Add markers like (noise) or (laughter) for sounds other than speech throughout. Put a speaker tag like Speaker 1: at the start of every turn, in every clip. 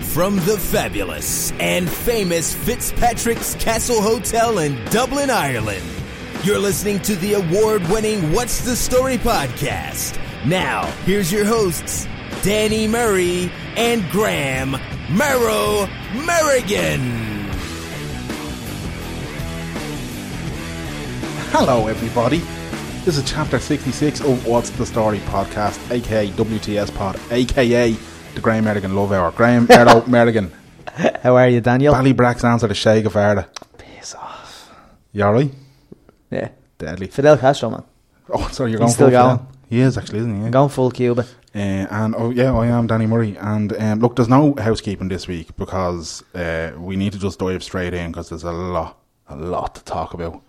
Speaker 1: From the fabulous and famous Fitzpatrick's Castle Hotel in Dublin, Ireland, you're listening to the award winning What's the Story podcast. Now, here's your hosts, Danny Murray and Graham Merrow Merrigan.
Speaker 2: Hello, everybody. This is chapter 66 of What's the Story podcast, aka WTS Pod, aka the Graham Merrigan Love Hour.
Speaker 3: (laughs)
Speaker 2: Graham Erdo Merrigan.
Speaker 3: How are you, Daniel?
Speaker 2: Ballybrack's answer to Shea Gavarda.
Speaker 3: Piss off.
Speaker 2: You alright?
Speaker 3: Yeah.
Speaker 2: Deadly.
Speaker 3: Fidel Castro, man.
Speaker 2: Oh, sorry, you're going
Speaker 3: He's still
Speaker 2: full for
Speaker 3: going.
Speaker 2: that. He is, actually, isn't he?
Speaker 3: I'm going full Cuba.
Speaker 2: Uh, and oh yeah, I am Danny Murray. And um, look, there's no housekeeping this week because uh, we need to just dive straight in because there's a lot, a lot to talk about.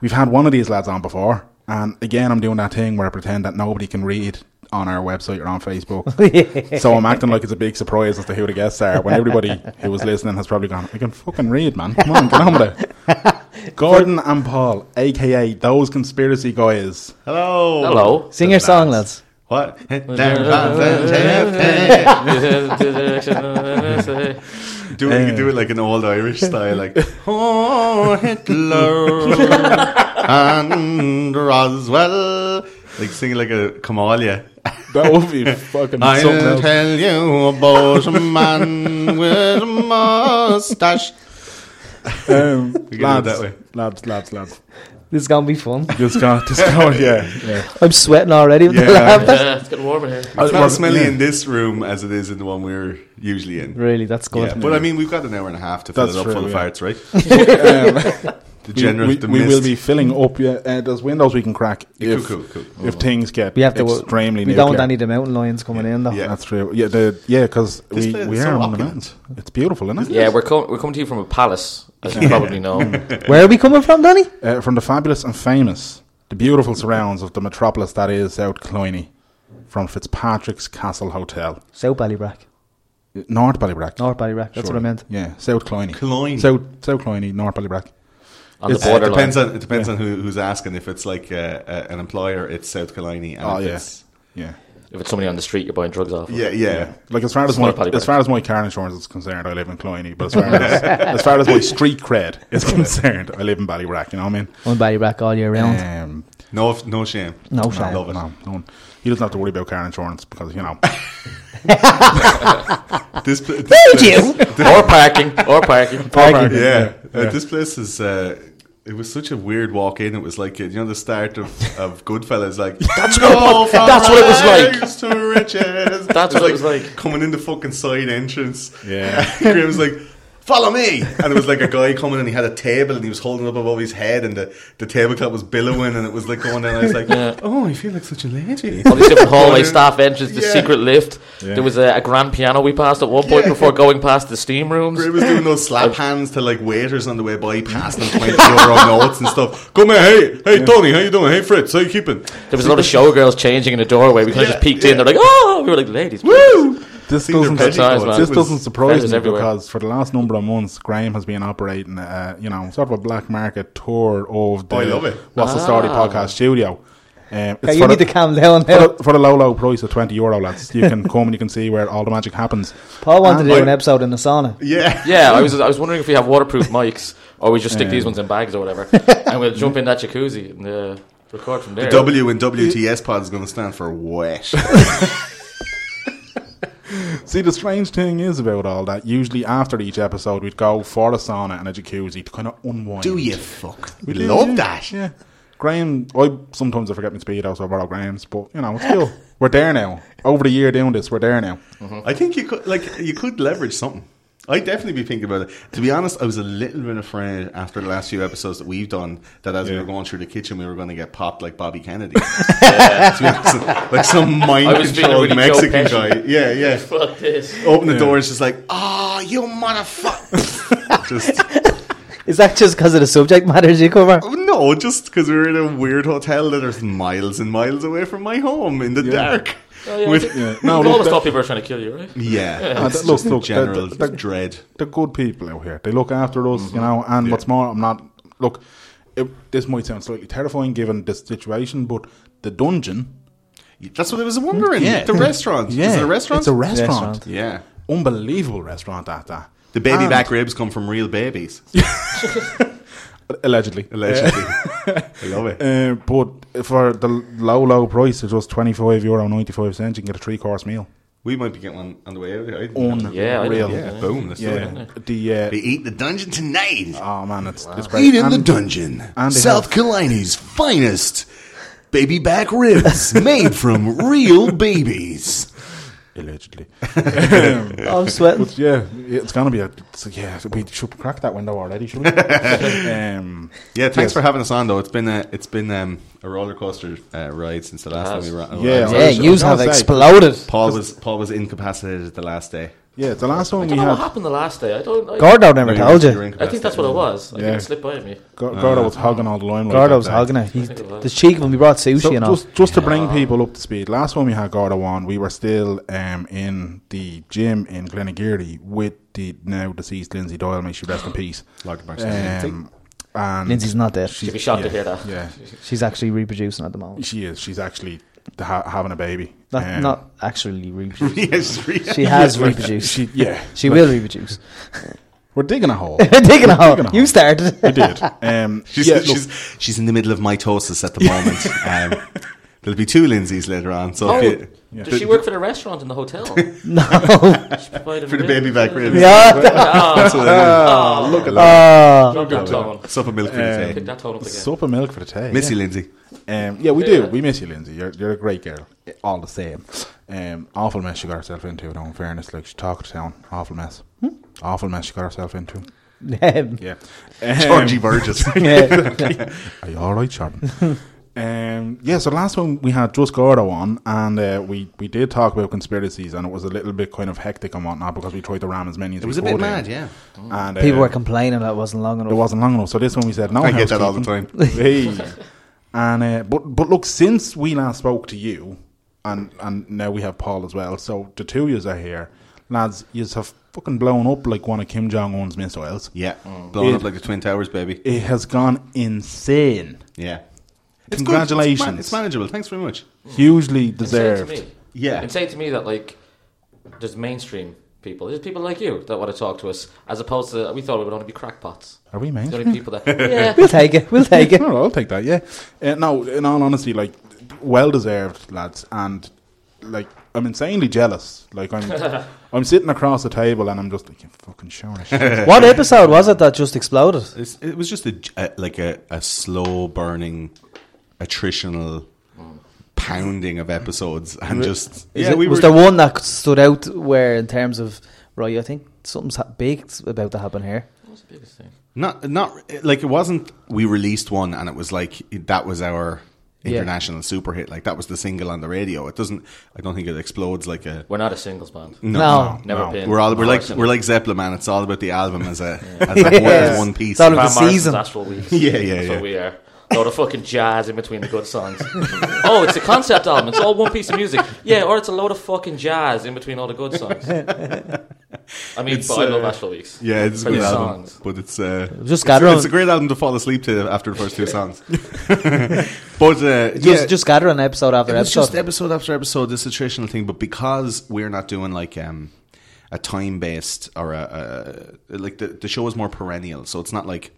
Speaker 2: We've had one of these lads on before, and again, I'm doing that thing where I pretend that nobody can read on our website or on Facebook. so I'm acting like it's a big surprise as to who the guests are when everybody who was listening has probably gone, "I can fucking read, man. Come on, get on with it." Gordon and Paul, aka those conspiracy guys.
Speaker 4: Hello.
Speaker 5: Hello.
Speaker 3: Sing your song, lads.
Speaker 4: (laughs) What? (laughs) do it, you can do it like an old Irish style, like Oh Hitler and Roswell. Like singing like a Kamalia.
Speaker 2: That would be fucking
Speaker 4: I
Speaker 2: something else.
Speaker 4: tell you about a man with a mustache. (laughs)
Speaker 2: Um,
Speaker 4: do it
Speaker 2: lads,
Speaker 4: that way.
Speaker 2: lads, lads, lads.
Speaker 3: This is going to be fun.
Speaker 2: Just go, just go, (laughs) yeah. yeah.
Speaker 3: (laughs) I'm sweating already with
Speaker 2: Yeah.
Speaker 3: the laughter.
Speaker 5: Yeah, (laughs) it's getting warm in here.
Speaker 4: It's
Speaker 2: well,
Speaker 4: not smelly
Speaker 2: yeah.
Speaker 4: in this room as it is in the one we're usually in.
Speaker 3: Really, that's good.
Speaker 4: Yeah, but I mean, we've got an hour and a half to fill
Speaker 2: That's
Speaker 4: it up
Speaker 2: true,
Speaker 4: full of
Speaker 2: yeah.
Speaker 4: farts,
Speaker 2: (laughs)
Speaker 4: right? Um, the general,
Speaker 2: we,
Speaker 4: the
Speaker 2: we
Speaker 4: mist.
Speaker 2: will be filling up. Yeah, uh, there's windows we can crack if,
Speaker 4: cool, cool, cool.
Speaker 2: if things get
Speaker 3: we have to. uh,
Speaker 2: extremely
Speaker 3: we
Speaker 2: nuclear.
Speaker 3: don't want any of the mountain lions coming in, though.
Speaker 4: Yeah.
Speaker 2: That's true. Yeah, the, yeah, because
Speaker 4: This
Speaker 2: we,
Speaker 4: place
Speaker 2: we
Speaker 4: is
Speaker 2: are
Speaker 4: so
Speaker 2: on the
Speaker 4: opulent.
Speaker 2: mountains. It's beautiful, isn't it?
Speaker 5: Yeah, we're, com- we're coming to you from a palace, as you probably know.
Speaker 3: Where are we coming from, Danny?
Speaker 2: Uh, from the fabulous and famous, the beautiful surrounds of the metropolis that is South Cloyne, from Fitzpatrick's Castle Hotel,
Speaker 3: South Ballybrack.
Speaker 2: Uh, North Ballybrack.
Speaker 3: North Ballybrack. That's what
Speaker 2: surely.
Speaker 3: I meant.
Speaker 2: Yeah, South Cloyne.
Speaker 4: Cloyne.
Speaker 2: South South Cloyne, North Ballybrack.
Speaker 5: On the
Speaker 2: It's-
Speaker 4: Uh, it
Speaker 5: borderline.
Speaker 4: depends on it depends on who, who's asking. If it's like uh, uh, an employer, it's South Killiney. and
Speaker 2: Oh
Speaker 4: if
Speaker 2: yeah,
Speaker 4: it's-
Speaker 2: yeah.
Speaker 5: If it's somebody on the street you're buying drugs off. of.
Speaker 4: yeah, yeah.
Speaker 2: Like as far as
Speaker 5: It's
Speaker 2: my
Speaker 5: not a paddy
Speaker 2: as far as my car insurance is concerned, I live in Cloyne. But as far as, as far as my street cred is concerned, I live in Ballyrack. You know what I mean?
Speaker 3: I'm Ballybrack all year round.
Speaker 2: Um,
Speaker 4: No, f- no shame.
Speaker 3: No
Speaker 4: I
Speaker 3: shame.
Speaker 4: Love it.
Speaker 2: no, no one- he doesn't have to worry about car insurance because you know.
Speaker 4: This, pl- this place,
Speaker 5: (laughs) or parking.
Speaker 4: (laughs)
Speaker 5: Or parking.
Speaker 3: Parking.
Speaker 4: yeah, Uh, this place is. Uh, it was such a weird walk in. It was like uh, you know the start
Speaker 5: (laughs)
Speaker 4: of, of Goodfellas. Like that's what,
Speaker 5: that's what it was like.
Speaker 4: To riches.
Speaker 5: (laughs) That's
Speaker 4: It's
Speaker 5: what it was like.
Speaker 4: Coming in the fucking side entrance. (laughs)
Speaker 2: Yeah.
Speaker 4: Graham was like. Follow me, and it was like a guy coming, and he had a table, and he was holding it up above his head, and the, the tablecloth was billowing, and it was like going down. I was like, "Oh, I feel like such a lady."
Speaker 5: All these
Speaker 4: (laughs)
Speaker 5: different hallway staff entrance, the
Speaker 4: Yeah.
Speaker 5: secret lift. There was a, a grand piano we passed at one point
Speaker 4: Yeah.
Speaker 5: before going past the steam rooms.
Speaker 4: Ray was doing those slap hands to like waiters on the way by, passing them twenty euro notes and stuff. Come here, hey, hey, Tony, how you doing? Hey, Fritz, how you keeping?
Speaker 5: There was a lot of showgirls changing in the doorway. We kind of
Speaker 4: Yeah,
Speaker 5: just peeked
Speaker 4: yeah.
Speaker 5: in. They're like, oh! We were like, ladies.
Speaker 2: This
Speaker 4: These are
Speaker 2: doesn't,
Speaker 4: petty notes.
Speaker 5: Sometimes, man.
Speaker 2: this
Speaker 4: It was-
Speaker 2: doesn't surprise
Speaker 5: Feathers
Speaker 2: me
Speaker 5: everywhere.
Speaker 2: because for the last number of months, Graham has been operating, uh, you know, sort of a black market tour of the
Speaker 4: Oh, I love it.
Speaker 2: What's the Story podcast studio. Um, it's
Speaker 3: Okay,
Speaker 2: for
Speaker 3: you need
Speaker 2: the-
Speaker 3: to calm down
Speaker 2: for
Speaker 3: now.
Speaker 2: the, for the low, low price of 20 euro, lads, you can come and you can see where all the magic happens.
Speaker 3: Paul wanted to do
Speaker 2: And-
Speaker 3: an episode in the sauna.
Speaker 4: Yeah,
Speaker 5: Yeah, I was, I was wondering if we have waterproof mics or we just stick these ones in bags or
Speaker 4: (laughs)
Speaker 5: whatever. and we'll jump in that jacuzzi and uh, record from there.
Speaker 4: W and WTS pod is going to stand for wet.
Speaker 2: See, the strange thing is about all that, usually after each episode, we'd go for a sauna and a jacuzzi to kind of unwind.
Speaker 4: Do you fuck? We
Speaker 2: do,
Speaker 4: love
Speaker 2: yeah,
Speaker 4: that.
Speaker 2: Yeah. Graham, I sometimes I forget my speedo, so I borrow Graham's, but, you know, it's
Speaker 4: (laughs)
Speaker 2: still, we're there now. Over the year doing this, we're there now.
Speaker 4: I think you could like you could leverage something. I'd definitely be thinking about it. To be honest, I was a little bit afraid after the last few episodes that we've done that as we
Speaker 2: Yeah.
Speaker 4: were going through the kitchen, we were going to get popped like Bobby Kennedy. Yeah, to be honest, like some mind
Speaker 5: was
Speaker 4: controlled
Speaker 5: feeling really
Speaker 4: Mexican
Speaker 5: Joe
Speaker 4: guy.
Speaker 5: Pesci.
Speaker 4: Yeah, yeah.
Speaker 5: Fuck this.
Speaker 4: open the door, it's just like, ah, you
Speaker 2: (laughs)
Speaker 4: motherfucker. just
Speaker 3: Is that just because of the subject matters you cover?
Speaker 4: (laughs) no, just because we were in a weird hotel that is miles and miles away from my home in the dark.
Speaker 5: Oh, yeah,
Speaker 4: With-
Speaker 2: Yeah. No,
Speaker 5: all
Speaker 2: look,
Speaker 5: the
Speaker 2: that-
Speaker 5: top people are trying to kill you, right?
Speaker 4: yeah,
Speaker 2: Uh,
Speaker 4: it's
Speaker 2: that- look,
Speaker 4: just
Speaker 2: look, that-
Speaker 4: general
Speaker 2: that- that-
Speaker 4: dread.
Speaker 2: they're good people out here. They look after us,
Speaker 4: Mm-hmm.
Speaker 2: you know. And what's more, I'm not look. It, this might sound slightly terrifying given this situation, but the dungeon,
Speaker 4: That's what I was wondering. The restaurant,
Speaker 2: yeah,
Speaker 4: is it a restaurant?
Speaker 2: It's a restaurant.
Speaker 3: Restaurant.
Speaker 4: yeah.
Speaker 2: unbelievable restaurant that that
Speaker 4: The baby
Speaker 2: And-
Speaker 4: back ribs come from real babies,
Speaker 2: allegedly.
Speaker 4: allegedly.
Speaker 2: (laughs)
Speaker 4: I love it.
Speaker 2: Uh, but for the low low price of just twenty five euro ninety five cents, you can get a three course meal.
Speaker 4: We might be getting one on the way out. I didn't know.
Speaker 2: Unreal.
Speaker 5: Yeah, I didn't-
Speaker 4: Yeah, boom. Let's do it.
Speaker 2: oh, Yeah. The uh,
Speaker 4: They eat the dungeon tonight.
Speaker 2: oh man, it's, it's great.
Speaker 4: Eat in the
Speaker 2: And-
Speaker 4: dungeon.
Speaker 2: and they
Speaker 4: South
Speaker 2: have-
Speaker 4: Carolina's finest baby back ribs made from real babies.
Speaker 2: allegedly.
Speaker 3: Oh, I'm sweating.
Speaker 2: yeah, it's gonna be a it's, yeah. We should crack that window already, should we?
Speaker 4: (laughs)
Speaker 2: um,
Speaker 4: Yeah, thanks
Speaker 2: Yes.
Speaker 4: for having us on though. It's been a it's been um, a roller coaster uh, ride since the last time we were on.
Speaker 2: Yeah,
Speaker 4: on.
Speaker 3: Yeah,
Speaker 2: I was
Speaker 3: yous
Speaker 2: gonna
Speaker 3: have
Speaker 2: say.
Speaker 3: exploded.
Speaker 4: Paul was Paul was incapacitated the last day.
Speaker 2: yeah, the last one
Speaker 5: I
Speaker 2: we
Speaker 5: don't know what
Speaker 2: had,
Speaker 5: happened the last day. I don't. I,
Speaker 3: Gordo never told
Speaker 4: were
Speaker 3: you.
Speaker 5: I think that's what it was. I
Speaker 2: Yeah.
Speaker 5: think it slipped by me.
Speaker 2: Gor- Gordo
Speaker 4: Uh,
Speaker 2: was hogging all the limelight.
Speaker 3: Gordo
Speaker 2: that
Speaker 3: was
Speaker 2: day.
Speaker 3: hogging it. He,
Speaker 5: think it was.
Speaker 3: the cheek when we brought sushi
Speaker 2: So
Speaker 3: and all.
Speaker 2: just just to bring people up to speed, last one we had Gordo on, we were still um, in the gym in Glenageary with the now deceased Lindsay Doyle. May she rest in
Speaker 5: (gasps)
Speaker 2: peace.
Speaker 4: Locked back
Speaker 2: Um, and
Speaker 3: Lindsay's not dead.
Speaker 5: You'd be shocked to hear that.
Speaker 2: yeah,
Speaker 3: She's actually reproducing at the moment.
Speaker 2: she is. She's actually ha- having a baby.
Speaker 3: Not,
Speaker 2: Um,
Speaker 3: not actually reproducing.
Speaker 4: yes,
Speaker 3: She has reproduced. She,
Speaker 2: She,
Speaker 3: (laughs)
Speaker 2: yeah,
Speaker 3: will reproduce.
Speaker 2: we're digging a
Speaker 3: (laughs)
Speaker 2: hole.
Speaker 3: Taking a
Speaker 2: Digging a
Speaker 3: hole.
Speaker 2: hole.
Speaker 3: You started. (laughs)
Speaker 2: I did. Um,
Speaker 4: She's,
Speaker 2: yeah, look,
Speaker 4: she's, she's in the middle of mitosis at the (laughs) moment. um, there'll be two Lindsays later on. So
Speaker 5: Oh,
Speaker 4: if you,
Speaker 5: Does she work for the restaurant in
Speaker 4: (laughs)
Speaker 5: the hotel? no.
Speaker 4: for the baby back ribs?
Speaker 3: Yeah.
Speaker 4: That's what I
Speaker 2: oh, look at that.
Speaker 3: Oh.
Speaker 5: Drop (laughs) that tone.
Speaker 4: do. Sup a milk for the
Speaker 5: Pick
Speaker 4: day.
Speaker 5: that tone up again.
Speaker 2: Sup a milk for the tea.
Speaker 4: Missy Lindsay.
Speaker 2: Um, yeah, we do.
Speaker 5: Yeah.
Speaker 2: We miss you, Lindsay. You're, you're a great girl. All the same. Um, awful mess she got herself into, though, in fairness. Like, she talked to town. Awful mess. Awful mess she got herself into.
Speaker 3: Um,
Speaker 2: Yeah.
Speaker 4: Georgie (laughs) Burgess.
Speaker 3: yeah.
Speaker 2: Are you all right, Sharon? um, yeah, so last one we had Just Gordo on, and uh, we, we did talk about conspiracies, and it was a little bit kind of hectic and whatnot because we tried to ram as many as
Speaker 4: it
Speaker 2: we
Speaker 4: was a
Speaker 2: could.
Speaker 4: bit
Speaker 2: in.
Speaker 4: mad, yeah.
Speaker 2: And, uh,
Speaker 3: People were complaining that it wasn't long enough.
Speaker 2: It wasn't long enough. So this one we said no.
Speaker 4: I get that all the
Speaker 2: housekeeping. (laughs) Hey. and uh, but but look, since we last spoke to you, and and now we have Paul as well. So the two yous are here, lads. Yous have fucking blown up like one of Kim Jong Un's missiles.
Speaker 4: Yeah. Blowing up
Speaker 2: It-
Speaker 4: like the Twin Towers, baby.
Speaker 2: It has gone insane.
Speaker 4: Yeah. It's good. It's man-
Speaker 2: Congratulations.
Speaker 4: It's manageable. Thanks very much.
Speaker 2: Hugely
Speaker 5: Insane to
Speaker 2: deserved.
Speaker 5: me.
Speaker 4: Yeah.
Speaker 5: Insane to me that like there's mainstream people. There's people like you that want to talk to us, as opposed to we thought we would only be crackpots.
Speaker 2: Are we
Speaker 5: The
Speaker 2: mainstream?
Speaker 4: (laughs)
Speaker 5: only people that yeah.
Speaker 3: We'll take it. We'll take it.
Speaker 2: No, no, I'll (laughs) take that. Yeah. Uh, no, in all honesty, like well deserved, lads, and like I'm insanely jealous. Like
Speaker 5: (laughs)
Speaker 2: I'm, I'm sitting across the table and I'm just like fucking showing.
Speaker 3: What episode was it that just exploded?
Speaker 4: It's, it was just a, j- a- like a, a slow burning attritional pounding of episodes and just
Speaker 3: Is
Speaker 4: yeah
Speaker 3: it,
Speaker 4: we
Speaker 3: was
Speaker 4: were
Speaker 3: there one that stood out where, in terms of right, I think something's ha- big about to happen here.
Speaker 5: What's the biggest thing?
Speaker 4: not not like it wasn't we released one and it was like that was our
Speaker 3: Yeah.
Speaker 4: international super hit like that was the single on the radio it doesn't I don't think it explodes like a
Speaker 5: We're not a singles band.
Speaker 3: No,
Speaker 5: Never
Speaker 2: no.
Speaker 5: been.
Speaker 4: we're all we're like
Speaker 5: Morrison.
Speaker 4: we're like Zeppelin man it's all about the album as (laughs) a as, a, one- as one piece
Speaker 3: It's all about
Speaker 5: Van
Speaker 3: the
Speaker 5: Morrison's
Speaker 3: season.
Speaker 5: Astral
Speaker 4: (laughs)
Speaker 5: Weeks.
Speaker 4: Yeah, yeah,
Speaker 5: That's
Speaker 4: yeah.
Speaker 5: what we are. Load of fucking jazz in between the good songs. (laughs) oh, it's a concept album. It's all one piece of music. Yeah, or it's a load of fucking jazz in between all the good songs.
Speaker 4: (laughs)
Speaker 5: I mean, but I love
Speaker 4: uh,
Speaker 5: Astral Weeks.
Speaker 4: yeah it's a
Speaker 5: For
Speaker 4: good
Speaker 5: the
Speaker 4: album
Speaker 5: songs.
Speaker 4: but it's uh
Speaker 3: Just
Speaker 4: it's,
Speaker 3: gather
Speaker 4: it's a
Speaker 3: on-
Speaker 4: great album to fall asleep to after the first
Speaker 5: (laughs)
Speaker 4: two songs (laughs) but uh
Speaker 3: Just,
Speaker 4: yeah.
Speaker 3: just gather an episode after
Speaker 4: It's
Speaker 3: episode.
Speaker 4: just episode after episode, this attritional thing. But because we're not doing like um, a time based or a, a like the the show is more perennial, so it's not like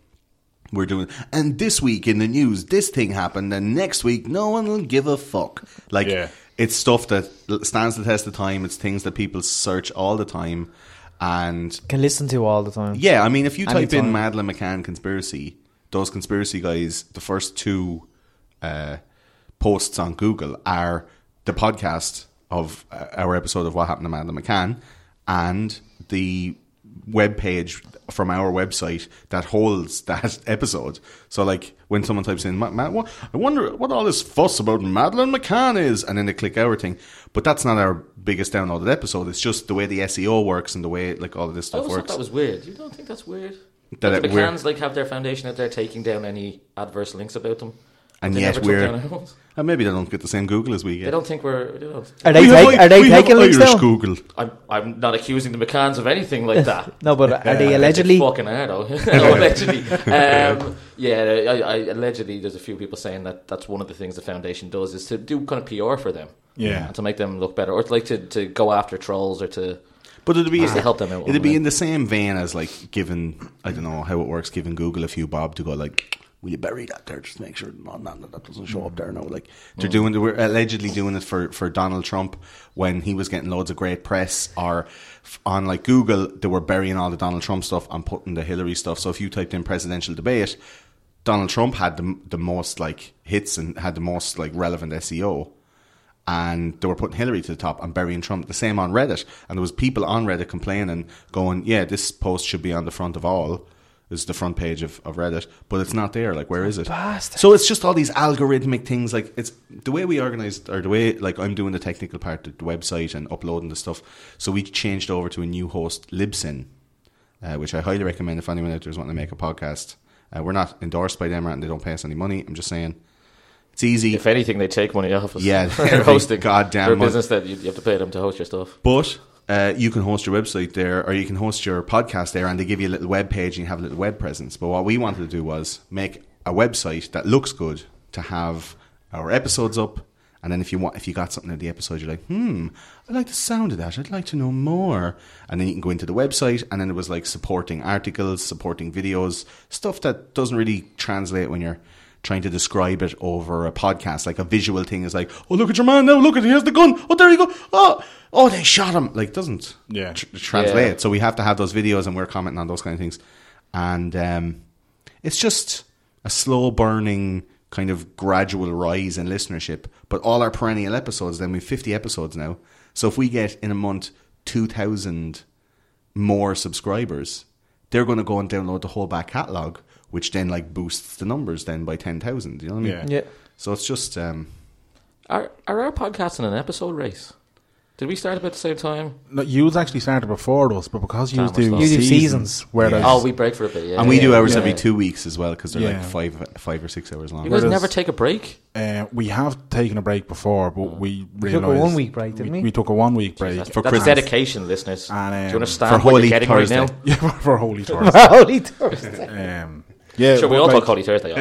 Speaker 4: we're doing. And this week in the news, this thing happened, and next week no one will give a fuck. Like
Speaker 2: Yeah.
Speaker 4: it's stuff that stands the test of time. It's things that people search all the time, and
Speaker 3: Can listen to all the time.
Speaker 4: yeah, I mean, if you type in
Speaker 3: Anytime.
Speaker 4: Madeleine McCann conspiracy, those conspiracy guys, the first two uh, posts on Google are the podcast of uh, our episode of What Happened to Madeleine McCann and the web page from our website that holds that (laughs) episode. So, like, when someone types in, Ma- Ma- what, I wonder what all this fuss about Madeleine McCann is, and then they click our thing. But that's not our biggest downloaded episode. It's just the way the SEO works and the way, like, all of this
Speaker 5: I
Speaker 4: stuff
Speaker 5: always thought
Speaker 4: works.
Speaker 5: that was weird. You don't think that's weird?
Speaker 4: That
Speaker 5: Like,
Speaker 4: it-
Speaker 5: the
Speaker 4: we're-
Speaker 5: McCanns like have their foundation that they're taking down any adverse links about them,
Speaker 4: And
Speaker 5: They
Speaker 4: yet
Speaker 5: never took
Speaker 4: we're-
Speaker 5: down (laughs) any ones.
Speaker 4: And Uh, maybe they don't get the same Google as we get.
Speaker 5: They don't think we're. You know,
Speaker 3: Are they,
Speaker 4: We have
Speaker 3: take,
Speaker 4: I-
Speaker 3: are they
Speaker 4: we have
Speaker 3: taking links
Speaker 4: Irish
Speaker 3: down?
Speaker 4: Google.
Speaker 5: I'm, I'm not accusing the McCanns of anything
Speaker 4: (laughs)
Speaker 5: like that.
Speaker 3: No, but are they allegedly?
Speaker 5: fucking are though. (laughs) allegedly, um, yeah. I, I, allegedly, there's a few people saying that that's one of the things the foundation does is to do kind of PR for them,
Speaker 2: Yeah.
Speaker 5: and to make them look better, or to, like to, to go after trolls or to.
Speaker 4: But it'd be
Speaker 5: Just to help them out a
Speaker 4: It'd
Speaker 5: little
Speaker 4: be
Speaker 5: bit.
Speaker 4: in the same vein as like giving I don't know how it works, giving Google a few bob to go like, will you bury that there? Just make sure no, no, no, that doesn't show up there. No, like they're
Speaker 5: Mm.
Speaker 4: doing. They were allegedly doing it for for Donald Trump when he was getting loads of great press, or f- on like Google they were burying all the Donald Trump stuff and putting the Hillary stuff. So if you typed in presidential debate. Donald Trump had the, the most like hits and had the most like relevant E SEO and they were putting Hillary to the top and burying Trump. The same on Reddit, and there was people on Reddit complaining, going, "Yeah, this post should be on the front of all." Is the front page of, of Reddit, but it's not there. Like, where is it? So it's just all these algorithmic things. Like, it's the way we organized, or the way like I'm doing the technical part, the website and uploading the stuff. So we changed over to a new host, Libsyn, uh, which I highly recommend if anyone out there is wanting to make a podcast. Uh, we're not endorsed by them, right, and they don't pay us any money. I'm just saying, it's easy.
Speaker 5: If anything, they take money off us. (laughs)
Speaker 4: Yeah,
Speaker 5: they're hosting.
Speaker 4: goddamn
Speaker 5: they're a
Speaker 4: money.
Speaker 5: business that you, you have to pay them to host your stuff.
Speaker 4: But uh, you can host your website there, or you can host your podcast there, and they give you a little web page and you have a little web presence. But what we wanted to do was make a website that looks good to have our episodes up. And then if you want, if you got something in the episode, you're like, hmm, I like the sound of that. I'd like to know more. And then you can go into the website, and then it was like supporting articles, supporting videos, stuff that doesn't really translate when you're trying to describe it over a podcast. Like a visual thing is like, oh, look at your man now. Look at here's the gun. Oh, there you go. Oh, oh, they shot him. Like doesn't
Speaker 2: Yeah.
Speaker 4: tr- translate.
Speaker 5: Yeah.
Speaker 4: So we have to have those videos, and we're commenting on those kind of things. And um, it's just a slow burning kind of gradual rise in listenership. But all our perennial episodes, then we've fifty episodes now. So if we get in a month two thousand more subscribers, they're going to go and download the whole back catalog, which then like boosts the numbers then by ten thousand. You know what I mean?
Speaker 2: Yeah.
Speaker 3: Yeah.
Speaker 4: (laughs) So it's just um,
Speaker 5: Are are our podcasts in an episode race? Did we start about the same time?
Speaker 2: No, you actually started before us, but because you
Speaker 5: Damn, we're
Speaker 2: do
Speaker 5: slow.
Speaker 2: seasons,
Speaker 3: You do seasons.
Speaker 2: whereas
Speaker 5: Oh, we break for a bit, yeah.
Speaker 4: and we do
Speaker 5: yeah.
Speaker 4: ours
Speaker 2: yeah.
Speaker 4: every two weeks as well because they're
Speaker 2: Yeah.
Speaker 4: like five five or six hours long.
Speaker 5: You guys
Speaker 2: Whereas-
Speaker 5: never take a break.
Speaker 2: uh, we have taken a break before, but we
Speaker 3: took
Speaker 2: realized
Speaker 3: a one-week break, didn't we?
Speaker 2: We took a one week break
Speaker 5: That's,
Speaker 4: for
Speaker 5: that's
Speaker 4: Christmas.
Speaker 5: dedication, listeners.
Speaker 2: And,
Speaker 5: do
Speaker 2: um,
Speaker 5: you
Speaker 4: for
Speaker 5: understand what
Speaker 4: Holy
Speaker 5: you're getting right
Speaker 4: Thursday.
Speaker 5: now?
Speaker 2: (laughs) yeah, for Holy
Speaker 3: (laughs)
Speaker 2: Thursday.
Speaker 3: Holy Thursday.
Speaker 2: um, yeah,
Speaker 5: Sure, we
Speaker 2: but
Speaker 5: all
Speaker 2: like,
Speaker 5: talk
Speaker 4: (laughs)
Speaker 5: Holy Thursday.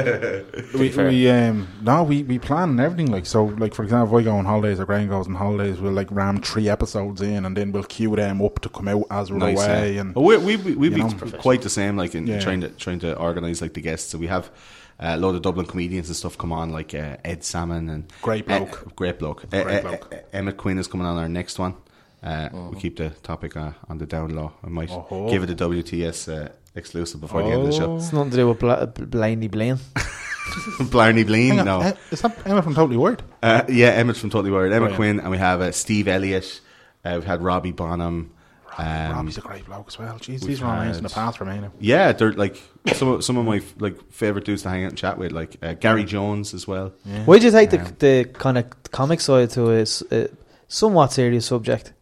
Speaker 5: off.
Speaker 2: we,
Speaker 5: fair.
Speaker 2: we um no we we plan and everything like so like for example if I go on holidays or Graham goes on holidays we'll like ram three episodes in and then we'll queue them up to come out as we're
Speaker 4: Nice,
Speaker 2: away
Speaker 4: yeah. Oh,
Speaker 2: and
Speaker 4: Well, we we we
Speaker 2: you know.
Speaker 4: be quite the same. Like in
Speaker 2: Yeah.
Speaker 4: trying to trying to organize like the guests. So we have uh, a lot of Dublin comedians and stuff come on, like uh, Ed Salmon and
Speaker 2: Great bloke.
Speaker 4: Eh, great bloke. Eh,
Speaker 2: Great
Speaker 4: eh,
Speaker 2: bloke.
Speaker 4: eh, Emmett Quinn is coming on our next one. Uh, We keep the topic uh, on the down low. I might
Speaker 2: Uh-huh.
Speaker 4: give it a WTS uh, exclusive before the end of the show.
Speaker 3: It's nothing to do with Bla- Blaney (laughs) Blaine.
Speaker 4: (laughs) Blarney Bleen,
Speaker 2: Oh. Hang on,
Speaker 4: no.
Speaker 2: eh, Oh, is that Emma from Totally Word?
Speaker 4: Uh, yeah, Emmett from Totally Wired, Emma
Speaker 2: Brilliant.
Speaker 4: Quinn, and we have uh, Steve Elliott. Uh, we've had Robbie Bonham. Um,
Speaker 2: Robbie's a great bloke as well. Jeez,
Speaker 4: we've
Speaker 2: these are names
Speaker 4: had-
Speaker 2: in the past for me now.
Speaker 4: Yeah, they're like some of, some of my like favorite dudes to hang out and chat with, like uh, Gary Jones as well.
Speaker 3: Why'd you take the, the kind of comic side to a, s- a somewhat serious subject?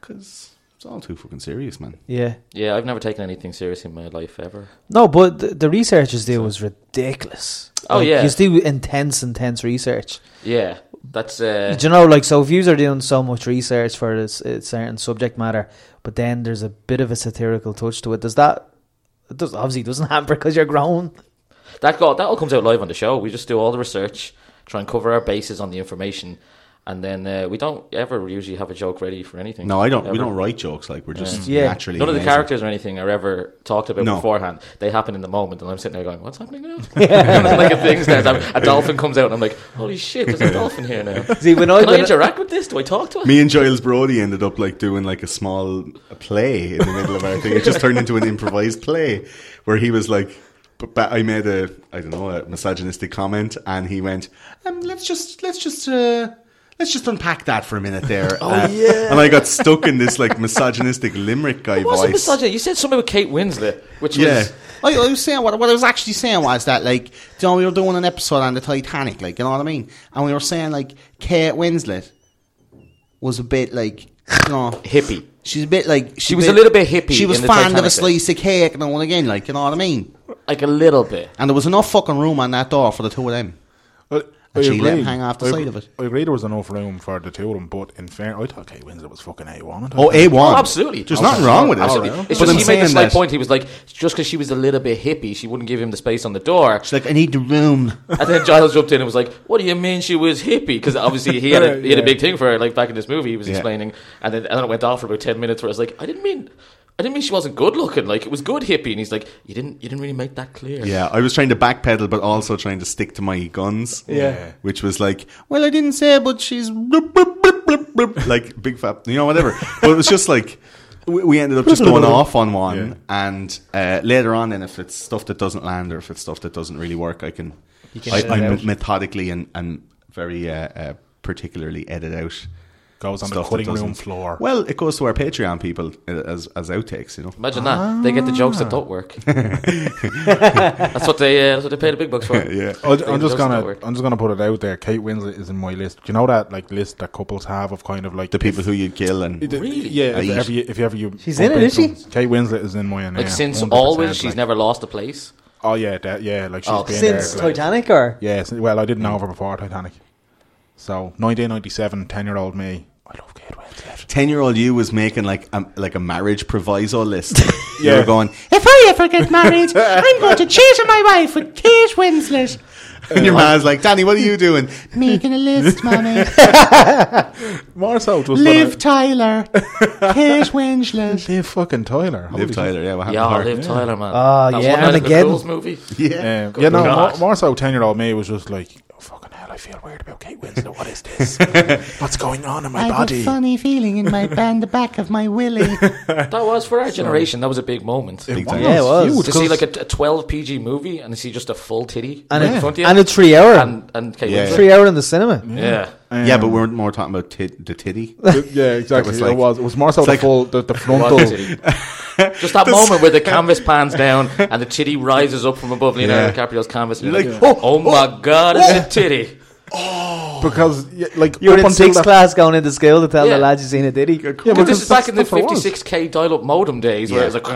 Speaker 4: Because it's all too fucking serious, man.
Speaker 3: Yeah.
Speaker 5: yeah, I've never taken anything serious in my life ever.
Speaker 3: No, but the, the researchers do was ridiculous.
Speaker 5: Oh,
Speaker 3: Like,
Speaker 5: yeah.
Speaker 3: you do intense, intense research.
Speaker 5: Yeah, that's uh,
Speaker 3: Do you know, like, so if you are doing so much research for a, s- a certain subject matter, but then there's a bit of a satirical touch to it, does that it does obviously doesn't hamper because you're grown?
Speaker 5: that got that all comes out live on the show. We just do all the research, try and cover our bases on the information, and then uh, we don't ever usually have a joke ready for anything.
Speaker 4: No, I don't. We
Speaker 5: Ever.
Speaker 4: don't write jokes. Like we're just
Speaker 3: Yeah.
Speaker 4: naturally.
Speaker 5: None of the
Speaker 4: amazing.
Speaker 5: characters or anything are ever talked about
Speaker 4: No.
Speaker 5: beforehand. They happen in the moment, and I'm sitting there going, "What's happening
Speaker 4: (laughs)
Speaker 5: now?" (laughs) And then, like a thing starts. happening. A dolphin comes out, and I'm like, "Holy
Speaker 4: (laughs)
Speaker 5: shit! There's a dolphin here now."
Speaker 3: See, when I
Speaker 5: Can I
Speaker 3: done it-
Speaker 5: interact with this? Do I talk to it?
Speaker 4: Me and Giles Brody ended up like doing like a small play in the middle of our thing. It just turned into an improvised play where he was like, but, but I made a I don't know a misogynistic comment, and he went, um, "Let's just let's just." Uh, Let's just unpack that for a minute there. Oh, yeah. And I got stuck in this like misogynistic limerick guy
Speaker 5: It wasn't
Speaker 4: voice.
Speaker 5: misogyny. You said something with Kate Winslet, which
Speaker 4: Yeah.
Speaker 5: was
Speaker 6: I, I was saying what, what I was actually saying was that like you know we were doing an episode on the Titanic, like you know what I mean, and we were saying like Kate Winslet was a bit like you
Speaker 5: (laughs)
Speaker 6: know
Speaker 5: hippie.
Speaker 6: she's a bit like she,
Speaker 5: was a little bit hippie
Speaker 6: She was
Speaker 5: in the
Speaker 6: fond of a
Speaker 5: Titanic,
Speaker 6: slice of cake and all again, like you know what I mean.
Speaker 5: Like a little bit.
Speaker 6: And there was enough fucking room on that door for the two of them.
Speaker 2: Well,
Speaker 6: Actually, let him hang off the
Speaker 2: I
Speaker 6: side
Speaker 2: agree-
Speaker 6: of it.
Speaker 2: I agree there was enough room for the two of them, but in fair, I thought Kate Winslet was fucking A1. I thought-
Speaker 6: Oh, A1.
Speaker 5: Oh, absolutely.
Speaker 6: There's
Speaker 5: Oh,
Speaker 6: nothing wrong with it.
Speaker 2: absolutely.
Speaker 5: It's
Speaker 6: But
Speaker 5: just
Speaker 6: I'm
Speaker 5: he made a
Speaker 6: saying
Speaker 5: slight
Speaker 6: that-
Speaker 5: point. He was like, just because she was a little bit hippie, she wouldn't give him the space on the door.
Speaker 6: She's like, I need the room.
Speaker 5: And then Giles jumped in and was like, "What do you mean she was hippie?" Because obviously he had
Speaker 6: (laughs)
Speaker 5: a, he had a big thing for her. Like back in this movie, he was explaining, and then and then it went on for about ten minutes. Where I was like, "I didn't mean, I didn't mean she wasn't good looking. Like it was good hippie." And he's like, "You didn't, you didn't really make that clear."
Speaker 4: Yeah, I was trying to backpedal, but also trying to stick to my guns.
Speaker 2: Yeah.
Speaker 4: which was like,
Speaker 6: Well, I didn't say, but she's.
Speaker 4: like big fat, you know, whatever. But it was just like we, we ended up just going off on one, and uh, later on, then if it's stuff that doesn't land or if it's stuff that doesn't really work, I can,
Speaker 3: can
Speaker 4: I,
Speaker 3: edit
Speaker 4: I
Speaker 3: it
Speaker 4: me-
Speaker 3: out.
Speaker 4: methodically and and very uh, uh, particularly edit out.
Speaker 2: Goes on the
Speaker 4: Stuff that
Speaker 2: cutting room
Speaker 4: doesn't-
Speaker 2: floor.
Speaker 4: Well, it goes to our Patreon people uh, as as outtakes, you know.
Speaker 5: Imagine that. They get the jokes that don't
Speaker 6: (laughs)
Speaker 5: work. that's what they. Uh, that's what they pay the big bucks
Speaker 6: (laughs)
Speaker 5: for.
Speaker 4: Yeah.
Speaker 6: Oh,
Speaker 2: I-
Speaker 5: Things
Speaker 2: I'm just
Speaker 5: doesn't
Speaker 2: gonna,
Speaker 5: work.
Speaker 2: I'm just gonna put it out there. Kate Winslet is in my list. Do you know that like list that couples have of kind of like
Speaker 4: The people who you'd kill and
Speaker 5: Really?
Speaker 2: Yeah,
Speaker 4: I
Speaker 2: if
Speaker 4: eat.
Speaker 2: ever, you, if ever you,
Speaker 3: She's
Speaker 2: bump
Speaker 3: in it, is
Speaker 2: into
Speaker 3: she?
Speaker 2: them. Kate Winslet is in my. uh,
Speaker 5: Like since always, she's never lost a place.
Speaker 2: Oh yeah, that, yeah, like she's
Speaker 5: Oh, Mm.
Speaker 2: been
Speaker 3: Since
Speaker 2: there. Like,
Speaker 3: Titanic, or
Speaker 2: yeah, since- well, I didn't know her before Titanic. So 1997, 10 year old me. I love Kate Winslet.
Speaker 4: ten-year-old you was making like a, like a marriage proviso list. You
Speaker 2: Yeah.
Speaker 4: were going,
Speaker 7: If I ever get married, I'm going to cheat on my wife with Kate Winslet.
Speaker 4: and your man's like, Danny, what are you doing?
Speaker 7: Making a list, mommy.
Speaker 2: More so, just
Speaker 7: Liv
Speaker 2: (laughs)
Speaker 7: Tyler. Kate Winslet.
Speaker 2: Live fucking Tyler. Holy
Speaker 4: Liv Tyler, yeah, what happened
Speaker 5: Yeah,
Speaker 4: to her?
Speaker 5: Liv
Speaker 4: (laughs)
Speaker 5: Tyler, man.
Speaker 3: Oh,
Speaker 5: That
Speaker 3: yeah,
Speaker 5: one night
Speaker 3: and
Speaker 5: at the
Speaker 3: again.
Speaker 5: Girls movie.
Speaker 2: Um, yeah, no,
Speaker 5: God.
Speaker 2: more, more so 10 year old me was just like, oh, fucking hell, I feel weird about Kate Winslet. What is this? What's going on in my
Speaker 7: I have a
Speaker 2: body?
Speaker 7: funny feeling in my band, the back of my willy.
Speaker 5: That was for our generation. That was a big moment.
Speaker 2: It
Speaker 4: time.
Speaker 3: Yeah, it was.
Speaker 2: huge,
Speaker 5: to see
Speaker 2: 'cause-
Speaker 5: like a, a 12 PG movie and to see just a full titty
Speaker 3: and,
Speaker 5: right in
Speaker 3: a,
Speaker 5: front of you.
Speaker 3: and a three hour,
Speaker 5: and, and Kate
Speaker 4: Yeah.
Speaker 5: Winslet.
Speaker 3: three hour in the cinema.
Speaker 5: Yeah.
Speaker 4: Yeah, but we're more talking about tit- the titty.
Speaker 2: (laughs) yeah, exactly.
Speaker 4: was
Speaker 2: it
Speaker 4: like-
Speaker 2: was. It was more so
Speaker 4: it's
Speaker 2: the
Speaker 4: like-
Speaker 2: full, the, the
Speaker 5: It was
Speaker 2: frontal.
Speaker 5: titty. Just that moment where the canvas pans down and the titty rises up from above Leonardo
Speaker 4: Yeah.
Speaker 5: DiCaprio's canvas. And
Speaker 4: You're
Speaker 5: you're like,
Speaker 4: like,
Speaker 5: oh, my god, it's a titty.
Speaker 2: because, yeah, like,
Speaker 3: You
Speaker 2: up
Speaker 3: were in
Speaker 2: until
Speaker 3: sixth
Speaker 2: that-
Speaker 3: class going into school to tell
Speaker 5: Yeah.
Speaker 3: the lads you seen a ditty.
Speaker 2: Yeah,
Speaker 5: Because this is back in the
Speaker 2: that's what it was.
Speaker 5: 56k dial-up modem days, where it was like,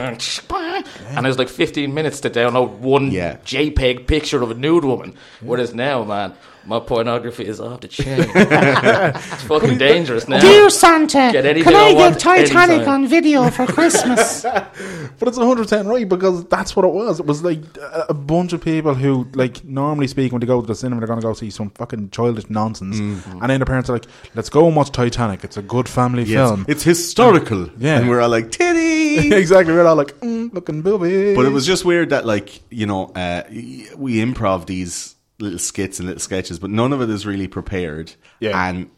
Speaker 5: and it was like 15 minutes to download one
Speaker 4: Yeah.
Speaker 5: JPEG picture of a nude woman. Whereas now, man, my pornography is off the chain.
Speaker 4: (laughs)
Speaker 5: it's fucking dangerous now.
Speaker 7: (laughs) Dear Santa,
Speaker 5: Get anything
Speaker 7: can
Speaker 5: I
Speaker 7: I
Speaker 5: want
Speaker 7: get Titanic
Speaker 5: anytime.
Speaker 7: on video
Speaker 5: (laughs)
Speaker 7: for Christmas?
Speaker 2: But it's 100% right because that's what it was. It was like a, a bunch of people who, like, normally speaking, when they go to the cinema, they're going to go see some fucking childish nonsense.
Speaker 4: Mm.
Speaker 2: And then the parents are like, let's go and watch Titanic. It's a good family
Speaker 4: Yes. (laughs)
Speaker 2: film. (laughs)
Speaker 4: It's historical.
Speaker 2: Yeah.
Speaker 4: And we're all
Speaker 2: (laughs)
Speaker 4: like, titty!
Speaker 2: exactly. We're all like, mm, looking booby.
Speaker 4: but
Speaker 2: (laughs)
Speaker 4: it was just weird that, like, you know, uh, y- we improv these little skits and little sketches, but none of it is really prepared.
Speaker 2: Yeah.
Speaker 4: And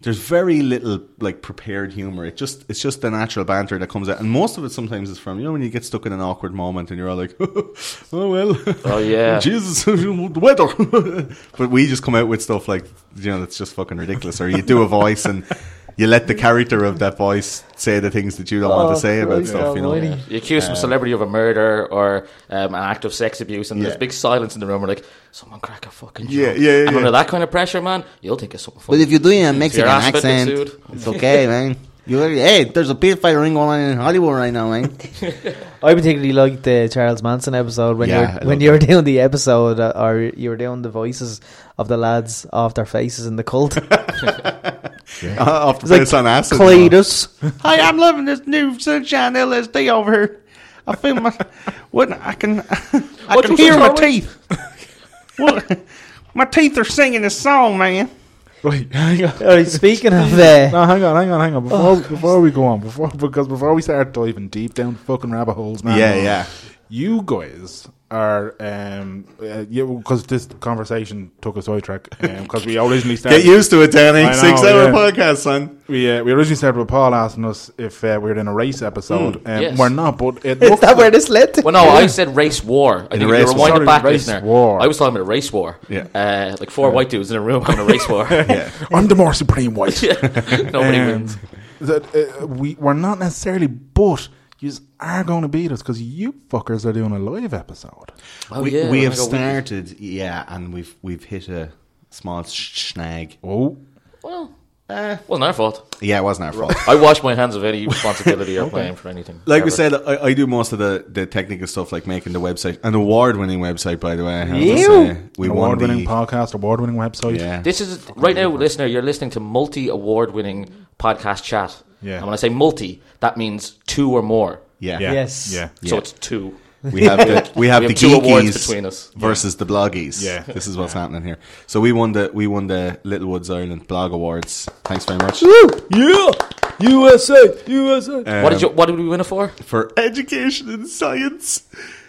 Speaker 4: there's very little like prepared humor. It just it's just the natural banter that comes out, and most of it sometimes is from you know when you get stuck in an awkward moment and you're all like, (laughs) oh well,
Speaker 5: Oh,
Speaker 4: (laughs)
Speaker 5: yeah.
Speaker 4: Jesus, the weather. (laughs) but we just come out with stuff like you know that's just fucking ridiculous, or you do a voice and you let the character of that voice say the things that you don't want to say about
Speaker 3: Christ
Speaker 4: stuff. You know,
Speaker 3: almighty.
Speaker 5: You accuse
Speaker 4: Uh.
Speaker 5: some celebrity of a murder or um, an act of sex abuse, and there's
Speaker 4: Yeah.
Speaker 5: big silence in the room. We're like, someone crack a fucking joke.
Speaker 4: Yeah, yeah, yeah,
Speaker 5: And
Speaker 4: yeah.
Speaker 5: under that kind of pressure, man, you'll think of something.
Speaker 6: Well,
Speaker 5: fucking-
Speaker 6: if you're doing a Mexican
Speaker 5: ass fit gets
Speaker 6: accent,
Speaker 5: sued.
Speaker 6: it's okay, man. You already, hey, there's a big fight ring going on in Hollywood right
Speaker 7: (laughs)
Speaker 6: now, man.
Speaker 3: I particularly liked the Charles Manson episode when
Speaker 4: Yeah,
Speaker 3: you
Speaker 4: I
Speaker 3: were, when
Speaker 4: loved
Speaker 3: you were doing the episode uh, or you were doing the voices of the lads off their faces in the cult. It's
Speaker 4: Uh, off the
Speaker 3: like
Speaker 4: place on acid.
Speaker 3: Cletus.
Speaker 6: Hi, I'm loving this new sunshine LSD over here. I feel my, what
Speaker 7: (laughs)
Speaker 6: I can, I
Speaker 5: What
Speaker 6: can
Speaker 5: was
Speaker 6: hear
Speaker 5: it
Speaker 6: my
Speaker 5: called?
Speaker 6: teeth.
Speaker 5: (laughs)
Speaker 6: What, my teeth are singing a song, man.
Speaker 2: Wait, hang on.
Speaker 3: All right, speaking of uh,
Speaker 2: No, hang on, hang on, hang on. Before, before we go on, before because before we start diving deep down fucking rabbit holes, man.
Speaker 4: Yeah, yeah.
Speaker 2: You guys are, um, uh, yeah, because this conversation took a sidetrack because we originally started.
Speaker 4: (laughs) Get used to it, Danny.
Speaker 2: I know,
Speaker 4: Six hour
Speaker 2: yeah.
Speaker 4: podcast, son.
Speaker 2: We uh, we originally started with Paul asking us if uh, we were in a race episode. um,
Speaker 5: yes.
Speaker 2: We're not, but it
Speaker 3: (laughs) Mm, (laughs) is
Speaker 2: looks
Speaker 3: that where this led to?
Speaker 5: Well, no, I said race war. I think if
Speaker 4: race
Speaker 5: you
Speaker 4: war.
Speaker 5: rewind
Speaker 2: Sorry,
Speaker 5: it back,
Speaker 2: race
Speaker 5: listener.
Speaker 2: war.
Speaker 5: I was talking about race war.
Speaker 4: Yeah.
Speaker 5: Uh, like four white dudes in a room having a race war.
Speaker 4: (laughs)
Speaker 5: (laughs)
Speaker 4: Yeah.
Speaker 2: I'm the more supreme
Speaker 3: (laughs)
Speaker 2: white.
Speaker 5: Nobody
Speaker 2: Um,
Speaker 5: wins.
Speaker 2: that, uh, we we're not necessarily, but you are going to beat us because you fuckers are doing a live episode.
Speaker 5: Oh,
Speaker 4: we
Speaker 5: yeah,
Speaker 4: we
Speaker 5: oh
Speaker 4: have
Speaker 5: my God, we-
Speaker 4: started, yeah, and we've we've hit a small sh- snag.
Speaker 2: Oh,
Speaker 5: Well,
Speaker 4: Eh.
Speaker 5: wasn't our fault.
Speaker 4: Yeah, it wasn't
Speaker 2: (laughs)
Speaker 4: our fault.
Speaker 5: I wash my hands of any
Speaker 4: (laughs)
Speaker 5: responsibility or blame for anything.
Speaker 4: Like we
Speaker 5: ever.
Speaker 4: said, I, I do most of the, the technical stuff, like making the website, an award winning website, by the way. I have to
Speaker 3: Ew.
Speaker 4: say. We
Speaker 2: An
Speaker 4: won
Speaker 2: award winning
Speaker 4: the-
Speaker 2: podcast, award winning website.
Speaker 4: Yeah.
Speaker 5: This is right now, listener. You're listening to multi award winning podcast chat.
Speaker 2: Yeah.
Speaker 5: And when I say multi, that means two or more.
Speaker 4: yeah.
Speaker 2: Yeah.
Speaker 3: Yes.
Speaker 2: Yeah.
Speaker 5: So
Speaker 4: Yeah.
Speaker 5: it's two.
Speaker 4: We have the we have,
Speaker 5: We have
Speaker 4: the
Speaker 5: two awards
Speaker 4: geekies
Speaker 5: between us.
Speaker 4: versus the bloggies.
Speaker 2: Yeah.
Speaker 4: This is what's happening here. So we won the we won the Littlewoods Ireland Blog Awards. Thanks very much.
Speaker 3: Yeah. USA. USA.
Speaker 5: what did you? What did we win it for?
Speaker 4: Um, for education and science.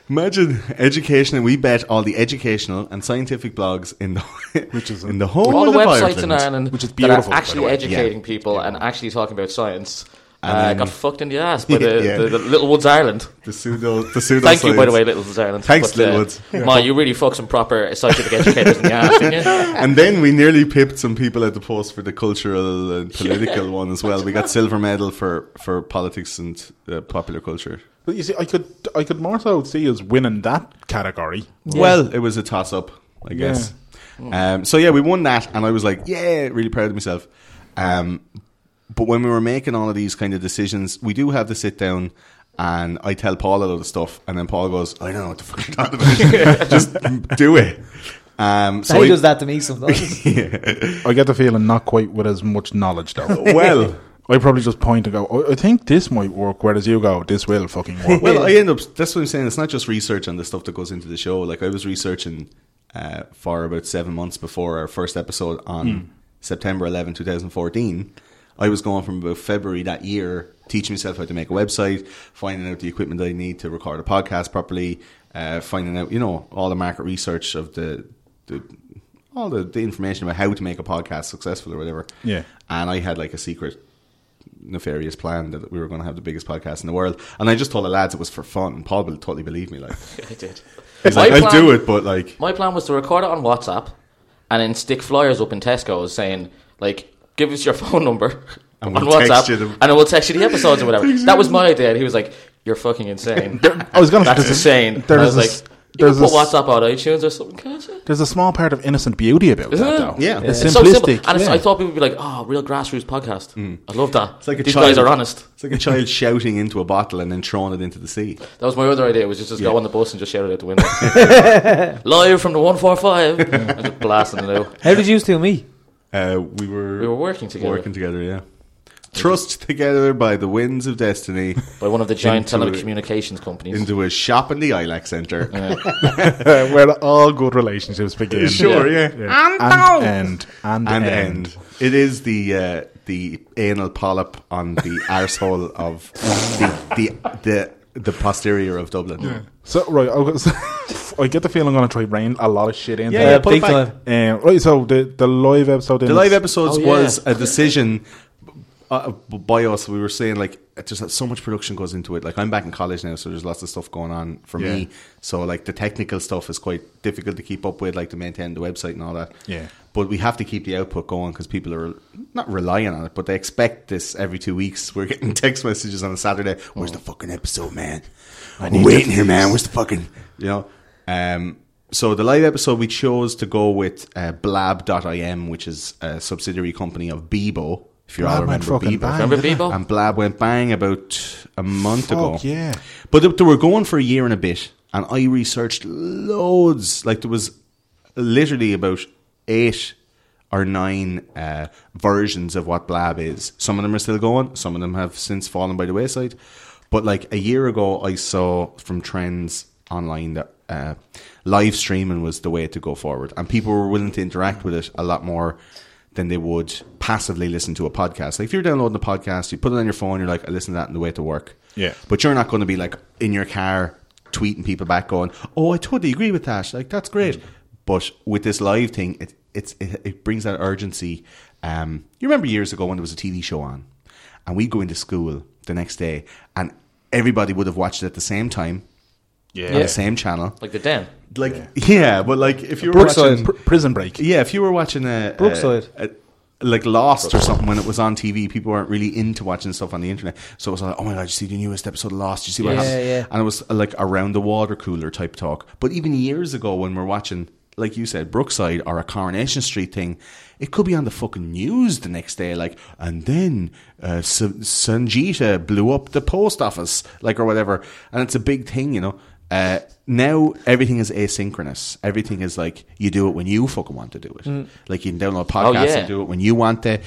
Speaker 4: Imagine education, and we bet all the educational and scientific blogs in the which is (laughs) in the whole
Speaker 5: all the
Speaker 4: of
Speaker 5: websites
Speaker 4: Ireland.
Speaker 5: in Ireland
Speaker 2: Which is
Speaker 5: that
Speaker 2: beautiful,
Speaker 5: are
Speaker 2: by the
Speaker 5: actually
Speaker 2: way.
Speaker 5: educating
Speaker 4: Yeah.
Speaker 5: people and actually talking about science
Speaker 4: And
Speaker 5: uh,
Speaker 4: then-
Speaker 5: got fucked in the ass by
Speaker 4: (laughs)
Speaker 5: the,
Speaker 4: Yeah.
Speaker 5: the, the Little Woods Ireland.
Speaker 4: The pseudo, the pseudo.
Speaker 5: Thank you, by the way, Little Woods Ireland.
Speaker 4: Thanks, Little
Speaker 5: uh,
Speaker 4: Woods.
Speaker 5: Ma, you really fucked some proper scientific educators in the ass,
Speaker 4: (laughs)
Speaker 5: didn't you? (laughs)
Speaker 4: And then we nearly pipped some people at the post for the cultural
Speaker 5: (laughs)
Speaker 4: and political one as well. We got silver medal for for politics and uh, popular culture.
Speaker 2: But you see, I could I could more so see us winning that category.
Speaker 4: Well, it was a toss up, I guess.
Speaker 3: Hmm.
Speaker 4: Um, so yeah, we won that, and I was like, yeah, really proud of myself. Um, but when we were making all of these kind of decisions, we do have to sit down. And I tell Paul a lot of stuff, and then Paul goes, "I don't know what the fuck you're talking about. (laughs) Just do it." Um, so
Speaker 3: he
Speaker 4: I-
Speaker 3: does that to me sometimes.
Speaker 2: I get the feeling not quite with as much knowledge (laughs) though.
Speaker 4: well,
Speaker 2: I probably just point and go, I, I think this might work, whereas you go, this will fucking work.
Speaker 4: Well, I end up. That's what I'm saying. It's not just research on the stuff that goes into the show. Like I was researching uh, for about seven months before our first episode on September 11, 2014. I was going from about February that year teaching myself how to make a website, finding out the equipment that I need to record a podcast properly, uh, finding out you know all the market research of the the all the, the information about how to make a podcast successful or whatever.
Speaker 2: Yeah.
Speaker 4: and I had like a secret nefarious plan that we were going to have the biggest podcast in the world. And I just told the lads it was for fun. And Paul will totally believe me. Like
Speaker 5: I did.
Speaker 4: he's
Speaker 5: My
Speaker 4: like, I'll
Speaker 5: plan-
Speaker 4: do it, but like
Speaker 5: My plan was to record it on WhatsApp and then stick flyers up in Tesco's saying, like, give us your (laughs) phone number
Speaker 4: And
Speaker 5: on
Speaker 4: we'll text
Speaker 5: WhatsApp
Speaker 4: you the-
Speaker 5: and then we'll text you the episodes or whatever. that was my idea. And he was like, you're
Speaker 4: (laughs)
Speaker 5: fucking insane.
Speaker 2: I was going to
Speaker 5: That's insane.
Speaker 2: There's
Speaker 5: And I was
Speaker 2: a
Speaker 5: like,
Speaker 2: s-
Speaker 5: you
Speaker 2: there's
Speaker 5: can
Speaker 2: a
Speaker 5: put
Speaker 2: s-
Speaker 5: WhatsApp on iTunes or something, can't you?
Speaker 2: There's a small part of innocent beauty about
Speaker 5: Isn't
Speaker 2: that,
Speaker 5: it?
Speaker 2: though.
Speaker 4: Yeah.
Speaker 2: it's,
Speaker 5: It's so
Speaker 2: simplistic.
Speaker 5: simple. And it's,
Speaker 2: yeah.
Speaker 5: I thought people would be like, oh, real grassroots podcast. I love that.
Speaker 4: Mm. it's like a
Speaker 5: These
Speaker 4: child,
Speaker 5: guys are honest.
Speaker 4: It's like a child shouting into a bottle and then throwing it into the sea.
Speaker 5: That was my other idea, was just, just go on the bus and just shout it out
Speaker 4: (laughs)
Speaker 5: the window. Live from the 145. (laughs) and just blasting it out.
Speaker 3: How did you steal me?
Speaker 4: Uh, we were
Speaker 5: We were working together
Speaker 4: working together, yeah. Thrust together by the winds of destiny
Speaker 5: by one of the giant
Speaker 4: Into it.
Speaker 5: telecommunications companies.
Speaker 4: into a shop in the Ilac Centre.
Speaker 2: (laughs) where all good relationships begin.
Speaker 4: (laughs) Sure, yeah.
Speaker 2: And, and end. And,
Speaker 4: and
Speaker 2: end.
Speaker 4: end. It is the uh, the anal polyp on the arsehole of the the, the the posterior of Dublin.
Speaker 2: So, right, I'll go, so, (laughs) I get the feeling I'm going to try rain a lot of shit into
Speaker 4: Yeah,
Speaker 3: Uh,
Speaker 2: it.
Speaker 4: put it
Speaker 3: big
Speaker 4: back.
Speaker 3: time.
Speaker 2: Um, right, so the, the live episode.
Speaker 4: The live episodes
Speaker 5: Oh, yeah.
Speaker 4: was a decision uh, by us. We were saying like there's so much production goes into it. Like I'm back in college now, so there's lots of stuff going on for
Speaker 2: Yeah.
Speaker 4: me. So like the technical stuff is quite difficult to keep up with, like to maintain the website and all that.
Speaker 2: Yeah.
Speaker 4: But we have to keep the output going because people are not relying on it, but they expect this every two weeks. (laughs) We're getting text messages on a Saturday.
Speaker 2: Oh.
Speaker 4: Where's the fucking episode, man? I'm waiting here, man. Where's the fucking you know? Um, so the live episode we chose to go with uh, Blab.im, which is a subsidiary company of Bebo. If you all
Speaker 2: Blab went
Speaker 4: remember
Speaker 2: fucking
Speaker 4: Bebo,
Speaker 2: bang,
Speaker 5: Remember didn't it? Bebo?
Speaker 4: And Blab went bang about a month ago.
Speaker 2: Fuck, yeah.
Speaker 4: But they, they were going for a year and a bit, and I researched loads. Like there was literally about eight or nine uh, versions of what Blab is. Some of them are still going. Some of them have since fallen by the wayside. But like a year ago, I saw from trends online that uh, live streaming was the way to go forward, and people were willing to interact with it a lot more than they would passively listen to a podcast. Like if you're downloading a podcast, you put it on your phone, you're like, I listen to that on the way to work.
Speaker 2: Yeah.
Speaker 4: But you're not going to be like in your car tweeting people back going, "Oh, I totally agree with that. Like that's
Speaker 2: Mm.
Speaker 4: great." But with this live thing, it it's it, it brings that urgency. Um, you remember years ago when there was a TV show on, and we'd go into school the next day, and everybody would have watched it at the same time
Speaker 2: Yeah.
Speaker 4: on the same channel.
Speaker 5: like the den.
Speaker 4: Like yeah, but like if you were
Speaker 2: Brookside.
Speaker 4: watching,
Speaker 2: Pr- prison break.
Speaker 4: yeah, if you were watching a a-
Speaker 3: Brookside.
Speaker 4: a- like Lost or something when it was on TV, people weren't really into watching stuff on the internet. So it was like, oh my god, you see the newest episode of Lost? You see what
Speaker 3: Yeah,
Speaker 4: happened?
Speaker 3: yeah.
Speaker 4: And it was uh, like around the water cooler type talk. But even years ago, when we're watching like you said, Brookside or a Coronation Street thing, it could be on the fucking news the next day. Like, and then uh, S- Sanjita blew up the post office, like, or whatever. And it's a big thing, you know. Uh, now everything is asynchronous. Everything is like you do it when you fucking want to do it. Like you can download podcasts
Speaker 5: Mm. Oh, yeah.
Speaker 4: and do it when you want to.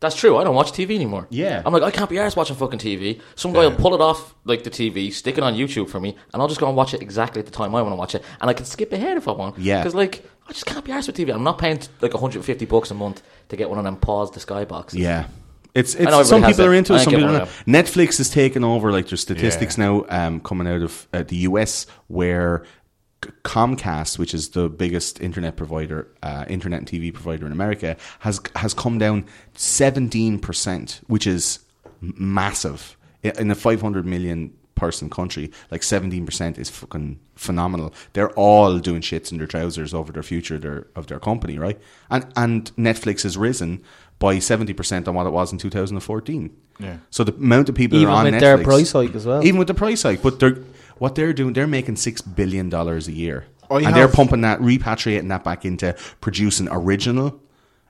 Speaker 5: That's true. I don't watch TV anymore.
Speaker 4: Yeah.
Speaker 5: I'm like, I can't be arsed watching fucking TV. Some guy will pull it off like the TV, stick it on YouTube for me, and I'll just go and watch it exactly at the time I want to watch it, and I can skip ahead if I want.
Speaker 4: Yeah.
Speaker 5: Because like, I just can't be arsed with TV. I'm not paying like 150 bucks a month to get one of them pause the sky boxes.
Speaker 4: Yeah. It's,
Speaker 5: everybody
Speaker 4: it's some
Speaker 5: has
Speaker 4: people
Speaker 5: it.
Speaker 4: are into
Speaker 5: I
Speaker 4: it,
Speaker 5: ain't
Speaker 4: some
Speaker 5: getting
Speaker 4: people are
Speaker 5: one
Speaker 4: not.
Speaker 5: of
Speaker 4: Netflix is taking over, like there's statistics now um, coming out of uh, the US where C- Comcast, which is the biggest internet provider, uh, internet and TV provider in America, has has come down 17%, which is m- massive. I- In a 500 million person country, like 17% is fucking phenomenal. They're all doing shits in their trousers over their future their, of their company, right? And and Netflix has risen by 70% on what it was in 2014.
Speaker 2: Yeah.
Speaker 4: So the amount of people
Speaker 3: Even
Speaker 4: that are on
Speaker 3: with
Speaker 4: Netflix,
Speaker 3: their price hike as well.
Speaker 4: Even with the price hike, but they're what they're doing, they're making six billion dollars a year,
Speaker 2: I
Speaker 4: and they're
Speaker 2: Oh, have-
Speaker 4: pumping that, repatriating that back into producing original,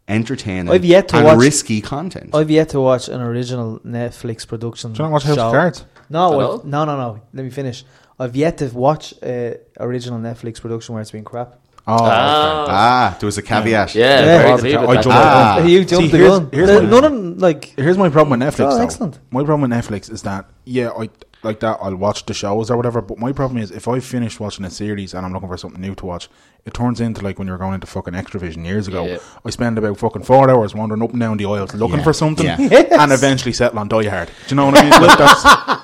Speaker 4: entertaining,
Speaker 3: I've yet to
Speaker 4: and
Speaker 3: watch-
Speaker 4: risky content.
Speaker 3: I've yet to watch an original Netflix production.
Speaker 2: Do you not watch House of
Speaker 3: show.
Speaker 2: Cards?
Speaker 3: No,
Speaker 5: Hello?
Speaker 3: I've- no, no, no. Let me finish. I've yet to watch uh, original Netflix production where it's been crap.
Speaker 2: Oh,
Speaker 5: Ah.
Speaker 4: ah, there was a caveat.
Speaker 5: Yeah.
Speaker 3: Yeah.
Speaker 5: very
Speaker 3: I
Speaker 5: deleted
Speaker 2: jumped
Speaker 5: that.
Speaker 2: on
Speaker 5: Ah.
Speaker 2: Ah.
Speaker 3: you jumped
Speaker 2: See,
Speaker 3: the
Speaker 2: here's-
Speaker 3: gun.
Speaker 2: here's
Speaker 3: Uh,
Speaker 2: my-
Speaker 3: none of them, like
Speaker 2: Here's my problem with Netflix.
Speaker 3: Oh,
Speaker 2: though.
Speaker 3: excellent.
Speaker 2: My problem with Netflix is that yeah, I like that. I'll watch the shows or whatever. But my problem is if I finish watching a series and I'm looking for something new to watch, it turns into like when you're going into fucking Extravision years ago.
Speaker 5: Yeah.
Speaker 2: I spend about fucking four hours wandering up and down the aisles looking
Speaker 4: Yeah.
Speaker 2: for something,
Speaker 4: Yeah.
Speaker 2: and eventually settle on Die Hard. Do you know what I mean? Like,
Speaker 3: (laughs)
Speaker 2: that's- oh,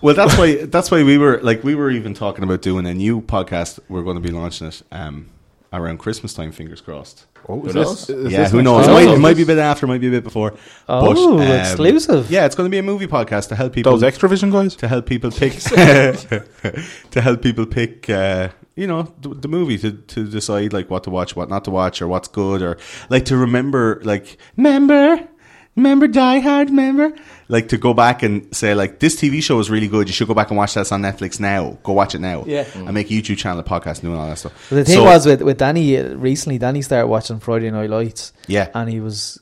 Speaker 4: Well, that's why that's why we were like we were even talking about doing a new podcast. We're going to be launching it um, around Christmas time. Fingers crossed.
Speaker 2: oh, is
Speaker 5: Who
Speaker 2: this-
Speaker 5: knows?
Speaker 2: is
Speaker 4: yeah,
Speaker 2: this
Speaker 4: who
Speaker 2: next
Speaker 4: knows? It
Speaker 2: week?
Speaker 4: might, it might be a bit after, might be a bit before. um,
Speaker 3: Oh, exclusive.
Speaker 4: Yeah, it's going to be a movie podcast to help people
Speaker 2: those Extravision guys.
Speaker 4: to help people pick (laughs) to help people pick uh, you know the, the movie to, to decide like what to watch what not to watch or what's good or like to remember like remember remember die hard remember like to go back and say like this tv show is really good you should go back and watch that's on netflix now go watch it now
Speaker 3: Yeah.
Speaker 4: and make a youtube channel a podcast and doing all that stuff
Speaker 3: the thing
Speaker 4: So-
Speaker 3: was with with Danny uh, recently. Danny started watching Friday Night Lights.
Speaker 4: Yeah.
Speaker 3: and he was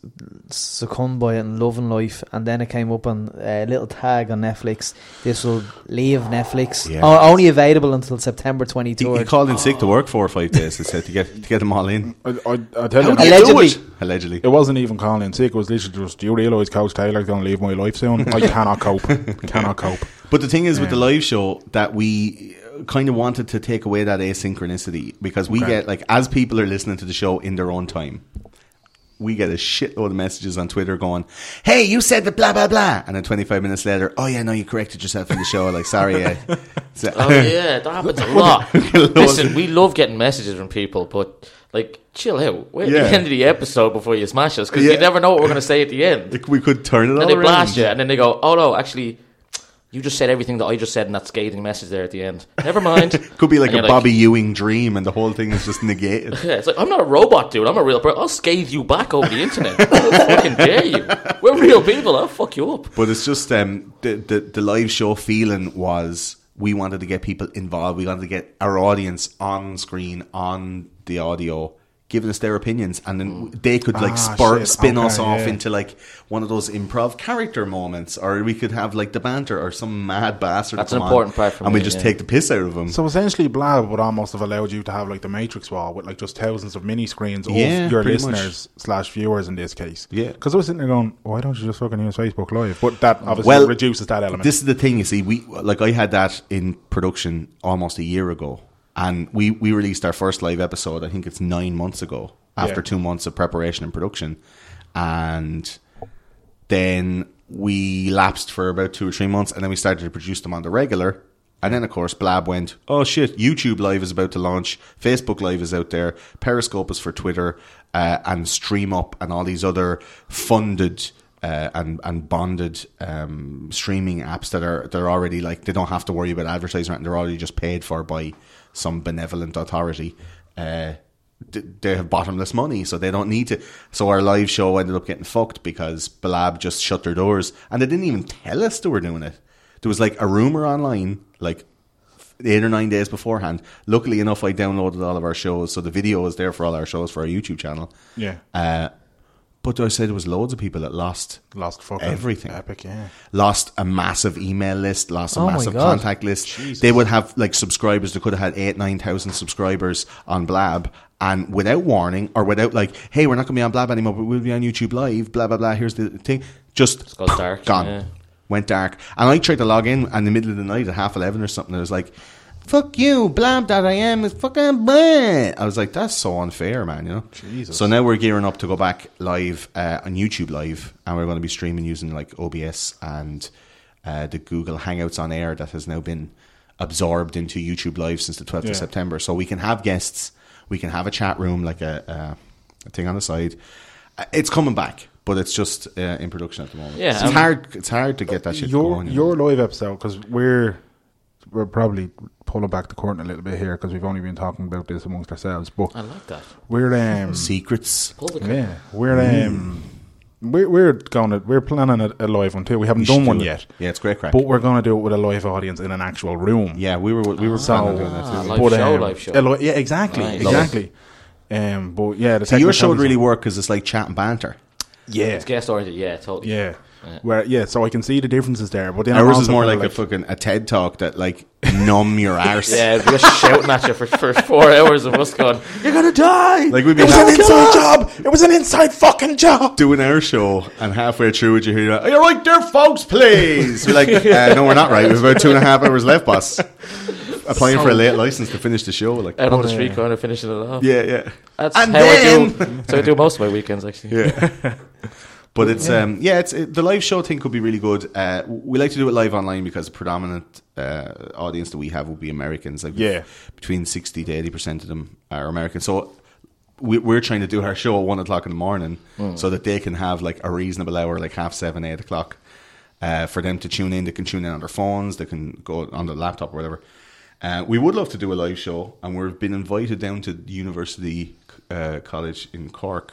Speaker 3: succumbed by it and loving life. And then it came up on uh, a little tag on Netflix. This will leave Netflix.
Speaker 4: Yeah.
Speaker 3: O- only available until September twenty
Speaker 4: he, he
Speaker 3: third.
Speaker 4: called in sick to work four or five days. He said to get to get them all in.
Speaker 2: I, I, I tell you,
Speaker 3: do you- (laughs) Allegedly.
Speaker 4: Do it. allegedly.
Speaker 2: it wasn't even calling in sick. It was literally just, do you realise Coach Taylor's going to leave my life soon? I cannot
Speaker 4: (laughs)
Speaker 2: cope. cannot cope.
Speaker 4: But the thing is with the live show that we kind of wanted to take away that asynchronicity because we
Speaker 2: Okay.
Speaker 4: get like as people are listening to the show in their own time. We get a shitload of messages on Twitter going, "Hey, you said the blah blah blah," and then twenty five minutes later, "Oh yeah, no, you corrected yourself in the show." Like, sorry,
Speaker 5: (laughs)
Speaker 4: yeah. So- (laughs)
Speaker 5: Oh yeah, that happens a lot. Listen, we love getting messages from people, but like, chill out. Wait at
Speaker 4: Yeah.
Speaker 5: the end of the episode before you smash us, because
Speaker 4: Yeah.
Speaker 5: you never know what we're going to say at
Speaker 4: (laughs)
Speaker 5: the end.
Speaker 4: Like, we could turn it
Speaker 5: And
Speaker 4: all
Speaker 5: they
Speaker 4: around.
Speaker 5: blast you, and then they go, "Oh no, actually, you just said everything that I just said in that scathing message there at the end. Never mind."
Speaker 4: (laughs) Could be like
Speaker 5: And
Speaker 4: a
Speaker 5: you're
Speaker 4: Bobby Ewing dream, and the whole thing is just negated.
Speaker 5: Yeah, it's like I'm not a robot, dude. I'm a real person. I'll scathe you back over the
Speaker 4: (laughs)
Speaker 5: internet. How fucking dare you? We're real people. I'll fuck you up.
Speaker 4: But it's just um, the, the the live show feeling was we wanted to get people involved. We wanted to get our audience on screen, on the audio, giving us their opinions, and then they could like
Speaker 2: Ah,
Speaker 4: spur,
Speaker 2: shit,
Speaker 4: spin us
Speaker 2: okay,
Speaker 4: off
Speaker 2: yeah.
Speaker 4: into like one of those improv character moments, or we could have like the banter or some mad bastard.
Speaker 5: That's
Speaker 4: come
Speaker 5: an important
Speaker 4: on,
Speaker 5: part for
Speaker 4: and
Speaker 5: me,
Speaker 4: we just
Speaker 5: yeah.
Speaker 4: take the piss out of them.
Speaker 2: So essentially, Blab would almost have allowed you to have like the Matrix wall with like just thousands of mini screens
Speaker 4: Yeah,
Speaker 2: of your
Speaker 4: pretty much.
Speaker 2: listeners slash viewers in this case.
Speaker 4: Yeah.
Speaker 2: because I was sitting there going, "Why don't you just fucking use Facebook Live?" But that obviously
Speaker 4: Well,
Speaker 2: reduces that element.
Speaker 4: This is the thing, you see. We like I had that in production almost a year ago, and we we released our first live episode. I think it's nine months ago, after
Speaker 2: Yeah.
Speaker 4: two months of preparation and production, and then we lapsed for about two or three months, and then we started to produce them on the regular. And then, of course, Blab went, oh shit, YouTube Live is about to launch, Facebook Live is out there, Periscope is for Twitter, uh, and Stream Up, and all these other funded uh, and and bonded um, streaming apps that are they're already like they don't have to worry about advertisement; they're already just paid for by some benevolent authority. Uh, th- they have bottomless money, so they don't need to. So our live show ended up getting fucked because Blab just shut their doors and they didn't even tell us they were doing it. There was like a rumor online, like f- eight or nine days beforehand. Luckily enough, I downloaded all of our shows, so the video is there for all our shows for our YouTube channel.
Speaker 2: Yeah.
Speaker 4: Uh, but I said there was loads of people that lost
Speaker 2: Lost fucking
Speaker 4: everything.
Speaker 2: Epic, yeah.
Speaker 4: Lost a massive email list, lost a
Speaker 3: Oh my
Speaker 4: massive
Speaker 3: God.
Speaker 4: contact list. They would have like subscribers that could have had eight, nine thousand subscribers on Blab, and without warning or without like, hey, we're not going to be on Blab anymore, but we'll be on YouTube Live. Blah blah blah. Here's the thing. Just
Speaker 5: got dark,
Speaker 4: Gone.
Speaker 5: yeah.
Speaker 4: Went dark. And I tried to log in in the middle of the night at half eleven or something. And it was like, fuck you, Blab.im is fucking blah. I was like, that's so unfair, man. You know.
Speaker 2: Jesus.
Speaker 4: So now we're gearing up to go back live uh, on YouTube Live, and we're going to be streaming using like OBS and uh, the Google Hangouts on Air that has now been absorbed into YouTube Live since the 12th
Speaker 2: Yeah.
Speaker 4: of September. So we can have guests, we can have a chat room, like a, uh, a, a thing on the side. Uh, It's coming back, but it's just uh, in production at the moment.
Speaker 5: Yeah,
Speaker 4: it's
Speaker 5: um,
Speaker 4: hard. It's hard to get that shit
Speaker 2: your
Speaker 4: going. you know.
Speaker 2: your live episode because we're we're probably pulling back the curtain a little bit here because we've only been talking about this amongst ourselves. But
Speaker 5: I like that.
Speaker 2: we're um
Speaker 4: secrets.
Speaker 5: Pull the curtain.
Speaker 2: yeah we're um we're we're going to we're planning a, a live one too. We haven't
Speaker 4: Mm. should
Speaker 2: done
Speaker 4: do
Speaker 2: one
Speaker 4: it.
Speaker 2: yet.
Speaker 4: Yeah, it's great crack.
Speaker 2: but we're going to do it with a live audience in an actual room.
Speaker 4: yeah, we were we were planning on doing that
Speaker 5: Ah,
Speaker 4: too.
Speaker 5: live show, live show.
Speaker 2: a li- yeah, exactly,
Speaker 5: Nice.
Speaker 2: exactly. Um, but yeah, the
Speaker 4: So your show would
Speaker 2: technicalities-
Speaker 4: really work because it's like chat and banter.
Speaker 2: yeah,
Speaker 5: It's guest oriented, yeah, totally.
Speaker 2: yeah. Where yeah, so I can see the differences there. But then I'm
Speaker 4: Ours is
Speaker 2: also
Speaker 4: more
Speaker 2: kinda
Speaker 4: like, a fucking a TED talk that like numb (laughs) your arse.
Speaker 5: Yeah, we're just shouting at you for, for four hours of us going,
Speaker 2: You're gonna die.
Speaker 4: Like, we'd be
Speaker 2: it was
Speaker 4: like,
Speaker 2: an inside job. It was an inside fucking job.
Speaker 4: Doing our show, and halfway through it, you hear, "Are you right there, folks? Please." We're (laughs) like, uh, "No, we're not right. We've about two and a half hours left, boss." Applying for a late license to finish the show, like,
Speaker 5: out on the street corner, finishing it
Speaker 4: Oh,
Speaker 5: off.
Speaker 4: yeah, yeah.
Speaker 5: That's
Speaker 4: And
Speaker 5: how I
Speaker 4: then-
Speaker 5: do. (laughs) So I do most of my weekends actually.
Speaker 4: But it's um yeah it's it, the live show thing could be really good. Uh, we like to do it live online because the predominant uh, audience that we have will be Americans. Like
Speaker 2: Yeah.
Speaker 4: between sixty to eighty percent of them are American. So we, we're trying to do our show at one o'clock in the morning so that they can have like a reasonable hour, like half seven, eight o'clock, uh, for them to tune in. They can tune in on their phones. They can go on their laptop or whatever. Uh, we would love to do a live show, and we've been invited down to University uh, College in Cork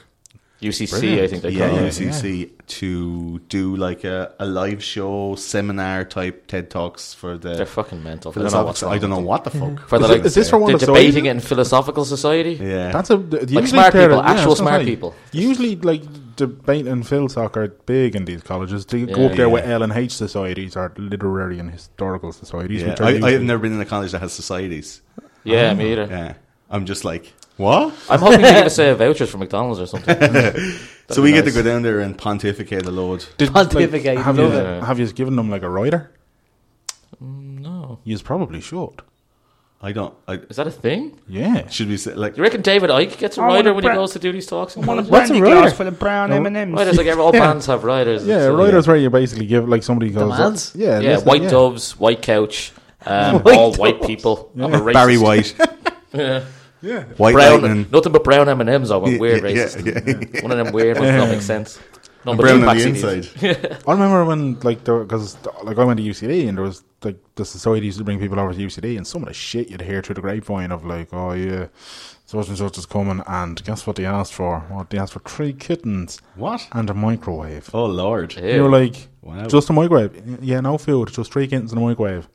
Speaker 5: UCC, I think they
Speaker 4: yeah,
Speaker 5: call it.
Speaker 4: UCC to do like a, a live show seminar type TED talks for the
Speaker 5: They're fucking mental.
Speaker 4: for
Speaker 5: I
Speaker 4: the
Speaker 5: don't know what's
Speaker 4: philosophical- I
Speaker 5: wrong.
Speaker 4: don't know what the fuck.
Speaker 5: For the,
Speaker 2: Is it-
Speaker 5: like,
Speaker 2: is this for one
Speaker 5: they're
Speaker 2: of those-
Speaker 5: debating it in philosophical society.
Speaker 4: yeah,
Speaker 2: That's a like
Speaker 5: smart people, actual smart people.
Speaker 2: Usually, like debate and philosophy are big in these colleges. They go
Speaker 5: Yeah.
Speaker 2: up there with
Speaker 4: Yeah.
Speaker 2: L and H societies, or literary and historical societies.
Speaker 4: yeah.
Speaker 2: Which are
Speaker 4: I, I
Speaker 2: usually-
Speaker 4: have never been in a college that has societies.
Speaker 5: Yeah, me either.
Speaker 4: Yeah, I'm just like what?
Speaker 5: I'm hoping they
Speaker 4: (laughs)
Speaker 5: give us uh, vouchers for McDonald's or something.
Speaker 4: so we get
Speaker 5: nice.
Speaker 4: to go down there and pontificate a load.
Speaker 2: Did,
Speaker 3: Pontificate,
Speaker 2: have you
Speaker 3: love
Speaker 5: it.
Speaker 2: have you given them like a rider?
Speaker 5: Mm, no,
Speaker 2: You probably should.
Speaker 4: I don't. I,
Speaker 5: is that a thing?
Speaker 2: Yeah,
Speaker 4: should we say like
Speaker 5: Do you reckon David Ike gets a
Speaker 7: I want
Speaker 5: rider
Speaker 7: a
Speaker 5: when he
Speaker 7: bra-
Speaker 5: goes to do these talks? in college?
Speaker 3: What's a
Speaker 7: brandy
Speaker 3: rider?
Speaker 7: glass full of brown
Speaker 2: No.
Speaker 7: M&Ms.
Speaker 5: Riders like all bands have riders.
Speaker 2: yeah.
Speaker 5: So-
Speaker 2: Riders where you basically give like somebody goes,
Speaker 3: man's?
Speaker 2: yeah,
Speaker 5: Yeah,
Speaker 2: listen,
Speaker 5: white
Speaker 2: yeah.
Speaker 5: doves, white couch,
Speaker 4: (laughs)
Speaker 5: um,
Speaker 3: White
Speaker 5: all white people. I'm a racist.
Speaker 4: Barry
Speaker 5: (laughs)
Speaker 4: White?
Speaker 2: Yeah.
Speaker 4: White
Speaker 5: brown,
Speaker 4: Lightning.
Speaker 5: nothing but brown M and M's. I'm a weird
Speaker 4: yeah,
Speaker 5: racist.
Speaker 4: yeah, yeah.
Speaker 5: One of them weird ones that makes sense. No, but
Speaker 4: Brown on
Speaker 5: Tupac
Speaker 4: the
Speaker 5: CDs.
Speaker 4: inside.
Speaker 5: (laughs)
Speaker 2: I remember when like because like I went to UCD and there was like the society used to bring people over to UCD and some of the shit you'd hear through the grapevine of like oh yeah such and such is coming and guess what they asked for what they asked for three kittens
Speaker 4: What?
Speaker 2: and a microwave
Speaker 4: Oh lord,
Speaker 5: Yeah.
Speaker 2: you were like
Speaker 4: Wow.
Speaker 2: just a microwave yeah no food just three kittens and a microwave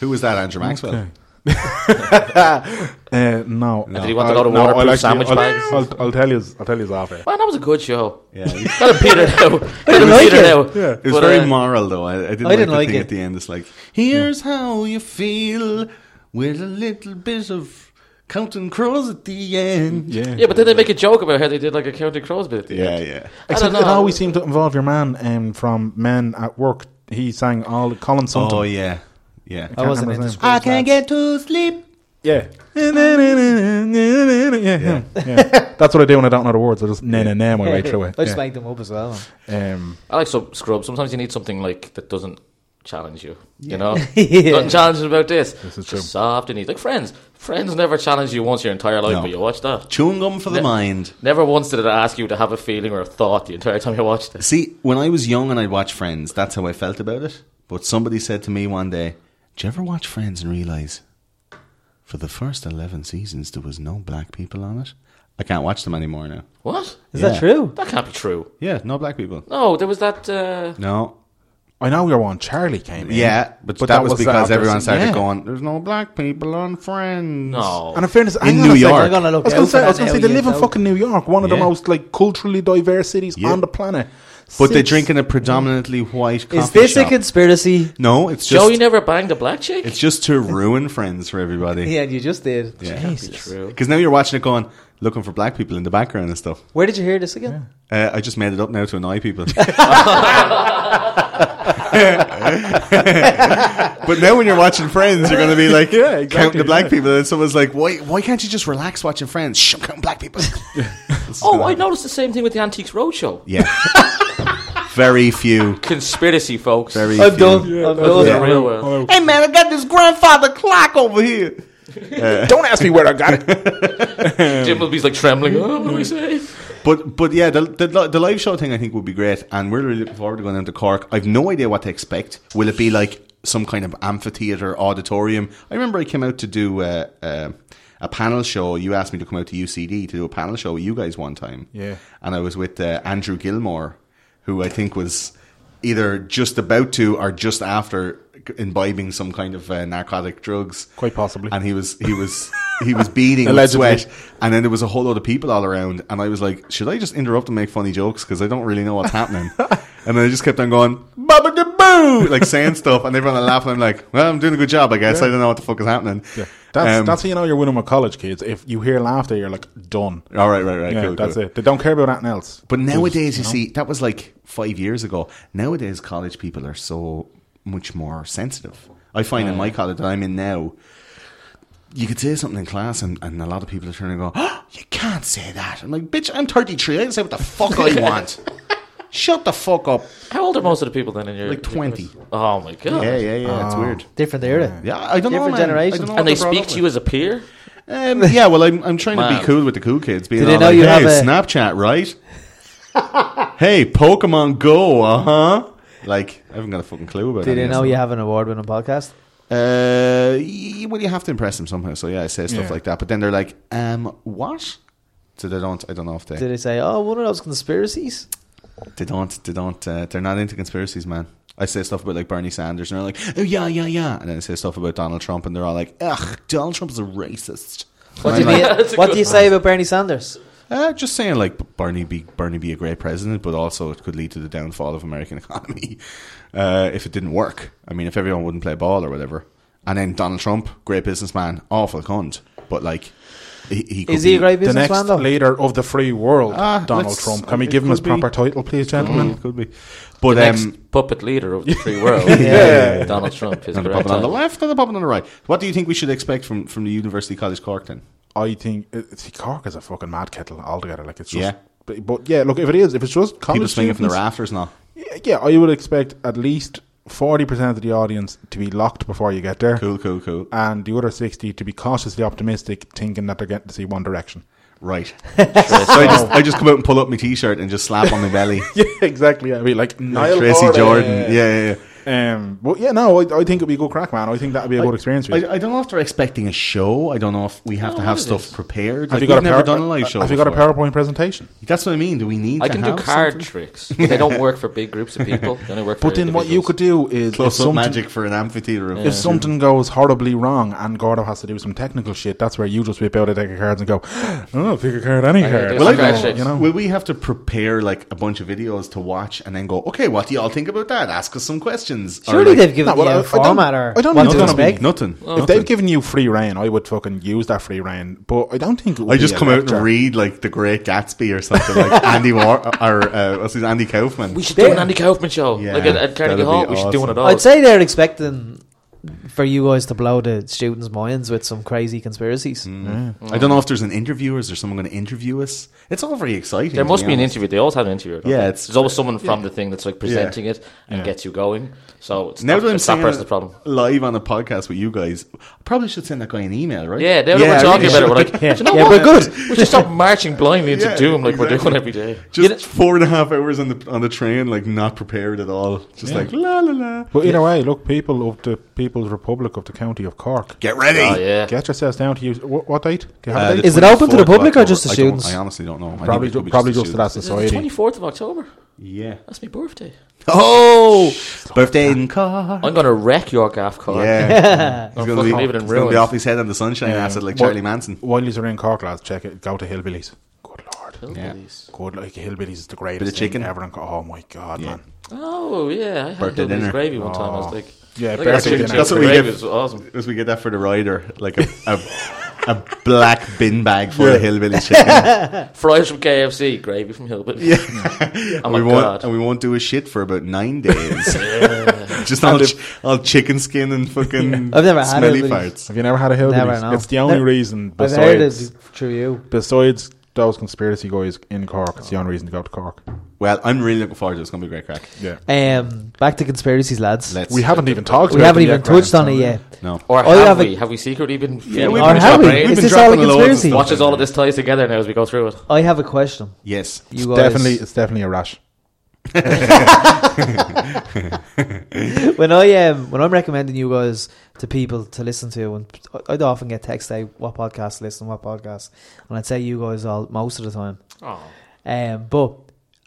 Speaker 4: who was that? Andrew Maxwell.
Speaker 2: Okay. (laughs) uh, no
Speaker 5: did he want
Speaker 2: I'll-
Speaker 5: to go
Speaker 2: no,
Speaker 5: to waterproof
Speaker 2: I'll actually-
Speaker 5: sandwich
Speaker 2: I'll,
Speaker 5: bags?
Speaker 2: I'll, I'll tell you I'll tell you off air
Speaker 5: Man, that was a
Speaker 3: (laughs)
Speaker 5: good show.
Speaker 4: Yeah.
Speaker 5: Gotta peter out. Gotta
Speaker 3: like
Speaker 5: peter
Speaker 3: it.
Speaker 5: out.
Speaker 2: Yeah.
Speaker 4: It was
Speaker 5: But,
Speaker 4: very
Speaker 5: uh,
Speaker 4: moral though. I, I didn't,
Speaker 3: I
Speaker 4: like
Speaker 3: didn't
Speaker 4: the
Speaker 3: like
Speaker 4: thing
Speaker 3: it.
Speaker 4: at the end. It's like, here's how you feel with a little bit of counting crows at the end.
Speaker 2: yeah
Speaker 5: Yeah, but then they make a joke about how they did like a Counting Crows bit at the
Speaker 4: Yeah,
Speaker 5: end.
Speaker 4: yeah.
Speaker 2: Except
Speaker 5: don't
Speaker 2: it
Speaker 5: know.
Speaker 2: always seemed to involve your man um, from Men at Work. He sang all Colin something.
Speaker 4: Oh yeah, yeah.
Speaker 3: I wasn't
Speaker 2: remember
Speaker 3: into
Speaker 2: his
Speaker 3: school. I can't get.
Speaker 2: (laughs) yeah. yeah, him. yeah. That's what I do when I don't know the words. I just na na na my way through it.
Speaker 3: I just
Speaker 2: Yeah.
Speaker 3: make them up as well. man.
Speaker 2: Um,
Speaker 5: I like some scrub. Sometimes you need something like that doesn't challenge you.
Speaker 3: (laughs)
Speaker 5: You know,
Speaker 3: Yeah.
Speaker 5: nothing challenging about this.
Speaker 2: This is
Speaker 5: Just
Speaker 2: true.
Speaker 5: Soft and easy, like Friends. Friends never challenge you once your entire life,
Speaker 4: No.
Speaker 5: but you watch that.
Speaker 4: Chewing gum for the
Speaker 5: Ne-
Speaker 4: mind.
Speaker 5: Never once did it ask you to have a feeling or a thought the entire time you watched it.
Speaker 4: See, when I was young and I'd watch Friends, that's how I felt about it. But somebody said to me one day, "Do you ever watch Friends and realize, for the first eleven seasons, there was no black people on it? I can't watch them anymore now."
Speaker 5: What?
Speaker 3: Is
Speaker 4: Yeah.
Speaker 3: that true?
Speaker 5: That can't be true.
Speaker 4: Yeah, no black people.
Speaker 5: No, there was that. Uh,
Speaker 4: No.
Speaker 2: I know you're one. Charlie came in.
Speaker 4: Yeah, but, that, was, because
Speaker 2: after-
Speaker 4: everyone started
Speaker 2: yeah.
Speaker 4: going, there's no black people on Friends.
Speaker 5: No.
Speaker 2: And in fairness, hang
Speaker 4: In
Speaker 2: on a
Speaker 4: New
Speaker 2: second.
Speaker 4: York.
Speaker 3: I'm gonna look
Speaker 2: I was going to say, I
Speaker 3: out for
Speaker 2: was going
Speaker 3: that
Speaker 2: to
Speaker 3: now,
Speaker 2: say, they
Speaker 3: you
Speaker 2: live in
Speaker 3: know.
Speaker 2: fucking New York, one of the
Speaker 4: Yeah.
Speaker 2: most like culturally diverse cities
Speaker 4: Yeah.
Speaker 2: on the planet.
Speaker 4: But they
Speaker 2: Six-
Speaker 4: drink in a predominantly white coffee
Speaker 3: Is this
Speaker 4: shop.
Speaker 3: a conspiracy?
Speaker 4: no, it's just
Speaker 5: Joey never banged a black chick?
Speaker 4: it's just to ruin Friends for everybody.
Speaker 3: Yeah, you just did.
Speaker 5: It's
Speaker 3: Jesus.
Speaker 5: true.
Speaker 4: Because now you're watching it going, looking for black people in the background and stuff.
Speaker 3: Where did you hear this again?
Speaker 4: Uh, I just made it up now to annoy people. (laughs) but now when you're watching Friends, you're going to be like,
Speaker 2: Yeah, exactly,
Speaker 4: counting the black
Speaker 2: yeah.
Speaker 4: people. And someone's like, why, why can't you just relax watching Friends? Shh, I'm counting black people.
Speaker 5: Oh, I noticed the same thing with the Antiques Roadshow.
Speaker 4: Yeah. Very few.
Speaker 5: Conspiracy, folks.
Speaker 4: Very
Speaker 3: I'm
Speaker 4: few.
Speaker 3: done. I'm done.
Speaker 5: The real world.
Speaker 2: Oh,
Speaker 6: Hey man, I got this grandfather clock over here.
Speaker 2: Don't ask me where I got it.
Speaker 5: Jim will be like trembling. Oh, what do we say?
Speaker 4: But but yeah, the, the li- the live show thing I think would be great, and we're really looking forward to going down to Cork. I've no idea what to expect. Will it be like some kind of amphitheater auditorium? I remember I came out to do uh, uh, a panel show. You asked me to come out to UCD to do a panel show with you guys one time.
Speaker 2: Yeah.
Speaker 4: and I was with uh, Andrew Gilmore, who I think was either just about to or just after imbibing some kind of uh, narcotic drugs
Speaker 2: Quite possibly.
Speaker 4: and he was he was he was beating with
Speaker 2: Allegedly.
Speaker 4: sweat and then there was a whole lot of people all around and i was like should i just interrupt and make funny jokes because i don't really know
Speaker 2: (laughs)
Speaker 4: what's happening and then i just kept on going baba de boo like saying stuff and everyone laughed and i'm like well i'm doing a good job i guess i don't know what the fuck is happening
Speaker 2: That's,
Speaker 4: Um,
Speaker 2: that's how you know you're winning with college kids. If you hear laughter, you're like, done.
Speaker 4: all right right right
Speaker 2: yeah,
Speaker 4: cool,
Speaker 2: that's
Speaker 4: cool.
Speaker 2: it. They don't care about anything else.
Speaker 4: But nowadays, you see, that was like five years ago. Nowadays, college people are so much more sensitive. I find in my college that I'm in now, you could say something in class, and, and a lot of people are turning and go, oh, You can't say that. I'm like, Bitch, I'm 33. I can say what the fuck (laughs) I want. Shut the fuck up.
Speaker 5: How old are most of the people then in your.
Speaker 4: Like 20.
Speaker 5: Oh, my God.
Speaker 4: Yeah, yeah, yeah. It's weird.
Speaker 3: Different era.
Speaker 4: Ah. Yeah, I don't know.
Speaker 3: Different
Speaker 4: man. I don't know
Speaker 3: generations.
Speaker 4: what
Speaker 5: And they
Speaker 4: brought
Speaker 5: speak
Speaker 4: up
Speaker 5: to
Speaker 4: with.
Speaker 5: you as a peer?
Speaker 4: Um, yeah, well, I'm, I'm trying to
Speaker 5: Man.
Speaker 4: be cool with the cool kids. Being
Speaker 3: Do they
Speaker 4: all
Speaker 3: know
Speaker 4: like,
Speaker 3: you
Speaker 4: hey,
Speaker 3: have a-
Speaker 4: Snapchat, right? (laughs) hey, Pokemon Go, uh huh. Like, I haven't got a fucking clue about
Speaker 3: Did
Speaker 4: any
Speaker 3: you
Speaker 4: of
Speaker 3: know
Speaker 4: this.
Speaker 3: you have an award-winning podcast?
Speaker 4: Uh, y- well, you have to impress them somehow. So yeah, I say stuff
Speaker 2: Yeah.
Speaker 4: like that. But then they're like, um, what? So they don't. I don't know if they.
Speaker 3: Did they say, "Oh, one of those conspiracies"?
Speaker 4: They don't. They don't. Uh, they're not into conspiracies, man. I say stuff about like Bernie Sanders, and they're like, oh yeah, yeah, yeah. And then I say stuff about Donald Trump, and they're all like, ugh, Donald Trump is a racist.
Speaker 3: What do
Speaker 4: And
Speaker 3: you
Speaker 4: I'm
Speaker 3: mean?
Speaker 4: like,
Speaker 5: That's a
Speaker 3: what
Speaker 5: good
Speaker 3: do you say about Bernie Sanders?
Speaker 4: Uh, just saying, like Bernie be Bernie be a great president, but also it could lead to the downfall of American (laughs) economy uh, if it didn't work. I mean, if everyone wouldn't play ball or whatever. And then Donald Trump, great businessman, awful cunt, but like he, he could
Speaker 3: Is he
Speaker 4: be-
Speaker 3: a
Speaker 4: (laughs)
Speaker 3: great
Speaker 2: The next
Speaker 3: businessman though?
Speaker 2: leader of the free world,
Speaker 4: Ah,
Speaker 2: Donald
Speaker 4: let's-
Speaker 2: Trump. Can we
Speaker 4: it
Speaker 2: give him his
Speaker 4: could be.
Speaker 2: proper title, please, gentlemen?
Speaker 4: Mm, could be, but
Speaker 5: Next
Speaker 4: um,
Speaker 5: puppet leader of
Speaker 4: (laughs)
Speaker 5: the free world.
Speaker 2: Yeah.
Speaker 5: Donald Trump is
Speaker 4: and the
Speaker 5: correct.
Speaker 4: puppet on the left and the puppet on the right. What do you think we should expect from from the University College Cork then?
Speaker 2: I think it, see, Cork is a fucking mad kettle altogether. Like it's just,
Speaker 4: Yeah.
Speaker 2: but, but yeah, look, if it is, if it's just college
Speaker 4: People swinging from the
Speaker 2: students-
Speaker 4: rafters now.
Speaker 2: Yeah, yeah, I would expect at least forty percent of the audience to be locked before you get there,
Speaker 4: Cool, cool, cool. Ah,
Speaker 2: and the other sixty to be cautiously optimistic, thinking that they're getting to see One
Speaker 4: (laughs)
Speaker 2: Direction.
Speaker 4: Right. so I just I just come out and pull up my t-shirt and just slap on my belly.
Speaker 2: yeah, exactly. I mean, like Niall
Speaker 4: Tracy
Speaker 2: Horan.
Speaker 4: Jordan. Yeah, yeah, yeah.
Speaker 2: Um, but yeah, no, I, I think it'd be a good crack, man. I think that'd be a good experience. For you.
Speaker 4: I, I don't know if they're expecting a show. I don't know if we have to
Speaker 5: No,
Speaker 4: have
Speaker 5: what
Speaker 4: stuff
Speaker 5: is it?
Speaker 4: prepared.
Speaker 2: have
Speaker 4: Like,
Speaker 2: you got a
Speaker 4: we've never
Speaker 2: power-
Speaker 4: done a live show?
Speaker 2: Have you got a
Speaker 4: before.
Speaker 2: PowerPoint presentation?
Speaker 4: That's what I mean. Do we need?
Speaker 5: I
Speaker 4: to
Speaker 5: can do
Speaker 4: have
Speaker 5: card
Speaker 4: something?
Speaker 5: tricks. but They don't work for big groups of people. They only work for
Speaker 2: But then what you
Speaker 5: individuals.
Speaker 2: could do is if
Speaker 4: Close up
Speaker 2: something-
Speaker 4: magic for an amphitheater. Of
Speaker 2: If something goes horribly wrong and Gordo has to do some technical shit, that's where you just whip out a deck of cards and go, "Oh, pick a card, any
Speaker 5: yeah,
Speaker 2: card."
Speaker 5: do
Speaker 4: Will, I
Speaker 5: some card
Speaker 4: go-
Speaker 5: tricks.
Speaker 2: you know,
Speaker 4: will we have to prepare like a bunch of videos to watch and then go? Okay, what do y'all think about that? Ask us some questions. Or,
Speaker 3: Surely
Speaker 4: like,
Speaker 3: they've given
Speaker 2: No, well,
Speaker 3: you
Speaker 2: I- I
Speaker 3: a
Speaker 2: don't-
Speaker 3: format or
Speaker 2: I don't
Speaker 3: what
Speaker 2: think
Speaker 3: to
Speaker 2: it's
Speaker 4: nothing.
Speaker 2: gonna
Speaker 3: expect.
Speaker 2: be-
Speaker 4: nothing.
Speaker 2: if they've given you free reign, I would fucking use that free reign. But I don't think it would
Speaker 4: I
Speaker 2: be
Speaker 4: just
Speaker 2: a
Speaker 4: come out and
Speaker 2: lecture.
Speaker 4: read like the Great Gatsby or something
Speaker 5: (laughs)
Speaker 4: like Andy War or uh, what's his Andy Kaufman.
Speaker 5: We should do an Andy Kaufman show.
Speaker 4: Yeah,
Speaker 5: like at, at Carnegie
Speaker 4: that'd be
Speaker 5: Hall. We should do one of
Speaker 4: awesome.
Speaker 5: those.
Speaker 3: I'd say they're expecting for you guys to blow the students' minds with some crazy conspiracies.
Speaker 4: I don't know if there's an interviewer. Is there someone going to interview us? It's all very exciting.
Speaker 5: There
Speaker 4: to
Speaker 5: must be an
Speaker 4: honest.
Speaker 5: interview. They always have an interview. don't
Speaker 4: Yeah,
Speaker 5: they?
Speaker 4: it's-
Speaker 5: there's always someone from the thing that's like presenting it and
Speaker 2: Yeah.
Speaker 5: gets you going. So it's
Speaker 4: Now
Speaker 5: not,
Speaker 4: that I'm
Speaker 5: it's that
Speaker 4: saying
Speaker 5: person's
Speaker 4: it
Speaker 5: problem.
Speaker 4: live on a podcast with you guys, I probably should send that guy an email, right?
Speaker 5: Yeah, they were
Speaker 4: I
Speaker 5: talking
Speaker 4: really
Speaker 5: about it. We're
Speaker 4: should.
Speaker 5: like,
Speaker 3: Yeah,
Speaker 5: "Do you know
Speaker 3: yeah,
Speaker 5: what?
Speaker 3: we're good.
Speaker 5: We should stop marching blindly into
Speaker 4: Yeah,
Speaker 5: doom like we're
Speaker 4: exactly.
Speaker 5: doing every day.
Speaker 4: (laughs) Just four and a half hours on the on the train, like not prepared at all. Just like la la la.
Speaker 2: But either way, look, people of the People's Republic of the County of Cork,
Speaker 4: Get ready.
Speaker 5: Oh yeah.
Speaker 2: get yourselves down to use. What, what date? Do you have
Speaker 4: Uh,
Speaker 2: a
Speaker 4: the
Speaker 2: date?
Speaker 3: Is it open to the
Speaker 4: 24th of
Speaker 3: public or just the
Speaker 4: October. I don't-
Speaker 3: students?
Speaker 4: I honestly don't know. I think
Speaker 2: probably,
Speaker 4: it could
Speaker 2: ju-
Speaker 4: be
Speaker 2: probably
Speaker 4: the
Speaker 2: just to that
Speaker 5: It's the
Speaker 2: society.
Speaker 5: twenty fourth of October.
Speaker 4: students. Yeah.
Speaker 5: That's my birthday.
Speaker 4: (laughs) Oh, Birthday in car.
Speaker 5: I'm gonna wreck your gaff car.
Speaker 3: (laughs)
Speaker 4: Yeah.
Speaker 5: I'm
Speaker 4: He's gonna
Speaker 3: Oh,
Speaker 5: fucking
Speaker 4: be,
Speaker 5: leaving it in
Speaker 4: he's gonna be
Speaker 5: ruins.
Speaker 4: off his head on the sunshine acid like
Speaker 2: Wh-
Speaker 4: Charlie Manson.
Speaker 2: While you're in Cork, lads, check it. Go to Hillbillies. Good lord.
Speaker 5: Hillbillies.
Speaker 2: Good, like Hillbillies is the greatest
Speaker 4: Bit of chicken.
Speaker 2: thing ever. In Cork. Oh my god, man.
Speaker 5: Oh yeah, I had
Speaker 4: Birthday
Speaker 5: Birthday
Speaker 4: dinner.
Speaker 5: gravy one time. I was like,
Speaker 2: Yeah,
Speaker 5: I think
Speaker 2: birthday
Speaker 5: I
Speaker 2: dinner.
Speaker 5: had chicken
Speaker 2: That's
Speaker 5: chips
Speaker 4: what
Speaker 5: with
Speaker 4: we
Speaker 5: gravy.
Speaker 4: get.
Speaker 5: It was awesome.
Speaker 4: Because we get that for the rider, like a a, a black bin bag full of hillbilly chicken.
Speaker 5: Fries from KFC, gravy from Hillbilly.
Speaker 4: (laughs)
Speaker 5: (laughs) oh my
Speaker 4: we won't,
Speaker 5: god.
Speaker 4: and we won't do a shit for about nine days. Just all, ch- all chicken skin and fucking
Speaker 3: I've never had
Speaker 4: smelly
Speaker 3: Hillbillies.
Speaker 4: farts.
Speaker 2: Have you never had a Hillbillies?
Speaker 3: Never know.
Speaker 2: It's the only
Speaker 3: Never-
Speaker 2: reason
Speaker 3: I've heard
Speaker 2: besides
Speaker 3: it through you.
Speaker 2: besides those conspiracy guys in Cork. It's the only reason to go to Cork.
Speaker 4: Well, I'm really looking forward to it. It's gonna be a great crack.
Speaker 2: Yeah,
Speaker 3: Um, back to conspiracies, lads.
Speaker 4: Let's.
Speaker 2: we haven't even talked.
Speaker 3: we
Speaker 2: about
Speaker 3: haven't
Speaker 2: them
Speaker 3: even
Speaker 2: yet, Graham,
Speaker 3: touched on
Speaker 2: so-
Speaker 3: it yet.
Speaker 4: no.
Speaker 5: or
Speaker 3: Oh, yeah,
Speaker 5: have
Speaker 3: but-
Speaker 5: we? Have we secretly been?
Speaker 4: we've
Speaker 5: we've
Speaker 3: Or
Speaker 4: been
Speaker 5: been
Speaker 3: have we?
Speaker 5: dropping
Speaker 4: We've
Speaker 5: in.
Speaker 3: Is
Speaker 4: been
Speaker 3: this all a
Speaker 4: dropping loads of
Speaker 3: conspiracy?
Speaker 4: stuff
Speaker 5: Watch as
Speaker 4: in
Speaker 5: all of
Speaker 4: there.
Speaker 5: this ties together now as we go through (laughs) it.
Speaker 3: I have a question.
Speaker 4: Yes.
Speaker 3: You
Speaker 2: It's
Speaker 3: guys,
Speaker 2: definitely, it's definitely a rash.
Speaker 3: when I um, when I'm recommending you guys to people to listen to, and I'd often get texts say what podcast to listen, what podcast, and I'd say you guys all most of the time. Um, but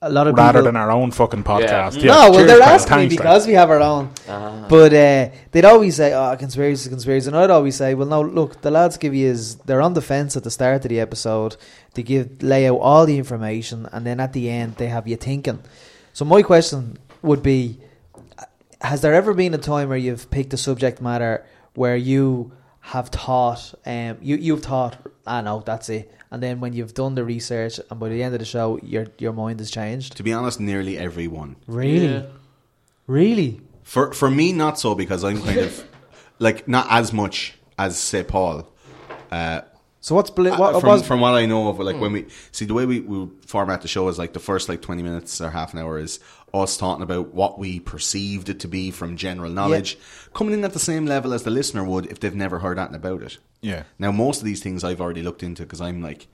Speaker 3: a lot of
Speaker 2: Rather
Speaker 3: people,
Speaker 2: than our own fucking podcast. Yeah.
Speaker 3: no, well,
Speaker 2: cheers,
Speaker 3: they're
Speaker 2: pal.
Speaker 3: asking me
Speaker 2: Thanks, like.
Speaker 3: because we have our own. But uh, they'd always say, "Oh, conspiracy, conspiracy," and I'd always say, "Well, no, look, the lads give you is they're on the fence at the start of the episode. They give lay out all the information, and then at the end, they have you thinking." So my question would be: Has there ever been a time where you've picked a subject matter where you have thought, um, you you've thought, "I know that's it," and then when you've done the research, and by the end of the show, your your mind has changed.
Speaker 4: To be honest, nearly everyone.
Speaker 3: Really,
Speaker 5: Yeah.
Speaker 3: really.
Speaker 4: For for me, not so because I'm kind of like not as much as say Paul. Uh,
Speaker 3: So what's bl-
Speaker 4: Uh,
Speaker 3: what,
Speaker 4: from,
Speaker 3: was
Speaker 4: from what I know of, like when we see the way we, we format the show is like the first like twenty minutes or half an hour is us talking about what we perceived it to be from general knowledge, coming in at the same level as the listener would if they've never heard anything about it.
Speaker 2: Yeah.
Speaker 4: Now most of these things I've already looked into because I'm like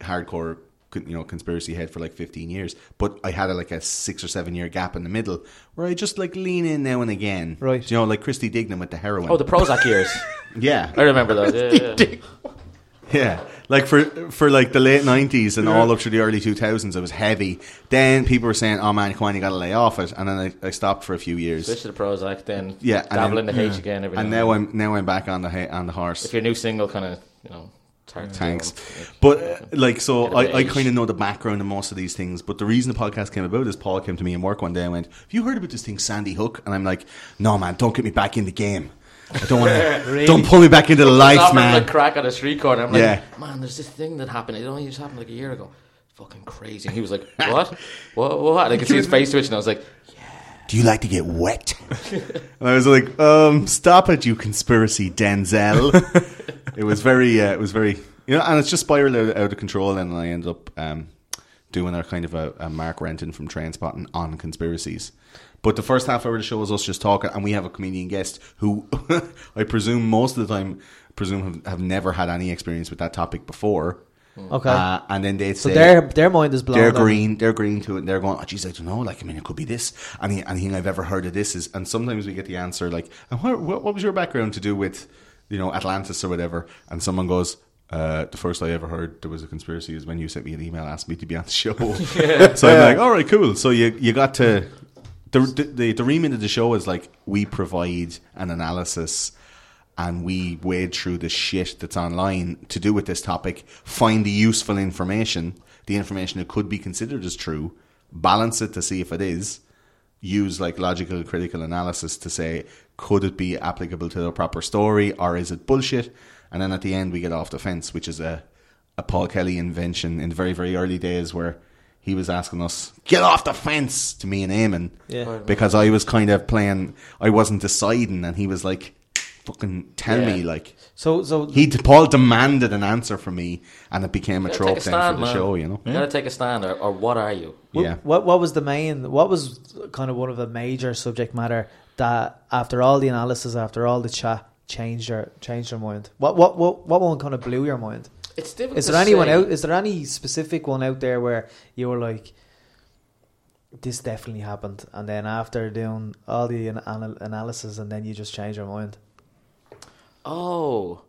Speaker 4: hardcore, con- you know, conspiracy head for like fifteen years, but I had a, like a six or seven year gap in the middle where I just like lean in now and again,
Speaker 3: Right.
Speaker 4: You know, like Christy Dignam with the heroin.
Speaker 5: Oh, the Prozac years.
Speaker 4: yeah,
Speaker 5: I remember those. (laughs) Yeah, yeah.
Speaker 4: (laughs) yeah, like for for like the late nineties and all up through the early two thousands, it was heavy. Then people were saying, "Oh man, come on, you got to lay off it," and then I, I stopped for a few
Speaker 5: Switch
Speaker 4: years.
Speaker 5: to the Prozac, then
Speaker 4: Yeah, and
Speaker 5: dabble
Speaker 4: then-
Speaker 5: in the H again. Every
Speaker 4: And
Speaker 5: now
Speaker 4: now I'm now I'm back on the ha- on the
Speaker 5: if
Speaker 4: horse.
Speaker 5: your new single kind of you know, tar-
Speaker 4: Thanks,
Speaker 5: Yeah.
Speaker 4: but uh, like so,
Speaker 5: Bit of
Speaker 4: I, I
Speaker 5: age.
Speaker 4: kind of know the background of most of these things. But the reason the podcast came about is Paul came to me in work one day and went, "Have you heard about this thing, Sandy Hook?" And I'm like, "No, man, don't get me back in the game. I don't want
Speaker 5: (laughs)
Speaker 4: to. Don't pull me back into the
Speaker 5: I was
Speaker 4: life,
Speaker 5: offering,
Speaker 4: man."
Speaker 5: Like crack on a street corner. I'm
Speaker 4: Yeah.
Speaker 5: like, man, there's this thing that happened. It only just happened like a year ago. Fucking crazy. And he was like,
Speaker 4: (laughs)
Speaker 5: what? what? What? And I could see his face twitch, and I was like,
Speaker 4: Do you like to
Speaker 3: (laughs)
Speaker 4: get wet? and I was like, um, stop it, you conspiracy Denzel. it was very, uh, it was very, you know, and it's just spiraled out, out of control. And I ended up um, doing a kind of a, a Mark Renton from Trainspotting on conspiracies. But the first half hour of the show was us just talking, and we have a comedian guest who (laughs) I presume most of the time presume have, have never had any experience with that topic before.
Speaker 3: Okay.
Speaker 4: Uh, and then they
Speaker 3: so
Speaker 4: say
Speaker 3: their their mind is blown.
Speaker 4: they're
Speaker 3: then.
Speaker 4: green. They're green to it. And they're going, oh, geez, I don't know. Like, I mean, it could be this. Any, anything I've ever heard of this is. And sometimes we get the answer like, and what, what, what was your background to do with, you know, Atlantis or whatever? And someone goes, uh, the first I ever heard there was a conspiracy is when you sent me an email asking me to be on the (laughs) show. (laughs) so I'm like, all right, cool. So you you got to the the the remit of the show is like we provide an analysis and we wade through the shit that's online to do with this topic, find the useful information, the information that could be considered as true, balance it to see if it is, use like logical critical analysis to say could it be applicable to the proper story or is it bullshit, and then at the end we get off the fence, which is a a Paul Kelly invention in the very very early days where he was asking us get off the fence to me and Eamon
Speaker 3: Yeah.
Speaker 4: because I was kind of playing I wasn't deciding and he was like fucking tell me
Speaker 5: Yeah.
Speaker 4: like
Speaker 3: So so
Speaker 4: he Paul demanded an answer from me and it became a
Speaker 5: "Yeah,
Speaker 4: trope
Speaker 5: take a
Speaker 4: then for
Speaker 5: stand,
Speaker 4: the
Speaker 5: man.
Speaker 4: show you know
Speaker 5: You gotta take a stand, or, or what are you?
Speaker 3: wh-
Speaker 4: yeah
Speaker 3: what what was the main? What was kind of one of the major subject matter that after all the analysis, after all the chat, changed your changed your mind? What what what what one kind of blew your mind?
Speaker 5: It's difficult.
Speaker 3: Is
Speaker 5: to
Speaker 3: there anyone
Speaker 5: say.
Speaker 3: out? Is there any specific one out there where you were like, this definitely happened, and then after doing all the an- anal- analysis, and then you just change your mind?
Speaker 5: Oh,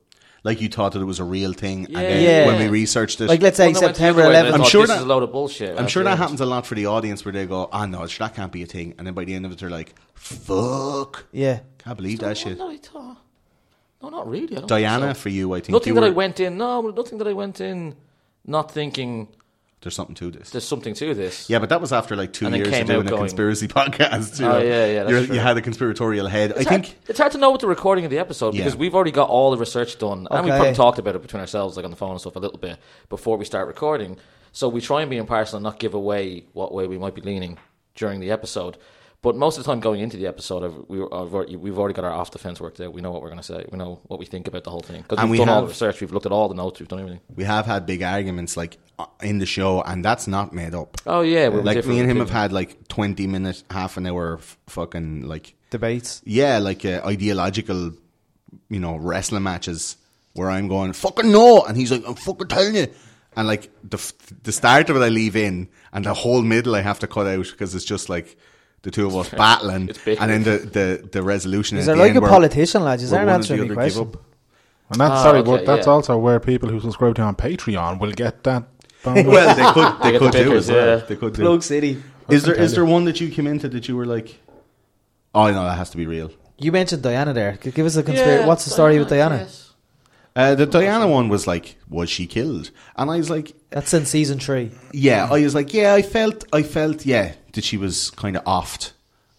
Speaker 4: like you thought that it was a real thing. And
Speaker 5: Yeah.
Speaker 4: then
Speaker 3: Yeah.
Speaker 4: when we researched it,
Speaker 3: Like let's say
Speaker 5: Well, no, it's the
Speaker 3: September
Speaker 5: other way, and I
Speaker 3: 11th.
Speaker 5: thought,
Speaker 4: sure
Speaker 5: this
Speaker 4: that-
Speaker 5: is a load of bullshit.
Speaker 4: I'm sure that
Speaker 5: That's
Speaker 4: happens a lot for the audience where they go, "Ah, no, it's- that can't be a thing," and then by the end of it, they're like, "Fuck,
Speaker 3: Yeah.
Speaker 4: can't believe that
Speaker 5: it.
Speaker 4: shit."
Speaker 5: No, I thought- no, not really. I don't think
Speaker 4: Diana,
Speaker 5: so.
Speaker 4: for you, I think
Speaker 5: Nothing
Speaker 4: you
Speaker 5: that I
Speaker 4: were-
Speaker 5: went in. No, nothing that I went in not thinking
Speaker 4: There's something to this.
Speaker 5: there's something to this.
Speaker 4: Yeah, but that was after like two
Speaker 5: And it
Speaker 4: years
Speaker 5: came
Speaker 4: of doing a
Speaker 5: out going-
Speaker 4: conspiracy (laughs) podcast. You
Speaker 5: Oh,
Speaker 4: know?
Speaker 5: yeah, yeah, that's
Speaker 4: You're-
Speaker 5: true.
Speaker 4: You had a conspiratorial head. I
Speaker 5: It's
Speaker 4: think
Speaker 5: hard, it's hard to know with the recording of the episode because
Speaker 4: Yeah.
Speaker 5: we've already got all the research done, and we
Speaker 3: Okay.
Speaker 5: probably talked about it between ourselves, like on the phone and stuff, a little bit before we start recording. So we try and be impartial and not give away what way we might be leaning during the episode. But most of the time, going into the episode, I've- we, were- I've already, we've already got our off the fence worked out. We know what we're going to say. We know what we think about the whole thing because
Speaker 4: And
Speaker 5: we've
Speaker 4: we
Speaker 5: done all
Speaker 4: have-
Speaker 5: the research. We've looked at all the notes. We've done everything.
Speaker 4: we have had big arguments like uh, in the show, and that's not made up.
Speaker 5: Oh yeah, we were
Speaker 4: like
Speaker 5: different
Speaker 4: me and him have
Speaker 5: opinions.
Speaker 4: had like twenty minute, half an hour, f- fucking like
Speaker 3: Debates.
Speaker 4: yeah, like uh, ideological, you know, wrestling matches where I'm going fucking no, and he's like I'm fucking telling you, and like the f- the start of it I leave in, and the whole middle I have to cut out because it's just like the two
Speaker 5: (laughs)
Speaker 4: of us battling,
Speaker 5: It's bickering.
Speaker 4: and then the the the resolution.
Speaker 3: Is
Speaker 4: at
Speaker 3: there
Speaker 4: the
Speaker 3: like
Speaker 4: end
Speaker 3: a
Speaker 4: where-
Speaker 3: politician, lads? Is
Speaker 4: where
Speaker 3: there
Speaker 4: one or
Speaker 3: answering
Speaker 4: the
Speaker 3: me
Speaker 4: other give
Speaker 3: question?
Speaker 4: up.
Speaker 2: And that's
Speaker 4: Oh,
Speaker 5: Ah,
Speaker 2: sorry,
Speaker 5: okay,
Speaker 2: but that's
Speaker 5: yeah.
Speaker 2: also where people who subscribe to on Patreon will get
Speaker 4: (laughs)
Speaker 2: that. bonus.
Speaker 4: Well, they could they
Speaker 5: get
Speaker 4: could
Speaker 5: the
Speaker 4: do
Speaker 5: pickers,
Speaker 4: as well.
Speaker 5: yeah.
Speaker 4: They could do.
Speaker 3: Plug City.
Speaker 4: Is there is there one that you came into that you were like, oh no, that has to be real.
Speaker 3: You mentioned Diana there. G- Give us a conspiracy.
Speaker 5: Yeah,
Speaker 3: What's the story with Diana?
Speaker 5: yes.
Speaker 4: Uh, the Diana one was like, was she killed? And I was like,
Speaker 3: That's in season three.
Speaker 4: yeah, I was like, yeah, I felt, I felt, yeah, that she was kind of offed.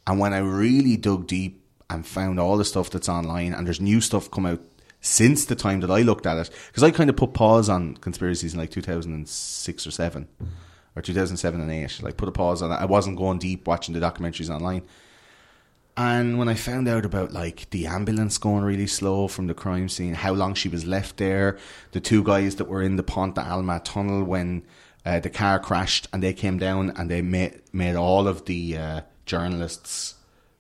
Speaker 4: And when I really dug deep and found all the stuff that's online, and there's new stuff come out since the time that I looked at it, because I kind of put pause on conspiracies in like 2006 or seven, or 2007 and eight, like put a pause on it. I wasn't going deep watching the documentaries online. And when I found out about like the ambulance going really slow from the crime scene, how long she was left there, the two guys that were in the Ponta Alma tunnel when uh, the car crashed and they came down and they made made all of the uh, journalists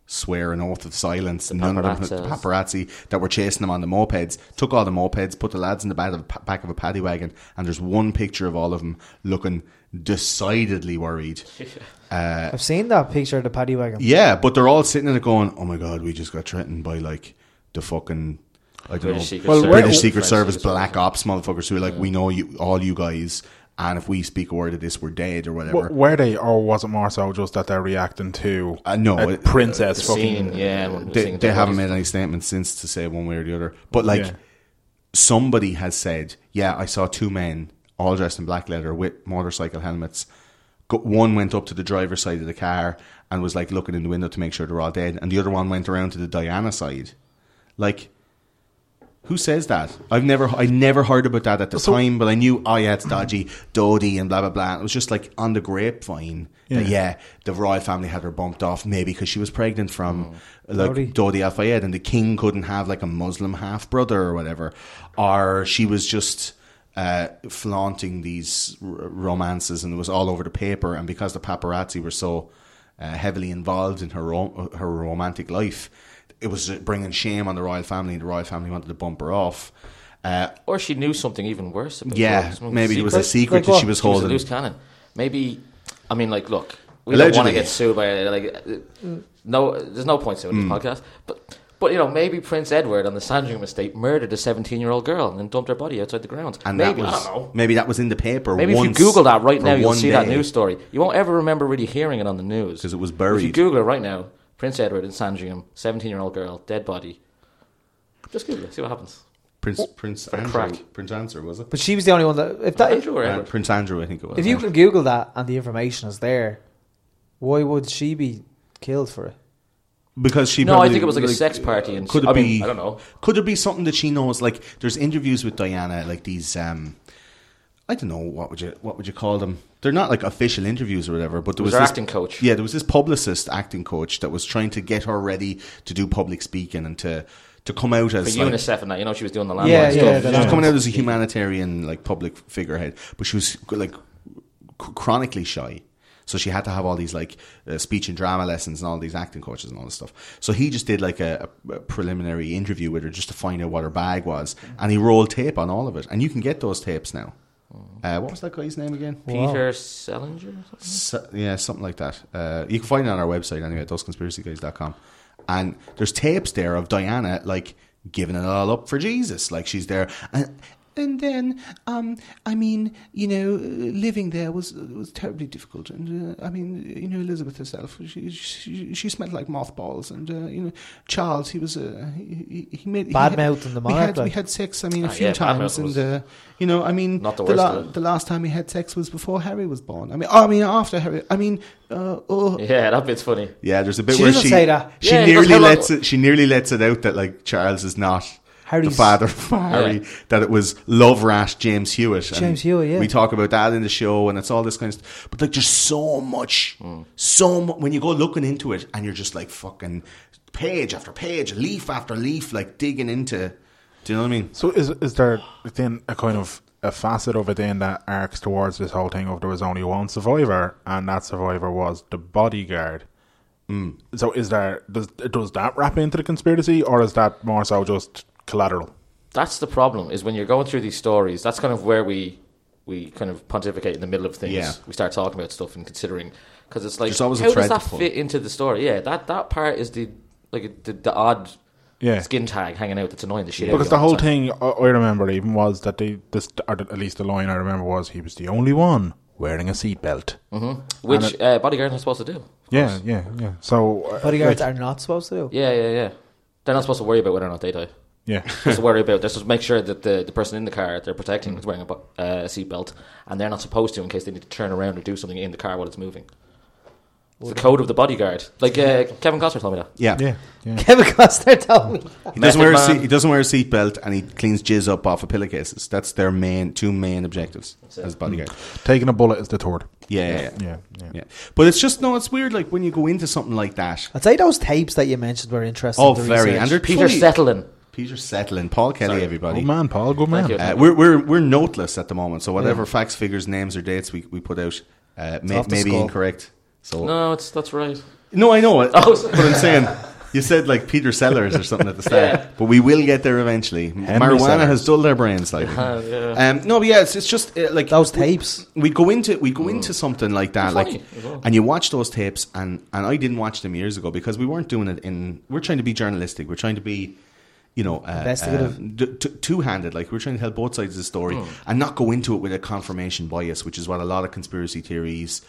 Speaker 4: swear an oath of silence. None of them, the
Speaker 5: paparazzos.
Speaker 4: paparazzi that were chasing them on the mopeds, took all the mopeds, put the lads in the back of a, pa- back of a paddy wagon, and there's one picture of all of them looking decidedly worried.
Speaker 3: I've seen that picture of the paddy wagon.
Speaker 4: Yeah, but they're all sitting in it going, "Oh my god, we just got threatened by like the fucking I don't
Speaker 5: British
Speaker 4: know
Speaker 5: Secret Well, Service.
Speaker 4: British
Speaker 5: where-
Speaker 4: Secret
Speaker 5: French
Speaker 4: Service,
Speaker 5: Secret
Speaker 4: Black Ops motherfuckers who are like, we know you all you guys, and if we speak a word of this, we're dead or whatever."
Speaker 2: W- were they, or was it more so just that they're reacting to
Speaker 4: Uh, no,
Speaker 2: a
Speaker 4: it-
Speaker 2: princess fucking?
Speaker 5: Scene, yeah, we're
Speaker 4: they,
Speaker 5: seeing
Speaker 4: they haven't
Speaker 5: bodies.
Speaker 4: made any statements since to say one way or the other. But like
Speaker 2: Yeah.
Speaker 4: somebody has said, yeah, I saw two men all dressed in black leather with motorcycle helmets. Go- One went up to the driver's side of the car and was like looking in the window to make sure they're all dead, and the other one went around to the Diana side. Like, who says that? I've never, I never heard about that at the time, but I knew, oh yeah, it's dodgy, dodgy, and blah blah blah. It was just like on the grapevine that yeah, the royal family had her bumped off maybe because she was pregnant from like Dodi Al Fayed, and the king couldn't have like a Muslim half brother or whatever, or she was just. Uh, flaunting these r- romances, and it was all over the paper. And because the paparazzi were so uh, heavily involved in her ro- her romantic life, it was uh, bringing shame on the royal family, and the royal family wanted to bump her off. Uh,
Speaker 5: or she knew something even worse. About
Speaker 4: yeah,
Speaker 5: Some
Speaker 4: maybe it was a secret
Speaker 3: Like
Speaker 4: that
Speaker 3: what?
Speaker 4: she was
Speaker 5: She was a
Speaker 4: holding.
Speaker 5: loose cannon. Maybe, I mean, like, look, we don't want
Speaker 4: Allegedly.
Speaker 5: to get sued by like, uh, no, there's no point suing
Speaker 4: Mm.
Speaker 5: this podcast. But, but you know, maybe Prince Edward on the Sandringham estate murdered a 17 year old girl and then dumped her body outside the grounds.
Speaker 4: and
Speaker 5: maybe
Speaker 4: that
Speaker 5: I
Speaker 4: was
Speaker 5: don't know.
Speaker 4: maybe that was in the paper.
Speaker 5: Maybe
Speaker 4: once
Speaker 5: if you Google that right
Speaker 4: for
Speaker 5: now, you'll
Speaker 4: one
Speaker 5: see that
Speaker 4: day.
Speaker 5: news story. You won't ever remember really hearing it on the news
Speaker 4: 'Cause it was
Speaker 5: If you
Speaker 4: buried.
Speaker 5: Google it right now, Prince Edward in Sandringham, 17 year old girl, dead body. Just Google it, see what happens.
Speaker 4: Prince Prince Andrew,
Speaker 5: Oh, crack.
Speaker 4: Prince Andrew was it?
Speaker 3: But she was the only one that. If that,
Speaker 5: Andrew or
Speaker 4: Uh,
Speaker 5: Edward?
Speaker 4: Prince Andrew, I think it was.
Speaker 3: if you
Speaker 4: eh?
Speaker 3: can Google that and the information is there, why would she be killed for it?
Speaker 4: because she
Speaker 5: No, I
Speaker 4: probably,
Speaker 5: think it was like a sex party and
Speaker 4: could
Speaker 5: she-
Speaker 4: it
Speaker 5: I
Speaker 4: be?
Speaker 5: mean, I don't know.
Speaker 4: Could it be something that she knows? Like there's interviews with Diana, like these. um I don't know what would you what would you call them? They're not like official interviews or whatever. But there
Speaker 5: was
Speaker 4: was,
Speaker 5: her
Speaker 4: this,
Speaker 5: acting coach.
Speaker 4: Yeah, there was this publicist acting coach that was trying to get her ready to do public speaking and to to come out
Speaker 5: But
Speaker 4: as like,
Speaker 5: UNICEF and that, you know, she was doing the landline
Speaker 3: Yeah,
Speaker 5: stuff.
Speaker 3: yeah, the
Speaker 4: she
Speaker 3: landline.
Speaker 4: was coming out as a humanitarian like public figurehead, but she was like c- chronically shy. So she had to have all these like uh, speech and drama lessons and all these acting coaches and all this stuff. So he just did like a, a preliminary interview with her just to find out what her bag was, and he rolled tape on all of it. And you can get those tapes now.
Speaker 3: Oh.
Speaker 4: Uh, what was that guy's name again?
Speaker 5: Peter Selinger or something?
Speaker 4: So, yeah, something like that. Uh, you can find it on our website anyway, at thoseconspiracyguys.com. And there's tapes there of Diana like giving it all up for Jesus. Like she's there, and and then um, I mean, you know, living there was was terribly difficult. And uh, I mean, you know, Elizabeth herself, she she, she smelled like mothballs. And uh, you know, Charles, he was uh, he, he made he had-
Speaker 3: Badmouth and the
Speaker 4: we had,
Speaker 3: monarch,
Speaker 4: we
Speaker 3: like.
Speaker 4: had sex. I mean, a
Speaker 5: Ah,
Speaker 4: few
Speaker 5: yeah, Badmouth
Speaker 4: times, and
Speaker 5: was-
Speaker 4: uh, you know, I mean,
Speaker 5: Not the worst
Speaker 4: la-
Speaker 5: of it.
Speaker 4: the last time he had sex was before Harry was born. I mean, I mean, after Harry. I mean, uh, oh,
Speaker 5: Yeah, that bit's funny.
Speaker 4: yeah, there's a bit
Speaker 3: She
Speaker 4: where
Speaker 3: doesn't
Speaker 4: she
Speaker 3: say that.
Speaker 4: she
Speaker 5: Yeah, it
Speaker 4: nearly
Speaker 5: doesn't-
Speaker 4: lets it she nearly lets it out that like Charles is not the
Speaker 3: Harry's-
Speaker 4: father (laughs) of Harry. That it was love rash James Hewitt.
Speaker 3: James Hewitt, yeah.
Speaker 4: We talk about that in the show, and it's all this kind of. Stuff. But like, there's so much,
Speaker 5: Mm.
Speaker 4: so mu- when you go looking into it, and you're just like fucking page after page, leaf after leaf, like digging into. Do you know what I mean?
Speaker 2: So is is there then a kind of a facet of it then that arcs towards this whole thing of there was only one survivor and that survivor was the bodyguard. Mm. So is there does does that wrap into the conspiracy or is that more so just collateral?
Speaker 5: That's the problem. Is when you're going through these stories, that's kind of where we we kind of pontificate in the middle of things.
Speaker 4: Yeah.
Speaker 5: We start talking about stuff and considering because it's like
Speaker 4: There's always a
Speaker 5: how
Speaker 4: thread
Speaker 5: does
Speaker 4: to
Speaker 5: that
Speaker 4: pull.
Speaker 5: fit into the story? Yeah, that that part is the like the, the odd
Speaker 2: Yeah.
Speaker 5: skin tag hanging out that's annoying the shit. out of
Speaker 2: because
Speaker 5: you
Speaker 2: the
Speaker 5: all
Speaker 2: whole
Speaker 5: time.
Speaker 2: thing I, I remember even was that they this or at least the line I remember was he was the only one wearing a seatbelt.
Speaker 5: which uh, bodyguards are supposed to do.
Speaker 2: Yeah, yeah, yeah. So uh,
Speaker 3: Bodyguards
Speaker 2: like,
Speaker 3: are not supposed to do.
Speaker 5: Yeah, yeah, yeah. They're not supposed to worry about whether or not they die.
Speaker 2: yeah. (laughs)
Speaker 5: (laughs) Just worry about. They're supposed to make sure that the, the person in the car that they're protecting is wearing a bu- uh, a seatbelt, and they're not supposed to in case they need to turn around or do something in the car while it's moving. It's the code of the bodyguard. Like uh, Kevin Costner told me that.
Speaker 4: Yeah,
Speaker 2: Yeah. Yeah.
Speaker 3: (laughs) Kevin Costner told me.
Speaker 4: He doesn't wear a
Speaker 5: Method Man.
Speaker 4: seat, he doesn't wear a seatbelt, and he cleans jizz up off of pillowcases. That's their main two main objectives as bodyguard.
Speaker 2: Taking a bullet is the third.
Speaker 4: Yeah, yeah, yeah.
Speaker 2: Yeah. Yeah.
Speaker 4: Yeah. But it's just no, it's weird. Like when you go into something like that.
Speaker 3: I'd say those tapes that you mentioned were interesting.
Speaker 4: Oh,
Speaker 3: to
Speaker 4: very.
Speaker 3: research.
Speaker 4: And they're
Speaker 5: Peter
Speaker 4: fully-
Speaker 5: Settling.
Speaker 4: Peter Settling, Paul Kelly, everybody.
Speaker 3: Oh,
Speaker 2: Good man, Paul. Good man.
Speaker 5: Thank you.
Speaker 4: Uh, we're we're we're noteless at the moment, so whatever facts, figures, names, or dates we, we put out uh, may,
Speaker 3: off the
Speaker 4: may be
Speaker 3: skull.
Speaker 4: incorrect. So no.
Speaker 5: No, it's that's right.
Speaker 4: I know it.
Speaker 5: Oh,
Speaker 4: but I'm saying you said like Peter Sellers or something at the start, but we will get there eventually. Marijuana
Speaker 2: Sellers.
Speaker 4: has dulled our brains slightly.
Speaker 5: Uh,
Speaker 4: um, no, but yeah, it's, it's just uh, like
Speaker 3: Those
Speaker 4: we-
Speaker 3: tapes.
Speaker 4: we go into we go into something like that,
Speaker 5: They're funny
Speaker 4: like,
Speaker 5: as well.
Speaker 4: and you watch those tapes, and and I didn't watch them years ago because we weren't doing it in. We're trying to be journalistic. We're trying to be, you know, uh,
Speaker 3: Investigative.
Speaker 4: um, d- t- two-handed. Like we're trying to help both sides of the story and not go into it with a confirmation bias, which is what a lot of conspiracy theories,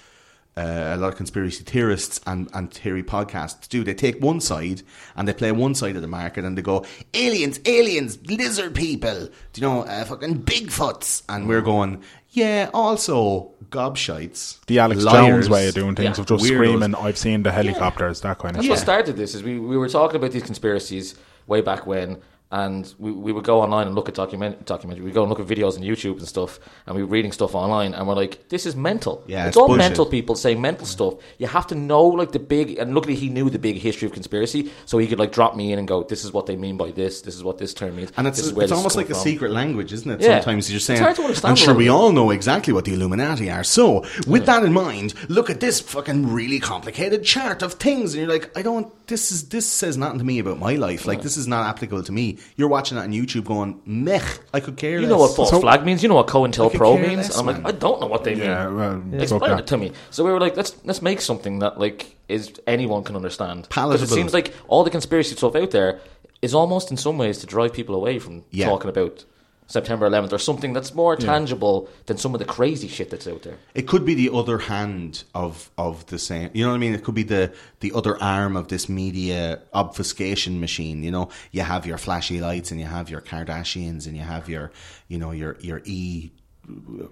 Speaker 4: uh, a lot of conspiracy theorists and and theory podcasts do. They take one side and they play one side of the market, and they go aliens, aliens, lizard people, you know, uh, fucking bigfoots, and we're going. Yeah, also gobshites.
Speaker 2: the Alex
Speaker 4: liars,
Speaker 2: Jones way of doing things
Speaker 5: Yeah.
Speaker 2: of just
Speaker 4: Weirdos.
Speaker 2: screaming, "I've seen the helicopters," that kind of
Speaker 5: That's what
Speaker 2: stuff.
Speaker 5: started this. Is we, we were talking about these conspiracies way back when, and we, we would go online and look at document documentary. We go and look at videos on YouTube and stuff, and we were reading stuff online, and we're like, "This is mental.
Speaker 4: Yeah,
Speaker 5: it's,
Speaker 4: it's
Speaker 5: all
Speaker 4: bullshit.
Speaker 5: mental people saying mental stuff. You have to know like the big. And luckily, he knew the big history of conspiracy, so he could like drop me in and go, "This is what they mean by this. This is what this term means."
Speaker 4: And it's,
Speaker 5: this is where
Speaker 4: it's
Speaker 5: this
Speaker 4: almost
Speaker 5: come
Speaker 4: like a
Speaker 5: from."
Speaker 4: secret language, isn't it?
Speaker 5: Yeah.
Speaker 4: Sometimes you're
Speaker 5: It's
Speaker 4: saying,
Speaker 5: hard to understand
Speaker 4: I'm
Speaker 5: a
Speaker 4: sure
Speaker 5: little
Speaker 4: we
Speaker 5: bit."
Speaker 4: all know exactly what the Illuminati are. So, with that in mind, look at this fucking really complicated chart of things, and you're like, I don't. This is this says nothing to me about my life. Like this is not applicable to me. You're watching that on YouTube, going, meh, I could care.
Speaker 5: You know
Speaker 4: less.
Speaker 5: what false flag means. You know what COINTELPRO
Speaker 4: care
Speaker 5: means.
Speaker 4: less,
Speaker 5: I'm like,
Speaker 4: man.
Speaker 5: I don't know what they mean.
Speaker 2: Yeah, well, fuck
Speaker 5: Explain
Speaker 2: that.
Speaker 5: it to me. So we were like, let's let's make something that like is anyone can understand. 'Cause It
Speaker 4: Palatable.
Speaker 5: seems like all the conspiracy stuff out there is almost in some ways to drive people away from
Speaker 4: Yeah.
Speaker 5: talking about September 11th or something that's more tangible than some of the crazy shit that's out there.
Speaker 4: It could be the other hand of of the same. You know what I mean? It could be the the other arm of this media obfuscation machine. You know, you have your flashy lights, and you have your Kardashians, and you have your you know your your e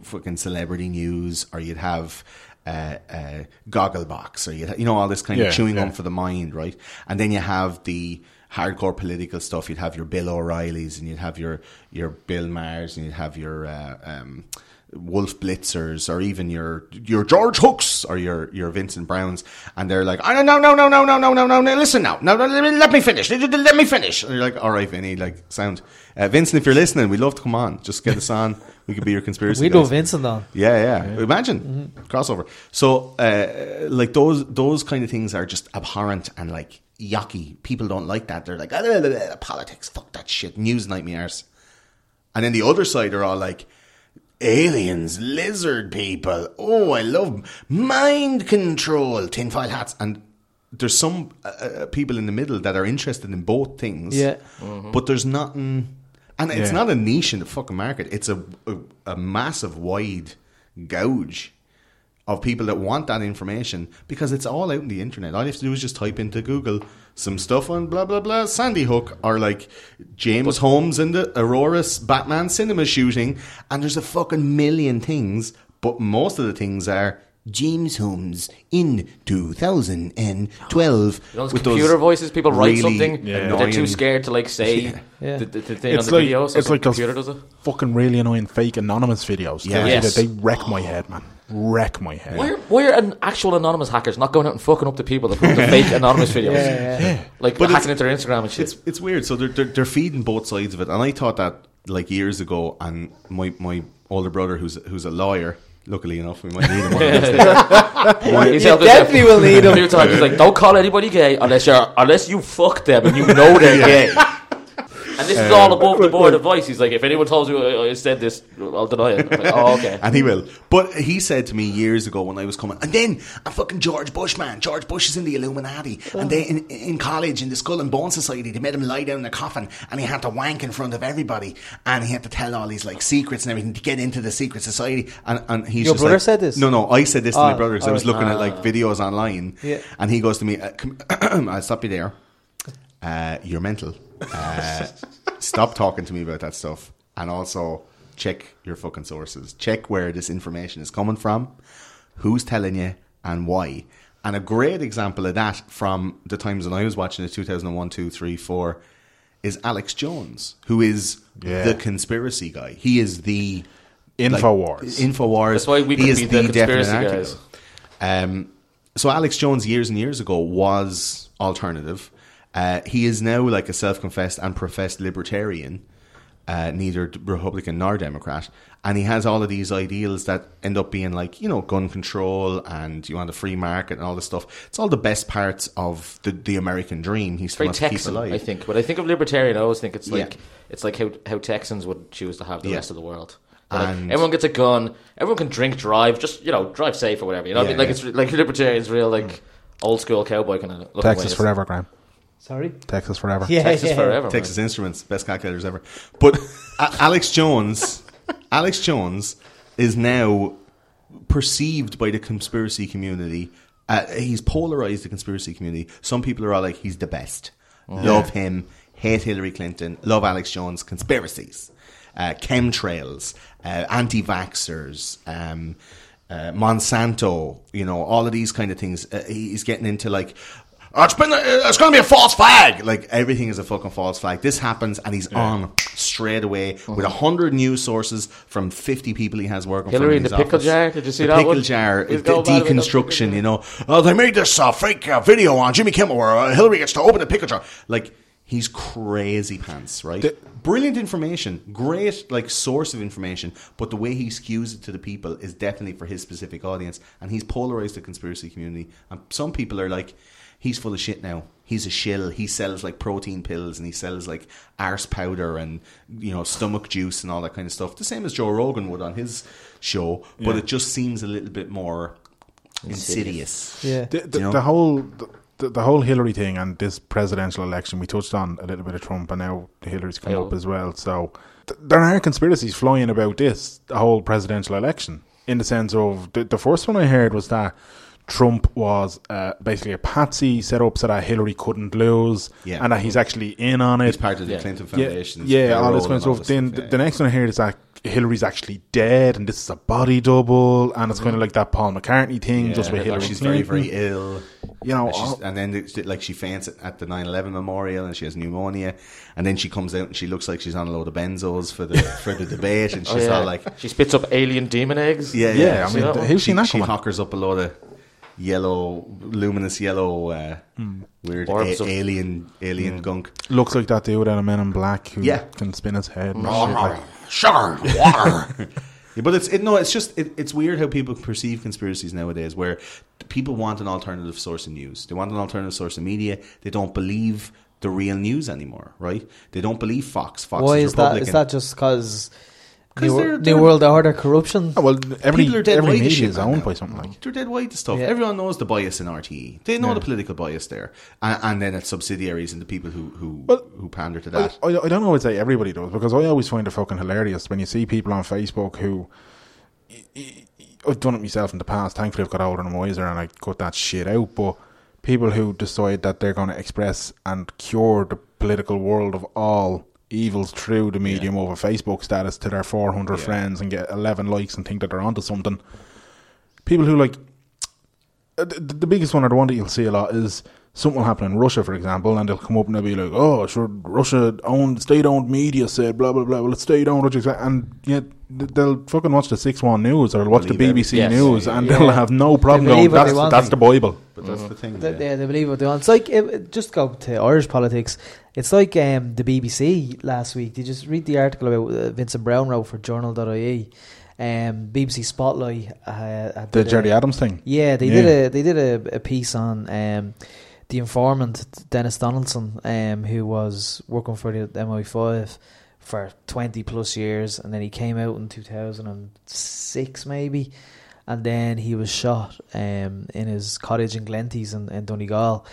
Speaker 4: fucking celebrity news, or you'd have. Uh, uh, goggle box or you, you know all this kind
Speaker 2: Yeah,
Speaker 4: of chewing
Speaker 2: yeah.
Speaker 4: on for the mind right and then you have the hardcore political stuff you'd have your bill o'reillys and you'd have your your bill mars and you'd have your uh, um, Wolf Blitzers or even your your George Hooks or your your Vincent Browns, and they're like, oh, no, no, no, no, no, no, no, no, no, no, listen now, no, no, let me, let me finish, let, let- let me finish. And you're like, all right, Vinny, like, sound, uh, Vincent, if you're listening, we'd love to come on, just get us on, we could be your conspiracy.
Speaker 3: We know
Speaker 4: guys.
Speaker 3: Vincent though.
Speaker 4: Yeah, yeah. Imagine crossover. So, uh, like those those kind of things are just abhorrent and like yucky. People don't like that. They're like "Ah, blah, blah, blah, politics. Fuck that shit. News nightmares. And then the other side are all like aliens, lizard people. Oh, I love 'em. mind control, tinfoil hats, and there's some uh, uh, people in the middle that are interested in both things.
Speaker 3: Yeah.
Speaker 5: Mm-hmm.
Speaker 4: But there's nothing, and
Speaker 2: Yeah.
Speaker 4: it's not a niche in the fucking market. It's a, a a massive wide gouge of people that want that information because it's all out in the internet. All you have to do is just type into Google some stuff on blah blah blah Sandy Hook or like James Holmes and the Aurora's Batman cinema shooting, and there's a fucking million things. But most of the things are James Holmes in 2012
Speaker 5: You know, those computer voices, people write
Speaker 4: really
Speaker 5: something, but they're too
Speaker 4: annoying-
Speaker 5: scared to like say
Speaker 3: Yeah.
Speaker 5: The, the, the thing
Speaker 2: It's
Speaker 5: on the
Speaker 2: like,
Speaker 5: video. So
Speaker 2: it's like those
Speaker 5: computer does it.
Speaker 2: fucking really annoying fake anonymous videos. They-
Speaker 4: Yeah.
Speaker 5: Yes.
Speaker 2: They, they wreck my head, man. Wreck my head.
Speaker 5: Why are, why are an actual anonymous hackers not going out and fucking up the people that put up the fake anonymous videos?
Speaker 3: Yeah, yeah.
Speaker 5: Like
Speaker 4: But
Speaker 5: hacking
Speaker 4: it's-
Speaker 5: into their Instagram and shit.
Speaker 4: It's it's weird. So they're, they're they're feeding both sides of it, and I thought that like years ago. And my my older brother, who's who's a lawyer, luckily enough, we might need him. on this.
Speaker 5: He's
Speaker 3: You
Speaker 5: helped us
Speaker 3: definitely will need
Speaker 5: a (laughs)
Speaker 3: 'em.
Speaker 5: few times. He's like, don't call anybody gay unless you're unless you fuck them and you know they're gay. (laughs) And this is all above the board advice. He's like, if anyone tells you I I said this, I'll deny it. I'm like, oh,
Speaker 4: (laughs)
Speaker 5: okay.
Speaker 4: And he will. But he said to me years ago when I was coming, and then I'm fucking George Bush, man. George Bush is in the Illuminati. And they in, in college, in the Skull and Bone Society, they made him lie down in a coffin and he had to wank in front of everybody. And he had to tell all these like secrets and everything to get into the secret society. And, and he's
Speaker 3: Your
Speaker 4: just
Speaker 3: brother
Speaker 4: like-
Speaker 3: said this?
Speaker 4: No, no, I said this to my
Speaker 3: Oh,
Speaker 4: brother because I was
Speaker 3: alright. Ah.
Speaker 4: looking at like videos online.
Speaker 3: Yeah.
Speaker 4: And he goes to me, uh, (clears throat) come- I'll stop you there. Uh, you're mental.
Speaker 3: (laughs)
Speaker 4: Uh, stop talking to me about that stuff. And also check your fucking sources. Check where this information is coming from, who's telling you, and why. And a great example of that from the times when I was watching it 2001, 2, 3, 4 is Alex Jones, who is
Speaker 2: Yeah.
Speaker 4: the conspiracy guy. He is the.
Speaker 2: Infowars.
Speaker 4: Like, Infowars.
Speaker 5: That's why we
Speaker 4: He
Speaker 5: could
Speaker 4: is
Speaker 5: be the
Speaker 4: definite
Speaker 5: conspiracy
Speaker 4: anti-hero.
Speaker 5: guys.
Speaker 4: Um, so Alex Jones years and years ago was alternative. Uh, he is now like a self-confessed and professed libertarian, uh, neither d- Republican nor Democrat, and he has all of these ideals that end up being like you know gun control and you want a free market and all this stuff. It's all the best parts of the, the American dream. He
Speaker 5: It's
Speaker 4: still
Speaker 5: very
Speaker 4: wants to
Speaker 5: Texan,
Speaker 4: keep alive.
Speaker 5: I think. When I think of libertarian, I always think it's
Speaker 4: Yeah.
Speaker 5: like it's like how how Texans would choose to have the
Speaker 4: Yeah.
Speaker 5: rest of the world. They're like,
Speaker 4: And-
Speaker 5: everyone gets a gun. Everyone can drink, drive, just you know, drive safe or whatever. You know, what I
Speaker 4: Yeah,
Speaker 5: mean? like
Speaker 4: yeah. Mm.
Speaker 5: it's re- like libertarians, real like old school cowboy kind of look.
Speaker 2: Texas forever, Graham.
Speaker 3: Sorry.
Speaker 2: Texas forever.
Speaker 3: Yeah,
Speaker 5: Texas
Speaker 3: yeah.
Speaker 5: forever.
Speaker 4: (laughs)
Speaker 5: man.
Speaker 4: Texas Instruments, best calculators ever. But A- Alex Jones, Alex Jones is now perceived by the conspiracy community. Uh, he's polarized the conspiracy community. Some people are all like, "He's the best, love him, hate Hillary Clinton, love Alex Jones." Conspiracies, uh, chemtrails, uh, anti-vaxxers. Um, uh, Monsanto, you know, all of these kind of things. Uh, he's getting into like, "Oh, it's been, uh, it's going to be a false flag. Like everything is a fucking false flag. This happens, and he's on straight away with a hundred news sources from fifty people he has working.
Speaker 5: Hillary
Speaker 4: from
Speaker 5: in
Speaker 4: his
Speaker 5: the pickle
Speaker 4: office.
Speaker 5: jar? Did you see
Speaker 4: the
Speaker 5: that
Speaker 4: pickle
Speaker 5: one?
Speaker 4: jar,
Speaker 5: He's
Speaker 4: uh,
Speaker 5: going
Speaker 4: de-
Speaker 5: mad about the
Speaker 4: deconstruction.
Speaker 5: pickle
Speaker 4: You know, oh, they made this uh, fake uh, video on Jimmy Kimmel where uh, Hillary gets to open a pickle jar. Like he's crazy pants, right? Brilliant information, great like source of information, but the way he skews it to the people is definitely for his specific audience, and he's polarized the conspiracy community. And some people are like, he's full of shit now. He's a shill. He sells like protein pills and he sells like arse powder and you know stomach juice and all that kind of stuff. The same as Joe Rogan would on his show, but it just seems a little bit more insidious.
Speaker 3: Yeah.
Speaker 2: The, the,
Speaker 4: You know?
Speaker 2: the whole the, the whole Hillary thing and this presidential election, we touched on a little bit of Trump, and now Hillary's come
Speaker 5: Yeah.
Speaker 2: up as well. So th- there are conspiracies flying about this the whole presidential election. In the sense of the, the first one I heard was that Trump was uh, basically a patsy set up so that Hillary couldn't lose,
Speaker 4: Yeah.
Speaker 2: and that he's actually in on it.
Speaker 4: He's part of the
Speaker 5: Yeah.
Speaker 4: Clinton
Speaker 2: yeah,
Speaker 4: Foundation.
Speaker 2: yeah, all this kind of stuff. Then th- the next one I heard is that Hillary's actually dead, and this is a body double, and it's kind of like that Paul McCartney thing, just with Hillary.
Speaker 4: Mm-hmm. she's
Speaker 2: Clinton.
Speaker 4: very, very ill.
Speaker 2: You know,
Speaker 4: and,
Speaker 2: all-
Speaker 4: she's, and then it's like she faints at- at the 9/11 memorial, and she has pneumonia. And then she comes out and she looks like she's on a load of benzos for the for the
Speaker 2: (laughs)
Speaker 4: debate, and
Speaker 5: Oh,
Speaker 4: she's
Speaker 5: yeah.
Speaker 4: all like,
Speaker 5: she spits up alien demon eggs.
Speaker 4: "Yeah, yeah."
Speaker 2: Yeah, I mean,
Speaker 5: that
Speaker 2: th-
Speaker 5: one?
Speaker 2: who's she not
Speaker 4: she
Speaker 2: coming?
Speaker 4: hawkers up a lot of yellow, luminous yellow, uh,
Speaker 2: Hmm.
Speaker 4: weird
Speaker 5: Orbs
Speaker 4: a-
Speaker 5: of-
Speaker 4: alien alien gunk.
Speaker 2: Looks like that dude out of Men in Black who
Speaker 4: Yeah.
Speaker 2: can spin his head. And shit, like,
Speaker 4: Sugar, water. Yeah, but it's it, no, it's just it, it's weird how people perceive conspiracies nowadays. Where people want an alternative source of news, they want an alternative source of media. They don't believe the real news anymore, right? They don't believe Fox. Fox
Speaker 3: Why
Speaker 4: is
Speaker 3: is that?
Speaker 4: Republican.
Speaker 3: Is that just because
Speaker 4: 'Cause
Speaker 3: New,
Speaker 4: they're-
Speaker 3: New
Speaker 4: they're-
Speaker 3: World Order corruption.
Speaker 2: Oh, well, every,
Speaker 4: People are dead
Speaker 2: every
Speaker 4: white as
Speaker 2: media
Speaker 4: shit
Speaker 2: is
Speaker 4: like
Speaker 2: owned
Speaker 4: that.
Speaker 2: by something like.
Speaker 4: They're dead white stuff.
Speaker 3: Yeah.
Speaker 4: Everyone knows the bias in RTE. They know
Speaker 2: Yeah.
Speaker 4: the political bias there, and, and then its subsidiaries and the people who who, who pander to that.
Speaker 2: I, I don't know. I'd say everybody does because I always find it fucking hilarious when you see people on Facebook who. I've done it myself in the past. Thankfully, I've got older and wiser, and I cut that shit out. But people who decide that they're going to express and cure the political world of all evils through the medium of a Facebook status to their 400 friends and get 11 likes and think that they're onto something. People who like uh, the, the biggest one or the one that you'll see a lot is something will happen in Russia, for example, and they'll come up and they'll be like, "Oh, sure, Russia owned state-owned media said blah blah blah. Well, it's state-owned, which is- and yet th- they'll fucking watch the Six One News or watch
Speaker 4: Believe
Speaker 2: the BBC
Speaker 5: everything. Yes.
Speaker 2: News, and they'll have no problem
Speaker 3: They
Speaker 2: going.
Speaker 3: believe what
Speaker 2: That's
Speaker 3: they want."
Speaker 2: that's the Bible.
Speaker 4: But that's the thing.
Speaker 3: They,
Speaker 4: yeah.
Speaker 3: yeah, they believe what they want. It's like it, it- just go to Irish politics. It's like um, the BBC last week. Did you just read the article about uh, Vincent Brown wrote for Journal.ie? E. Um, BBC Spotlight. Uh, had
Speaker 2: The
Speaker 3: did a-
Speaker 2: Jerry Adams thing.
Speaker 3: Yeah, they
Speaker 2: Yeah.
Speaker 3: did a they did a, a piece on um, the informant Dennis Donaldson, um, who was working for the MI5 for twenty plus years, and then he came out in two thousand and six maybe, and then he was shot um, in his cottage in Glenties in, in Donegal.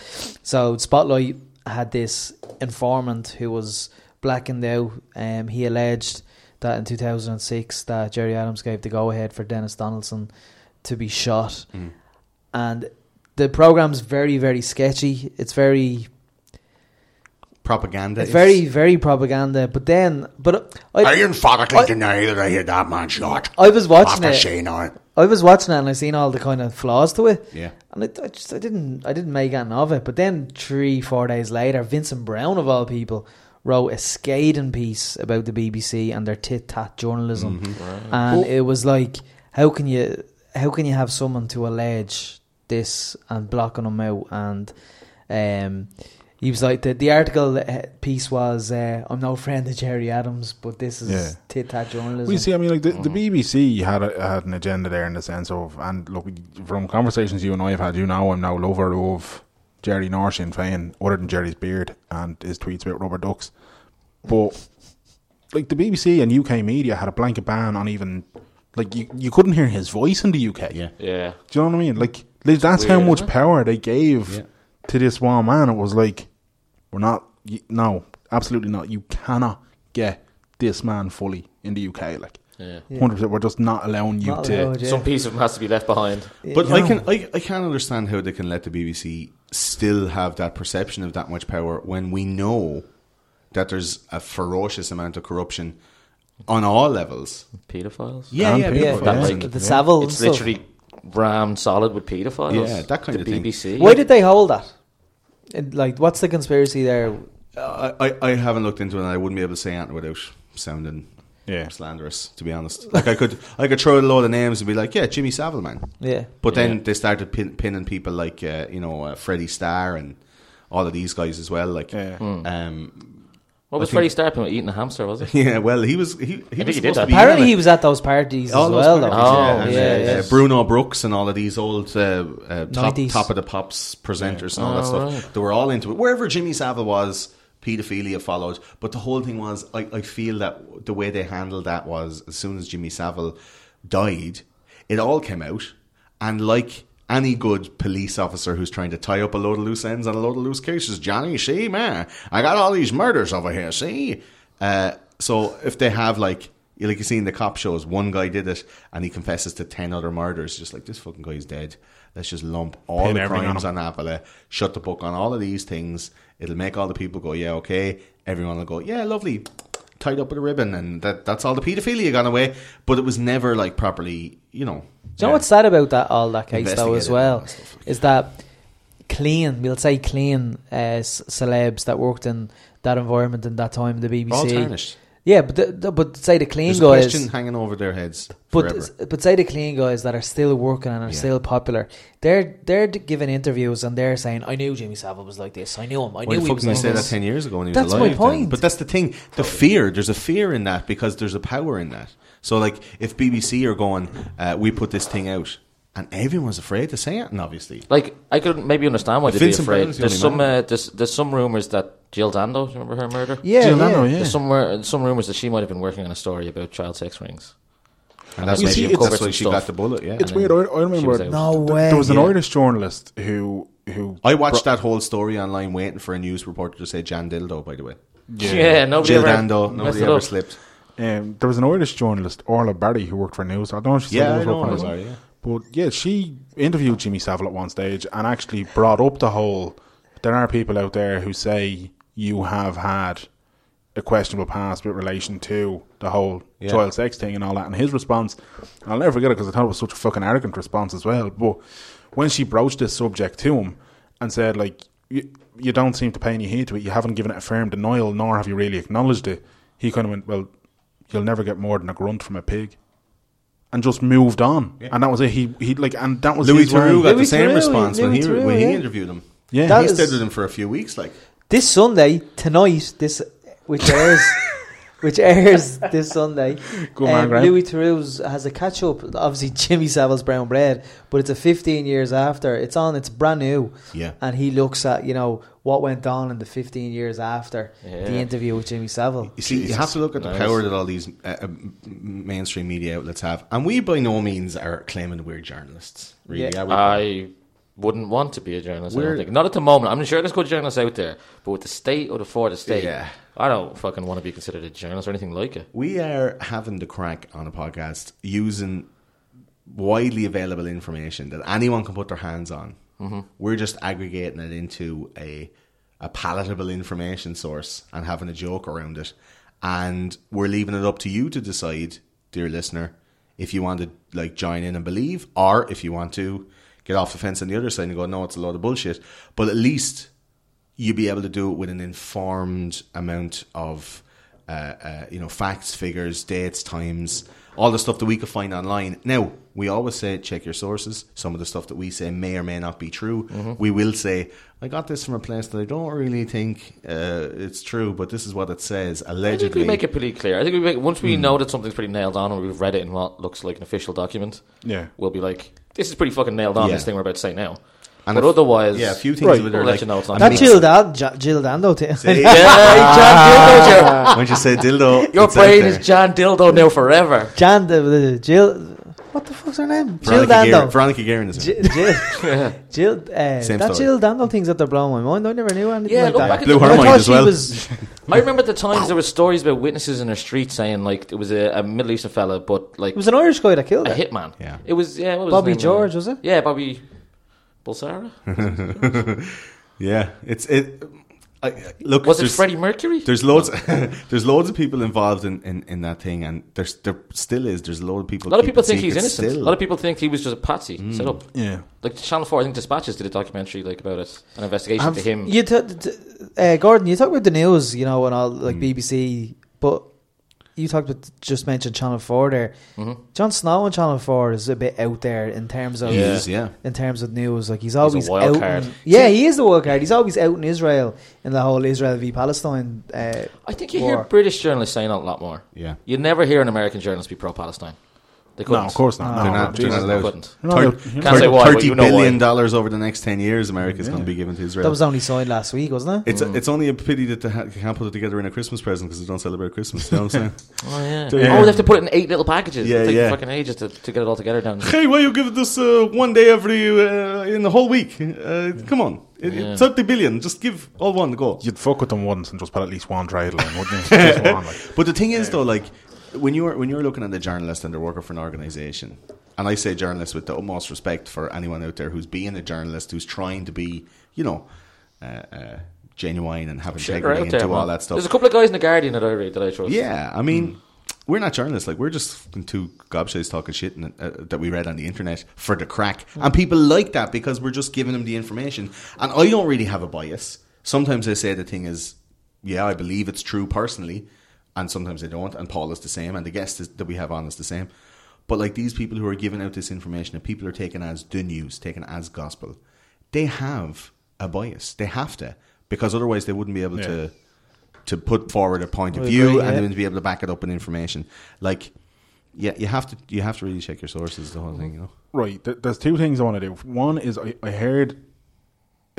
Speaker 3: So Spotlight had this informant who was blackened out. Um, he alleged that in 2006 that Jerry Adams gave the go ahead for Dennis Donaldson to be shot, and the program's very very sketchy. It's very
Speaker 4: Propaganda.
Speaker 3: it's
Speaker 4: is-
Speaker 3: very very propaganda. But then, but
Speaker 6: I
Speaker 3: I,
Speaker 6: emphatically
Speaker 3: I-
Speaker 6: deny that I heard that man shot.
Speaker 3: I was watching
Speaker 6: After
Speaker 3: it.
Speaker 6: saying that.
Speaker 3: I was watching it and I seen all the kind of flaws to it.
Speaker 4: Yeah.
Speaker 3: And I, I just I didn't I didn't make anything of it. But then three four days later, Vincent Brown of all people wrote a scathing piece about the BBC and their tit tat journalism, and it was like how can you how can you have someone to allege this and blocking them out and um. He was like the, the article uh, piece was uh, I'm no friend of Jerry Adams, but this is
Speaker 2: Yeah.
Speaker 3: tit tat journalism.
Speaker 2: We see, I mean, like the, the BBC had a, had an agenda there in the sense of, and look, from conversations you and I have had, you know, I'm now lover of Jerry North Sinn Féin, other than Jerry's beard and his tweets about rubber ducks. But like the BBC and UK media had a blanket ban on even like you you couldn't hear his voice in the UK.
Speaker 4: Yeah.
Speaker 5: Yeah.
Speaker 2: Do you know what I mean? Like li- that's how
Speaker 5: Weird,
Speaker 2: much
Speaker 5: isn't it?
Speaker 2: power they gave
Speaker 4: Yeah.
Speaker 2: to this one man. It was like we're not. y no, absolutely not. You cannot get this man fully in the UK. Like
Speaker 5: Yeah.
Speaker 2: hundred percent. We're just not allowing you
Speaker 3: Not
Speaker 2: to.
Speaker 3: allowed, yeah.
Speaker 5: Some piece of him has to be left behind.
Speaker 4: But I can I, I can't understand how they can let the BBC still have that perception of that much power when we know that there's a ferocious amount of corruption on all levels.
Speaker 5: Pedophiles.
Speaker 4: Yeah,
Speaker 2: yeah,
Speaker 3: yeah,
Speaker 2: people,
Speaker 5: That,
Speaker 2: yeah.
Speaker 5: like,
Speaker 3: the Savile. and
Speaker 5: it's
Speaker 3: stuff.
Speaker 5: literally rammed solid with pedophiles.
Speaker 4: Yeah, that kind
Speaker 5: the
Speaker 4: of thing.
Speaker 5: BBC.
Speaker 3: Why did they hold that? And, Like, what's the conspiracy there?
Speaker 4: I, I, I haven't looked into it and I wouldn't be able to say anything without sounding
Speaker 2: Yeah.
Speaker 4: slanderous, to be honest. Like I could I could throw a load of names and be like, Yeah, Jimmy Savile man.
Speaker 3: Yeah.
Speaker 4: But then they started pin, pinning people like uh, you know, uh, Freddie Starr and all of these guys as well. Like
Speaker 2: Yeah.
Speaker 4: um
Speaker 5: What was
Speaker 4: think-
Speaker 5: Freddie Starpin eating a hamster,
Speaker 3: (laughs)
Speaker 5: was
Speaker 4: (laughs)
Speaker 5: it?
Speaker 4: Yeah, well, he was. He, he was
Speaker 5: think he did
Speaker 4: supposed
Speaker 5: that.
Speaker 4: to be
Speaker 3: Apparently,
Speaker 4: in
Speaker 3: he
Speaker 4: it.
Speaker 3: was at those parties
Speaker 4: All
Speaker 3: as
Speaker 4: those
Speaker 3: well. Though.
Speaker 4: parties,
Speaker 5: Oh,
Speaker 4: and,
Speaker 5: yeah,
Speaker 4: uh,
Speaker 5: yeah.
Speaker 4: uh, Bruno Brooks and all of these old uh, uh, top,
Speaker 3: 90s.
Speaker 4: top of the pops presenters and all that
Speaker 5: Oh,
Speaker 4: stuff. They were all into it. Wherever Jimmy Savile was, paedophilia followed. But the whole thing was, I, I feel that the way they handled that was as soon as Jimmy Savile died, it all came out. And like any good police officer who's trying to tie up a load of loose ends and a load of loose cases, Johnny, see, man, I got all these murders over here, see? Uh, so if they have like, you like you see in the cop shows, one guy did it and he confesses to ten other murders. Just like this fucking guy's dead. Let's just lump all
Speaker 2: Pin
Speaker 4: the
Speaker 2: everything on
Speaker 4: crimes
Speaker 2: him.
Speaker 4: on Avila, shut the book on all of these things. It'll make all the people go, yeah, okay. Everyone will go, yeah, lovely, tied up with a ribbon, and that that's all the paedophilia gone away. But it was never like properly, you know.
Speaker 3: Do you know what's sad about that all that case though
Speaker 4: Investigated
Speaker 3: as
Speaker 4: and
Speaker 3: well
Speaker 4: all that stuff like
Speaker 3: is that clean we'll say clean uh, s- celebs that worked in that environment in that time the BBC
Speaker 4: all tarnished.
Speaker 3: yeah but the, the- but say the clean
Speaker 4: There's a
Speaker 3: guys
Speaker 4: question hanging over their heads
Speaker 3: But
Speaker 4: forever.
Speaker 3: but say the clean guys that are still working and are still popular, they're they're d- giving interviews and they're saying, "I knew Jimmy Savile was like this. I knew him. I
Speaker 4: Why
Speaker 3: knew
Speaker 4: the
Speaker 3: he
Speaker 4: fuck
Speaker 3: was
Speaker 4: did I
Speaker 3: like
Speaker 4: say that
Speaker 3: this."
Speaker 4: ten years ago when he was
Speaker 3: That's my
Speaker 4: alive? then?
Speaker 3: point.
Speaker 4: But that's the thing: the fear. There's a fear in that because there's a power in that. So, like, if BBC are going, uh, we put this thing out, and everyone's afraid to say it, and obviously,
Speaker 5: Like I could maybe understand why they'd be
Speaker 4: Vincent
Speaker 5: afraid.
Speaker 4: Brown's the
Speaker 5: there's
Speaker 4: only
Speaker 5: some
Speaker 4: man.
Speaker 5: uh, there's there's some rumors that Jill Dando, do you remember her murder?
Speaker 3: Yeah,
Speaker 2: Jill
Speaker 3: yeah.
Speaker 2: Lando, yeah.
Speaker 5: There's somewhere, some rumors that she might have been working on a story about child sex rings.
Speaker 4: And that's
Speaker 2: You
Speaker 4: why
Speaker 2: see,
Speaker 4: she,
Speaker 2: it's-
Speaker 4: covered
Speaker 2: that's
Speaker 4: some
Speaker 5: why she
Speaker 4: stuff.
Speaker 5: got the
Speaker 4: bullet, yeah.
Speaker 2: It's weird. I, I remember
Speaker 5: was out.
Speaker 3: No way.
Speaker 2: there was an
Speaker 3: yeah.
Speaker 2: Irish journalist who who
Speaker 4: I watched that whole story online waiting for a news reporter to say Jan Dildo, by the way.
Speaker 5: Yeah, nobody
Speaker 4: Jill
Speaker 5: ever
Speaker 4: Dando,
Speaker 5: messed
Speaker 4: nobody
Speaker 5: it
Speaker 4: ever
Speaker 5: up.
Speaker 4: slipped.
Speaker 2: um, there was an Irish journalist Orla Barry who worked for News. I don't know if she's
Speaker 4: Yeah, I
Speaker 2: still
Speaker 4: know
Speaker 2: working
Speaker 4: Orla Barry, yeah.
Speaker 2: But yeah, she interviewed Jimmy Savile at one stage and actually brought up the whole. There are people out there who say you have had a questionable past with relation to the whole child sex thing and all that. And his response, I'll never forget it because I thought it was such a fucking arrogant response as well. But when she broached this subject to him and said, like, you, you don't seem to pay any heed to it, you haven't given it a firm denial, nor have you really acknowledged it, he kind of went, well, you'll never get more than a grunt from a pig. And just moved on, and that was it. He he like, and that was
Speaker 4: Louis
Speaker 2: his way.
Speaker 4: Theroux got
Speaker 3: Louis
Speaker 4: the same
Speaker 3: Theroux,
Speaker 4: response when
Speaker 3: Louis
Speaker 4: he
Speaker 3: Theroux,
Speaker 4: when he
Speaker 3: yeah.
Speaker 4: interviewed him.
Speaker 2: Yeah,
Speaker 3: That
Speaker 4: he
Speaker 3: is-
Speaker 4: stayed with him for a few weeks, like
Speaker 3: This Sunday, tonight, this which airs, which airs this Sunday. um,
Speaker 2: Go on, Graham.
Speaker 3: Louis Theroux's has a catch up. Obviously, Jimmy Savile's Brown Bread, but it's a 15 years after. It's on. It's brand new.
Speaker 4: Yeah.
Speaker 3: And he looks at you know what went on in the 15 years after
Speaker 5: Yeah.
Speaker 3: the interview with Jimmy Savile.
Speaker 4: You see, you have to look at the power that all these uh, uh, m- mainstream media outlets have, and we by no means are claiming we're journalists. Really,
Speaker 3: Yeah.
Speaker 4: are we?
Speaker 5: I wouldn't want to be a journalist. I
Speaker 4: We're-
Speaker 5: don't think. Not at the moment. I'm sure there's good journalists out there, but with the state or the for the state,
Speaker 4: Yeah.
Speaker 5: I don't fucking want to be considered a journalist or anything like it.
Speaker 4: we are having the crack on a podcast using widely available information that anyone can put their hands on. We're just aggregating it into a a palatable information source and having a joke around it, and we're leaving it up to you to decide, dear listener, if you want to like join in and believe, or if you want to get off the fence on the other side and go, no, it's a load of bullshit. But at least you'd be able to do it with an informed amount of uh, uh, you know facts, figures, dates, times, all the stuff that we could find online. Now we always say check your sources. Some of the stuff that we say may or may not be true.
Speaker 5: Mm-hmm.
Speaker 4: We will say I got this from a place that I don't really think uh, it's true, but this is what it says
Speaker 5: I think
Speaker 4: allegedly. Hmm.
Speaker 5: we make it pretty clear. I think we make, once we know that something's pretty nailed on, and we've read it in what looks like an official document.
Speaker 2: Yeah.
Speaker 5: we'll be like, this is pretty fucking nailed on.
Speaker 4: Yeah.
Speaker 5: This thing we're about to say now.
Speaker 4: And
Speaker 5: but
Speaker 4: if-
Speaker 5: otherwise,
Speaker 4: yeah, a few things
Speaker 2: Right.
Speaker 4: of it are
Speaker 5: We'll let
Speaker 4: like
Speaker 5: you know it's not
Speaker 4: a
Speaker 3: That
Speaker 5: mean-
Speaker 4: mix-
Speaker 3: Jill, Dan, Ja- Jill Dando thing.
Speaker 5: (laughs)
Speaker 4: (laughs)
Speaker 5: Yeah,
Speaker 4: When you say dildo,
Speaker 5: (laughs) your
Speaker 4: it's out
Speaker 5: brain
Speaker 4: there.
Speaker 5: is John
Speaker 4: (laughs)
Speaker 5: Dildo now forever.
Speaker 3: (laughs) Jan, uh, Jill, what the fuck's her name? Jill
Speaker 4: Veronica
Speaker 3: Dando.
Speaker 4: Guerin, Veronica Guerin is
Speaker 3: Jill, Jill, Jill uh, that
Speaker 4: Same story.
Speaker 3: Jill Dando thing's up there blowing my mind. I never knew anything
Speaker 5: Yeah,
Speaker 3: like
Speaker 5: look
Speaker 3: that.
Speaker 5: back at
Speaker 4: Blew
Speaker 5: the-
Speaker 4: her
Speaker 3: I
Speaker 4: mind
Speaker 3: thought
Speaker 4: as
Speaker 3: she
Speaker 4: well.
Speaker 3: was
Speaker 5: I remember at the times there were stories about witnesses in her street saying like it was a, a Middle Eastern fella, but like
Speaker 3: it was an Irish guy that killed
Speaker 5: a
Speaker 3: her.
Speaker 5: hitman.
Speaker 4: Yeah.
Speaker 5: it was yeah. What was
Speaker 3: Bobby
Speaker 5: his name? uh,
Speaker 3: George, was it?
Speaker 5: Yeah, Bobby Bulsara.
Speaker 4: (laughs) Yeah, it's it. I- I, look,
Speaker 5: Was it
Speaker 4: there's-
Speaker 5: Freddie Mercury?
Speaker 4: There's loads. (laughs) there's loads of people involved in, in, in that thing, and there's there still is. There's a lot of people.
Speaker 5: a lot of people think he's innocent.
Speaker 4: Still. Mm.
Speaker 5: A lot of people think he was just a patsy set up.
Speaker 2: yeah.
Speaker 5: Like Channel Four, I think Dispatches did a documentary like about it, an investigation to him.
Speaker 3: You t- t- uh, Gordon, you talk about the news, you know, and all
Speaker 4: Hmm.
Speaker 3: like BBC, but you talked about just mentioned Channel Four there.
Speaker 5: Mm-hmm.
Speaker 3: John Snow on Channel Four is a bit out there in terms of
Speaker 4: He is, yeah.
Speaker 3: in terms of news. Like he's always
Speaker 5: wild
Speaker 3: out.
Speaker 5: card.
Speaker 3: in- yeah, he is the wild card. He's always out in Israel in the whole Israel v Palestine. Uh,
Speaker 5: I think you
Speaker 3: war.
Speaker 5: hear British journalists saying that a lot more.
Speaker 4: Yeah.
Speaker 5: you never hear an American journalist be pro-Palestine. They
Speaker 2: No,
Speaker 5: couldn't.
Speaker 2: of course not. No,
Speaker 4: They're not, they're
Speaker 2: Jesus.
Speaker 4: not
Speaker 5: They
Speaker 4: allowed.
Speaker 5: couldn't.
Speaker 2: You're not
Speaker 4: Thir-
Speaker 2: allowed-
Speaker 5: Can't say why, but
Speaker 4: Thirty
Speaker 5: you know
Speaker 4: billion
Speaker 5: why.
Speaker 4: dollars over the next ten years, America's going to be given to Israel.
Speaker 3: that was only signed last week, wasn't it?
Speaker 4: it's
Speaker 5: Mm.
Speaker 4: it's only a pity that they ha- can't put it together in a Christmas present because they don't celebrate Christmas. You know what I'm
Speaker 5: (laughs)
Speaker 4: saying?
Speaker 5: Oh yeah.
Speaker 4: Yeah.
Speaker 5: Oh, they have to put it in eight little packages.
Speaker 4: Yeah,
Speaker 5: Yeah, take
Speaker 4: yeah.
Speaker 5: fucking ages to, to get it all together
Speaker 4: (laughs)
Speaker 5: down.
Speaker 4: hey, why you give this uh, one day every uh, in the whole week? Uh, come on, It-
Speaker 5: Yeah.
Speaker 4: thirty billion. Just give all one go.
Speaker 2: You'd fuck with them once and just put at least one trade line, wouldn't
Speaker 4: (laughs)
Speaker 2: you? Just one, like.
Speaker 4: But the thing is, though, like when you're when you're looking at a journalist and they're working for an organization, and I say journalist with the utmost respect for anyone out there who's being a journalist who's trying to be, you know, uh, uh, genuine and have
Speaker 5: Shit,
Speaker 4: integrity
Speaker 5: right out
Speaker 4: and
Speaker 5: there,
Speaker 4: do all
Speaker 5: man.
Speaker 4: that stuff.
Speaker 5: There's a couple of guys in the Guardian that I read that I trust.
Speaker 4: Yeah, I mean, we're not journalists. Like, we're just fucking two gobshites talking shit and, uh, that we read on the internet for the crack. And people like that because we're just giving them the information. And I don't really have a bias. Sometimes I say the thing is, yeah, I believe it's true personally. And sometimes I don't. And Paul is the same. And the guest is, that we have on is the same. But like these people who are giving out this information and people are taken as the news, taken as gospel, they have a bias. They have to. Because otherwise they wouldn't be able to to put forward a point of
Speaker 3: I
Speaker 4: view
Speaker 3: agree,
Speaker 4: and
Speaker 3: yeah.
Speaker 4: then to be able to back it up with information. Like, yeah, you have to you have to really check your sources. The whole thing, you know.
Speaker 8: Mm-hmm.
Speaker 2: Right. Th- there's two things I want to do. One is I, I heard,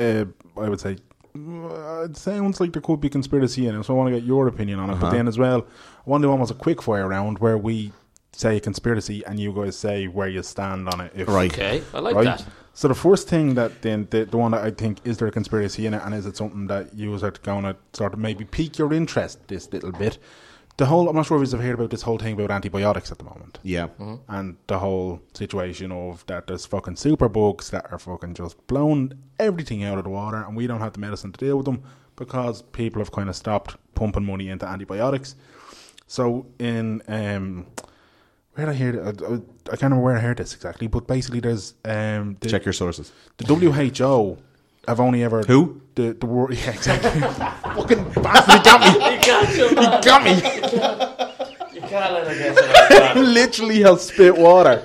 Speaker 2: uh, I would say, uh, it sounds like there could be conspiracy in it, so I want to get your opinion on it. But then as well, I want to do almost a quick fire round where we say a conspiracy and you guys say where you stand on it. If,
Speaker 8: Right.
Speaker 5: Okay, I like
Speaker 2: right?
Speaker 5: that.
Speaker 2: So the first thing that then the, the one that I think is there a conspiracy in it, and is it something that you are going to sort of maybe pique your interest this little bit? The whole I'm not sure if you've heard about this whole thing about antibiotics at the moment
Speaker 8: Yeah.
Speaker 2: and the whole situation of that there's fucking superbugs that are fucking just blown everything out of the water and we don't have the medicine to deal with them because people have kind of stopped pumping money into antibiotics. So in um where did I hear th- I, I, I can't remember where I heard this exactly, but basically there's um the,
Speaker 8: Check your (laughs) sources.
Speaker 2: the WHO have only ever
Speaker 8: Who?
Speaker 2: the the world (laughs) yeah exactly fucking bastard he got me
Speaker 5: You can't,
Speaker 4: (laughs)
Speaker 5: you
Speaker 2: he got
Speaker 5: (laughs)
Speaker 2: me
Speaker 5: can't let it get
Speaker 2: literally has spit water.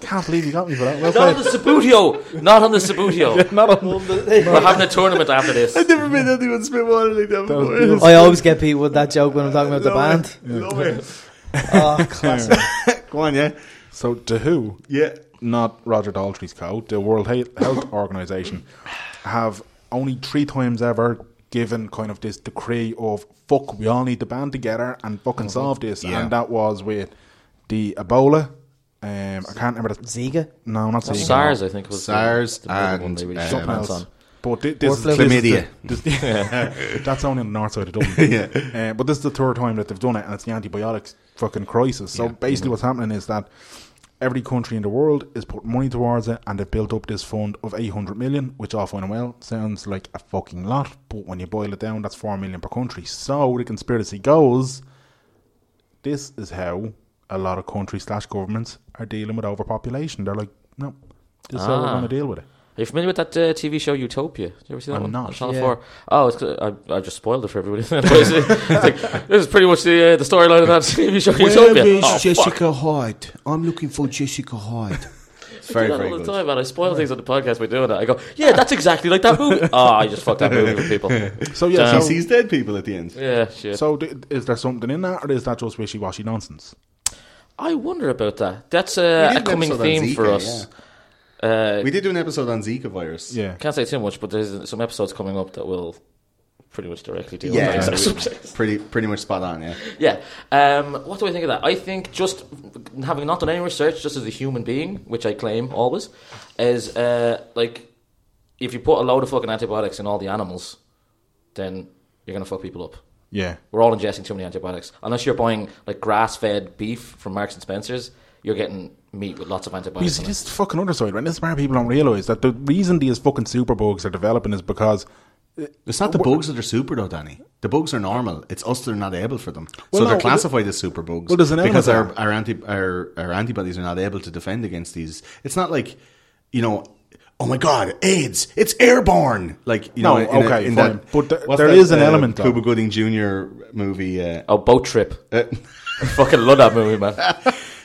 Speaker 2: Can't believe you got me for that. Well
Speaker 5: Not on
Speaker 2: played.
Speaker 5: the Sabutio. Not on
Speaker 8: (laughs)
Speaker 5: the Sabutio.
Speaker 2: Not on
Speaker 5: We're having a tournament after this.
Speaker 8: Never been anyone spit water like that
Speaker 2: was
Speaker 8: before.
Speaker 2: beautiful.
Speaker 3: I always get people with that joke when I'm talking about
Speaker 4: (laughs)
Speaker 3: the band.
Speaker 8: Love it.
Speaker 3: Oh, classic.
Speaker 8: Go on, yeah.
Speaker 2: So the WHO,
Speaker 8: Yeah.
Speaker 2: not Roger Daltrey's co, the World
Speaker 8: (coughs)
Speaker 2: He- Health Organization, have only three times ever given kind of this decree of fuck, we all need to band together and fucking solve this,
Speaker 8: Uh-huh. Yeah.
Speaker 2: and that was with the Ebola. Um, I can't remember the
Speaker 3: Zika?
Speaker 2: No,
Speaker 8: Oh,
Speaker 2: not Zika.
Speaker 5: SARS, I think was the-
Speaker 8: SARS
Speaker 5: the big one
Speaker 8: and,
Speaker 5: they really
Speaker 8: uh,
Speaker 5: shit
Speaker 2: Something
Speaker 5: pants
Speaker 2: else.
Speaker 5: on.
Speaker 2: But thi- this,
Speaker 3: Workflow.
Speaker 2: is this is the-
Speaker 8: Chlamydia.
Speaker 2: this-
Speaker 5: (laughs)
Speaker 2: that's only on the north side of Dublin. Uh, but this is the third time that they've done it, and it's the antibiotics fucking crisis. So basically, what's happening is that every country in the world is putting money towards it, and they've built up this fund of 800 million, which all fine and well sounds like a fucking lot, but when you boil it down, that's 4 million per country. So the conspiracy goes this is how a lot of countries slash governments are dealing with overpopulation. They're like, no, this is how we're
Speaker 5: Ah.
Speaker 2: going to deal with it.
Speaker 5: Are you familiar with that uh, TV show Utopia? Did you ever see that
Speaker 2: I'm
Speaker 5: one?
Speaker 2: not.
Speaker 5: On Channel
Speaker 3: Yeah.
Speaker 5: Four. Oh, it's, I, I just spoiled it for everybody. (laughs) it's like, this is pretty much the uh, the storyline of that (laughs) TV show Utopia. Oh, fuck.
Speaker 4: Hyde? I'm looking for Jessica Hyde.
Speaker 8: It's very,
Speaker 5: I do that
Speaker 8: very
Speaker 5: all the
Speaker 8: good.
Speaker 5: time, man. I spoil things on the podcast by doing that. I go, yeah, that's exactly like that
Speaker 8: (laughs)
Speaker 5: movie. oh, I just fucked that movie with people.
Speaker 2: So yeah,
Speaker 5: Damn.
Speaker 2: so,
Speaker 8: He sees dead people at the end.
Speaker 5: Yeah, shit.
Speaker 2: so d- is there something in that, or is that just wishy-washy nonsense?
Speaker 5: I wonder about that. That's uh,
Speaker 8: We did
Speaker 5: a
Speaker 8: an
Speaker 5: coming
Speaker 8: episode on
Speaker 5: theme for
Speaker 8: Zika,
Speaker 5: us. Uh,
Speaker 8: We did do an episode on Zika virus.
Speaker 2: Yeah,
Speaker 5: Can't say too much, but there's some episodes coming up that will pretty much directly deal
Speaker 8: Yeah,
Speaker 5: with that
Speaker 8: we-
Speaker 5: exact
Speaker 8: (laughs)
Speaker 5: subject.
Speaker 8: pretty pretty much spot on. Yeah,
Speaker 5: (laughs) Yeah. Um, what do I think of that? I think just having not done any research, just as a human being, which I claim always, is uh, like if you put a load of fucking antibiotics in all the animals, then you're gonna fuck people up.
Speaker 2: yeah.
Speaker 5: We're all ingesting too many antibiotics. Unless you're buying like grass-fed beef from Marks and Spencers, you're getting meat with lots of
Speaker 2: You
Speaker 5: antibiotics.
Speaker 2: see,
Speaker 5: in it.
Speaker 2: this is the fucking other side, right? This is where people don't realize that the reason these fucking superbugs are developing is because
Speaker 4: it's not the bugs that are super though, Danny. The bugs are normal. It's us that are not able for them.
Speaker 2: Well,
Speaker 4: so
Speaker 2: no,
Speaker 4: they're
Speaker 2: well,
Speaker 4: classified as super bugs
Speaker 2: well, there's an element
Speaker 4: because
Speaker 2: of
Speaker 4: our
Speaker 2: that.
Speaker 4: our, anti, our our antibodies are not able to defend against these. It's not like you know. Oh my God! AIDS. It's airborne. Like you
Speaker 2: No,
Speaker 4: know. in a-
Speaker 2: okay, fine.
Speaker 4: in that-
Speaker 2: But th-
Speaker 4: what's
Speaker 2: there
Speaker 4: that, uh,
Speaker 2: is an element, though.
Speaker 4: Cuba Gooding Jr. movie. Uh,
Speaker 5: Oh, boat trip.
Speaker 4: uh, (laughs)
Speaker 5: I fucking love that movie, man.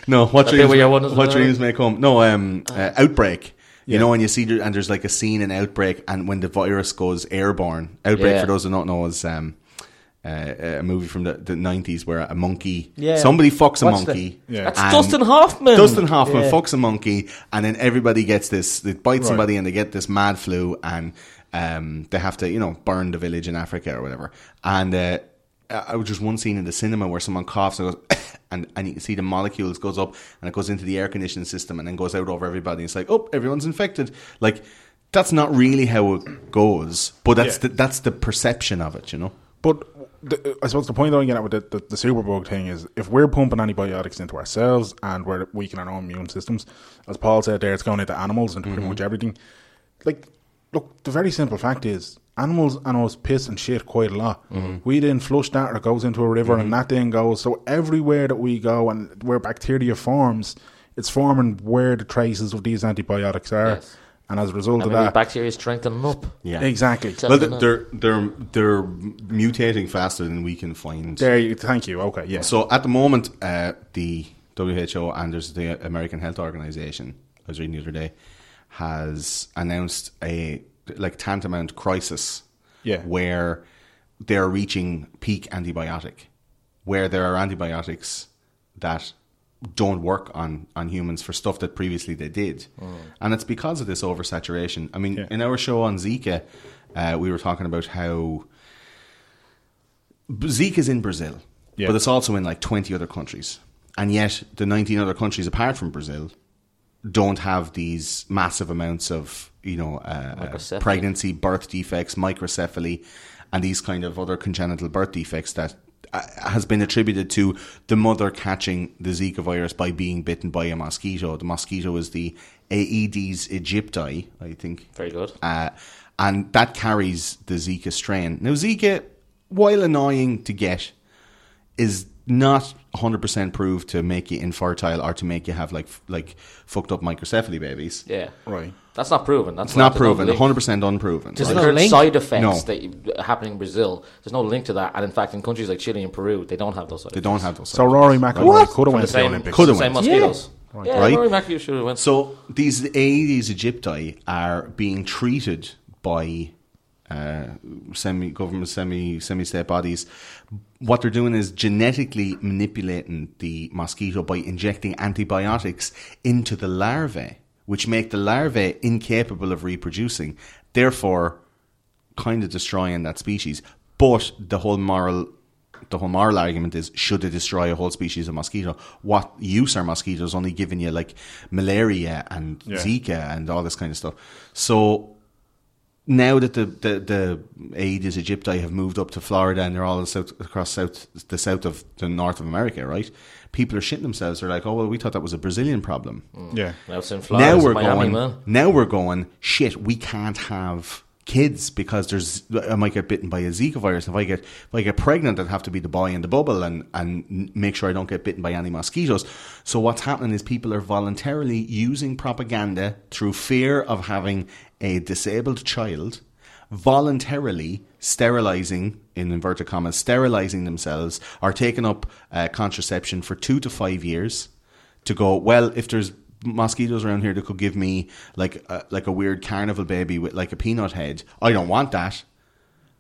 Speaker 4: No, what
Speaker 5: That'd be
Speaker 4: dreams?
Speaker 5: where your one is
Speaker 4: what
Speaker 5: another.
Speaker 4: dreams may come? No, um,
Speaker 5: Ah,
Speaker 4: uh, outbreak. You know, and you see, there- and there's like a scene in outbreak, and when the virus goes airborne, outbreak
Speaker 5: Yeah.
Speaker 4: for those who don't know is um, uh, a movie from the, the '90s where a monkey,
Speaker 3: Yeah.
Speaker 4: somebody fucks a
Speaker 3: Watched
Speaker 4: monkey.
Speaker 2: it. Yeah.
Speaker 5: That's
Speaker 4: and-
Speaker 5: Dustin
Speaker 4: (laughs)
Speaker 5: Hoffman.
Speaker 4: Dustin Hoffman
Speaker 3: Yeah.
Speaker 4: fucks a monkey, and then everybody gets this. They bite somebody, and they get this mad flu, and um, they have to, you know, burn the village in Africa or whatever. And uh, I I was just one scene in the cinema where someone coughs and goes, (coughs) and and you can see the molecules goes up, and it goes into the air conditioning system, and then goes out over everybody. It's like, oh, everyone's infected. Like that's not really how it goes, but that's
Speaker 2: Yeah.
Speaker 4: the, that's the perception of it, you know.
Speaker 2: But the, I suppose the point that I'm getting at with the, the, the superbug thing is if we're pumping antibiotics into ourselves and we're weakening our own immune systems, as Paul said there, it's going into animals and pretty much everything. Like, look, the very simple fact is animals and us piss and shit quite a lot. We then flush that or it goes into a river and that then goes. So everywhere that we go and where bacteria forms, it's forming where the traces of these antibiotics are.
Speaker 5: Yes.
Speaker 2: And as a result
Speaker 5: And
Speaker 2: of
Speaker 5: maybe
Speaker 2: that,
Speaker 5: bacteria strengthen up.
Speaker 4: Yeah,
Speaker 2: exactly.
Speaker 5: Except
Speaker 4: Well,
Speaker 5: for
Speaker 4: they're
Speaker 5: that.
Speaker 4: they're they're they're mutating faster than we can find.
Speaker 2: There you, thank you. Okay, yeah.
Speaker 4: So at the moment, uh, the WHO and there's the American Health Organization. I was reading the other day has announced a like tantamount crisis.
Speaker 2: Yeah.
Speaker 4: where they're reaching peak antibiotic, where there are antibiotics that don't work on on humans for stuff that previously they did, and it's because of this oversaturation. I mean, in our show on Zika, uh, we were talking about how Zeke is in Brazil,
Speaker 2: Yeah.
Speaker 4: but it's also in like 20 other countries. And yet, the 19 other countries apart from Brazil don't have these massive amounts of, you know, uh, uh,
Speaker 5: Microcephaly.
Speaker 4: pregnancy, birth defects, microcephaly, and these kind of other congenital birth defects that uh, has been attributed to the mother catching the Zika virus by being bitten by a mosquito. The mosquito is the Aedes aegypti, I think.
Speaker 5: Very good.
Speaker 4: Uh, and that carries the Zika strain. Now, Zika, while annoying to get, is not 100% proved to make you infertile or to make you have like f- like fucked up microcephaly babies.
Speaker 5: Yeah.
Speaker 2: Right.
Speaker 5: That's not proven. That's
Speaker 4: It's not proven,
Speaker 5: link.
Speaker 4: 100% unproven.
Speaker 5: There's
Speaker 4: right?
Speaker 5: no
Speaker 3: no link.
Speaker 5: side effects
Speaker 4: No.
Speaker 5: that you- happening in Brazil. There's no link to that, and in fact, in countries like Chile and Peru, they don't have those. Side
Speaker 4: They don't have those.
Speaker 2: So Rory McIlroy could have went to
Speaker 5: The
Speaker 2: the
Speaker 5: same,
Speaker 2: Olympics.
Speaker 4: Coulda
Speaker 5: the same
Speaker 4: went.
Speaker 5: mosquitoes. Yeah,
Speaker 4: Right.
Speaker 5: Rory McIlroy should have went.
Speaker 4: So these Aedes aegypti are being treated by uh, semi government, semi semi state bodies. What they're doing is genetically manipulating the mosquito by injecting antibiotics into the larvae, which make the larvae incapable of reproducing, therefore kind of destroying that species. But the whole moral the whole moral argument is should they destroy a whole species of mosquito? What use are mosquitoes only giving you like malaria and
Speaker 2: Yeah.
Speaker 4: Zika and all this kind of stuff? So now that the, the, the Aedes aegypti have moved up to Florida and they're all in south, across south the south of the north of America, right? People are shitting themselves. They're like, oh well, we thought that was a Brazilian problem
Speaker 2: Yeah.
Speaker 5: now it's in Florida,
Speaker 4: now we're
Speaker 5: Miami,
Speaker 4: going.
Speaker 5: man.
Speaker 4: Now we're going. Shit, we can't have kids because there's I might get bitten by a Zika virus. If I get if I get pregnant, I'd have to be the boy in the bubble and and make sure I don't get bitten by any mosquitoes. So what's happening is people are voluntarily using propaganda through fear of having a disabled child voluntarily sterilizing in inverted commas sterilizing themselves or taking up uh, contraception for two to five years to go well if there's mosquitoes around here that could give me like a, like a weird carnival baby with like a peanut head i don't want that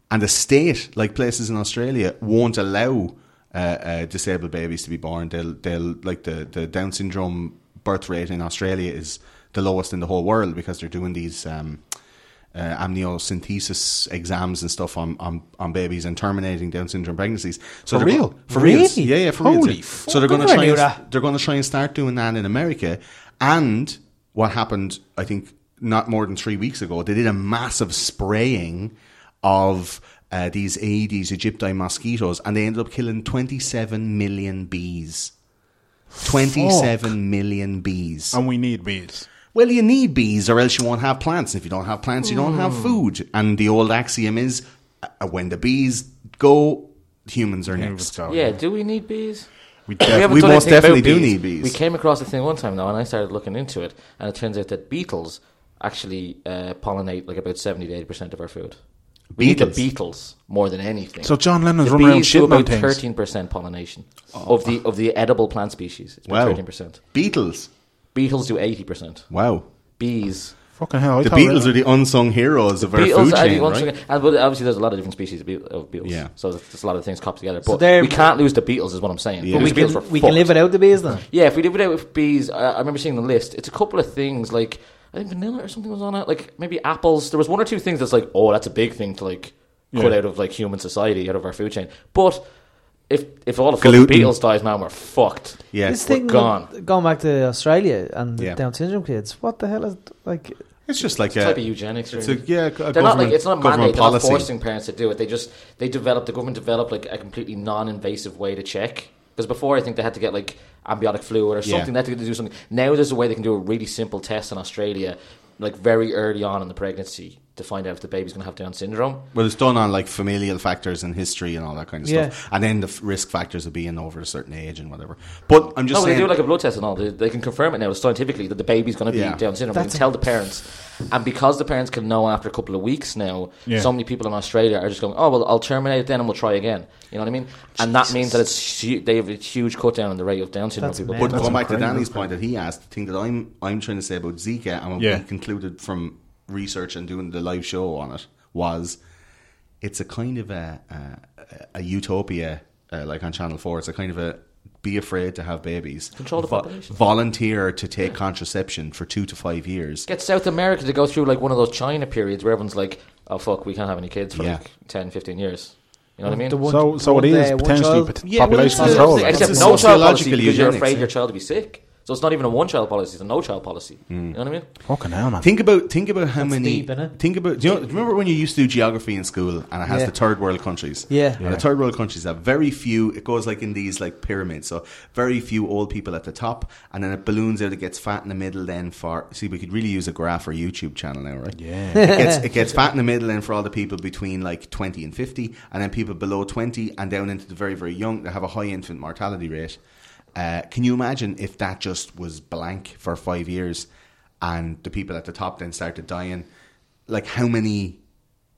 Speaker 4: and the state like places in australia won't allow uh, uh, disabled babies to be born they'll they'll like the, the down syndrome birth rate in australia is the lowest in the whole world because they're doing these um, uh, amniocentesis exams and stuff on, on, on babies and terminating Down syndrome pregnancies. So
Speaker 2: For
Speaker 4: they're go-
Speaker 2: real?
Speaker 4: for real,
Speaker 2: Really?
Speaker 4: yeah, yeah, for
Speaker 2: Holy
Speaker 4: real. So they're
Speaker 2: fuck,
Speaker 4: going
Speaker 2: I
Speaker 4: to try.
Speaker 2: knew
Speaker 4: And,
Speaker 2: that.
Speaker 4: they're going to try and start doing that in America. And what happened, I think, not more than three weeks ago, they did a massive spraying of uh, these Aedes aegypti mosquitoes, and they ended up killing twenty-seven million bees. Twenty-seven million bees.
Speaker 2: And we need bees.
Speaker 4: Well, you need bees, or else you won't have plants. And if you don't have plants, you don't
Speaker 5: Hmm.
Speaker 4: have food. And the old axiom is uh, when the bees go, humans are next.
Speaker 2: So,
Speaker 5: Yeah, do we need bees?
Speaker 2: We
Speaker 5: We,
Speaker 2: definitely
Speaker 5: haven't
Speaker 4: we
Speaker 5: done
Speaker 4: most
Speaker 5: anything about
Speaker 4: definitely do need bees.
Speaker 5: We came across a thing one time now, and I started looking into it, and it turns out that beetles actually uh, pollinate like about seventy to eighty percent of our food. We need the
Speaker 4: Beetles?
Speaker 5: beetles more than anything.
Speaker 2: So John Lennon's
Speaker 5: the
Speaker 2: running around
Speaker 5: bees do
Speaker 2: shitting on
Speaker 5: about
Speaker 2: things.
Speaker 5: thirteen percent pollination of the of the edible plant species. It's about
Speaker 4: Wow.
Speaker 5: thirteen percent.
Speaker 4: Beetles.
Speaker 5: Beetles do eighty percent.
Speaker 4: Wow.
Speaker 5: Bees.
Speaker 2: Fucking hell. I
Speaker 4: The
Speaker 2: thought
Speaker 4: Beatles
Speaker 2: we-
Speaker 4: are the unsung heroes of our
Speaker 5: Beetles
Speaker 4: food
Speaker 5: are the
Speaker 4: chain,
Speaker 5: ones
Speaker 4: right?
Speaker 5: who- and but obviously there's a lot of different species of, be- of beetles.
Speaker 4: Yeah.
Speaker 5: So there's a lot of things copped together. But
Speaker 3: they're-
Speaker 5: we can't lose the beetles, is what I'm saying.
Speaker 4: Yeah.
Speaker 5: But
Speaker 3: We
Speaker 5: the Beatles
Speaker 3: can,
Speaker 5: were
Speaker 3: we can
Speaker 5: fucked.
Speaker 3: live without the bees then.
Speaker 5: Yeah, if we did without with bees, I, I remember seeing the list. It's a couple of things like I think vanilla or something was on it, like maybe apples. There was one or two things that's like, oh, that's a big thing to like cut
Speaker 2: Yeah.
Speaker 5: out of like human society, out of our food chain. But if if all the fucking
Speaker 4: Gluten.
Speaker 5: beetles dies, man, we're fucked.
Speaker 4: Yeah.
Speaker 3: This
Speaker 5: we're
Speaker 3: thing
Speaker 5: gone.
Speaker 3: going back to Australia and the
Speaker 4: Yeah.
Speaker 3: Down syndrome kids. What the hell is like?
Speaker 4: It's just like
Speaker 5: It's
Speaker 4: a
Speaker 5: type of eugenics.
Speaker 4: It's a,
Speaker 5: really.
Speaker 4: yeah, a
Speaker 5: they're not like
Speaker 4: government-
Speaker 5: it's not a mandate.
Speaker 4: government
Speaker 5: They're not
Speaker 4: policy.
Speaker 5: forcing parents to do it. They just they developed the government developed like a completely non-invasive way to check. Because before, I think they had to get like amniotic fluid or
Speaker 4: Yeah.
Speaker 5: something. They had to, get to do something. Now there's a way they can do a really simple test in Australia, like very early on in the pregnancy, to find out if the baby's going to have Down syndrome.
Speaker 4: Well, it's done on like familial factors and history and all that kind of
Speaker 3: Yeah.
Speaker 4: stuff, and then the f- risk factors of being over a certain age and whatever. But I'm just
Speaker 5: no,
Speaker 4: saying,
Speaker 5: but Oh, they do like a blood test and all. They, they can confirm it now scientifically that the baby's going to be
Speaker 4: Yeah.
Speaker 5: Down syndrome. They can tell the parents, and because the parents can know after a couple of weeks now,
Speaker 2: Yeah.
Speaker 5: so many people in Australia are just going, "Oh well, I'll terminate it then, and we'll try again." You know what I mean? And that means that it's hu- they have a huge cut down on the rate of Down syndrome
Speaker 3: That's
Speaker 5: people.
Speaker 3: mad.
Speaker 4: But
Speaker 3: That's
Speaker 4: going back to
Speaker 2: incredible.
Speaker 4: Danny's point that he asked, the thing that I'm I'm trying to say about Zika and what
Speaker 2: Yeah.
Speaker 4: we concluded from research and doing the live show on it was it's a kind of a a, a utopia uh, like on Channel Four. It's a kind of a be afraid to have babies.
Speaker 5: Control the
Speaker 4: Vo-
Speaker 5: population.
Speaker 4: Volunteer to take contraception for two to five years.
Speaker 5: Get South America to go through like one of those China periods where everyone's like, oh fuck, we can't have any kids for
Speaker 4: Yeah.
Speaker 5: like 10, 15 years. You know what I mean?
Speaker 3: The one-
Speaker 2: So, so
Speaker 3: one
Speaker 2: it is
Speaker 3: day, one
Speaker 2: potentially
Speaker 3: child.
Speaker 2: pot-
Speaker 4: Yeah, well,
Speaker 2: population
Speaker 4: it's-
Speaker 2: control.
Speaker 4: it's-
Speaker 5: Except
Speaker 4: It's
Speaker 5: no child policy
Speaker 4: sociological
Speaker 5: because you're
Speaker 4: eugenics,
Speaker 5: afraid
Speaker 4: yeah.
Speaker 5: your child will be sick. So it's not even a one child policy; it's a no child policy.
Speaker 4: Mm.
Speaker 5: You know what I mean?
Speaker 2: Fucking hell, man.
Speaker 4: Think about think about how
Speaker 3: That's
Speaker 4: many.
Speaker 3: deep, innit?
Speaker 4: think about do you, know, do you remember when you used to do geography in school and it has
Speaker 3: Yeah.
Speaker 4: the third world countries.
Speaker 3: Yeah.
Speaker 4: And the third world countries have very few. It goes like in these like pyramids, so very few old people at the top, and then it balloons out. It gets fat in the middle. Then for see, we could really use a graph or YouTube channel now, right? Yeah. it gets
Speaker 2: (laughs)
Speaker 4: it gets fat in the middle, and for all the people between like twenty and fifty, and then people below twenty and down into the very very young, they have a high infant mortality rate. Uh, can you imagine if that just was blank for five years? and the people at the top then started dying, like how many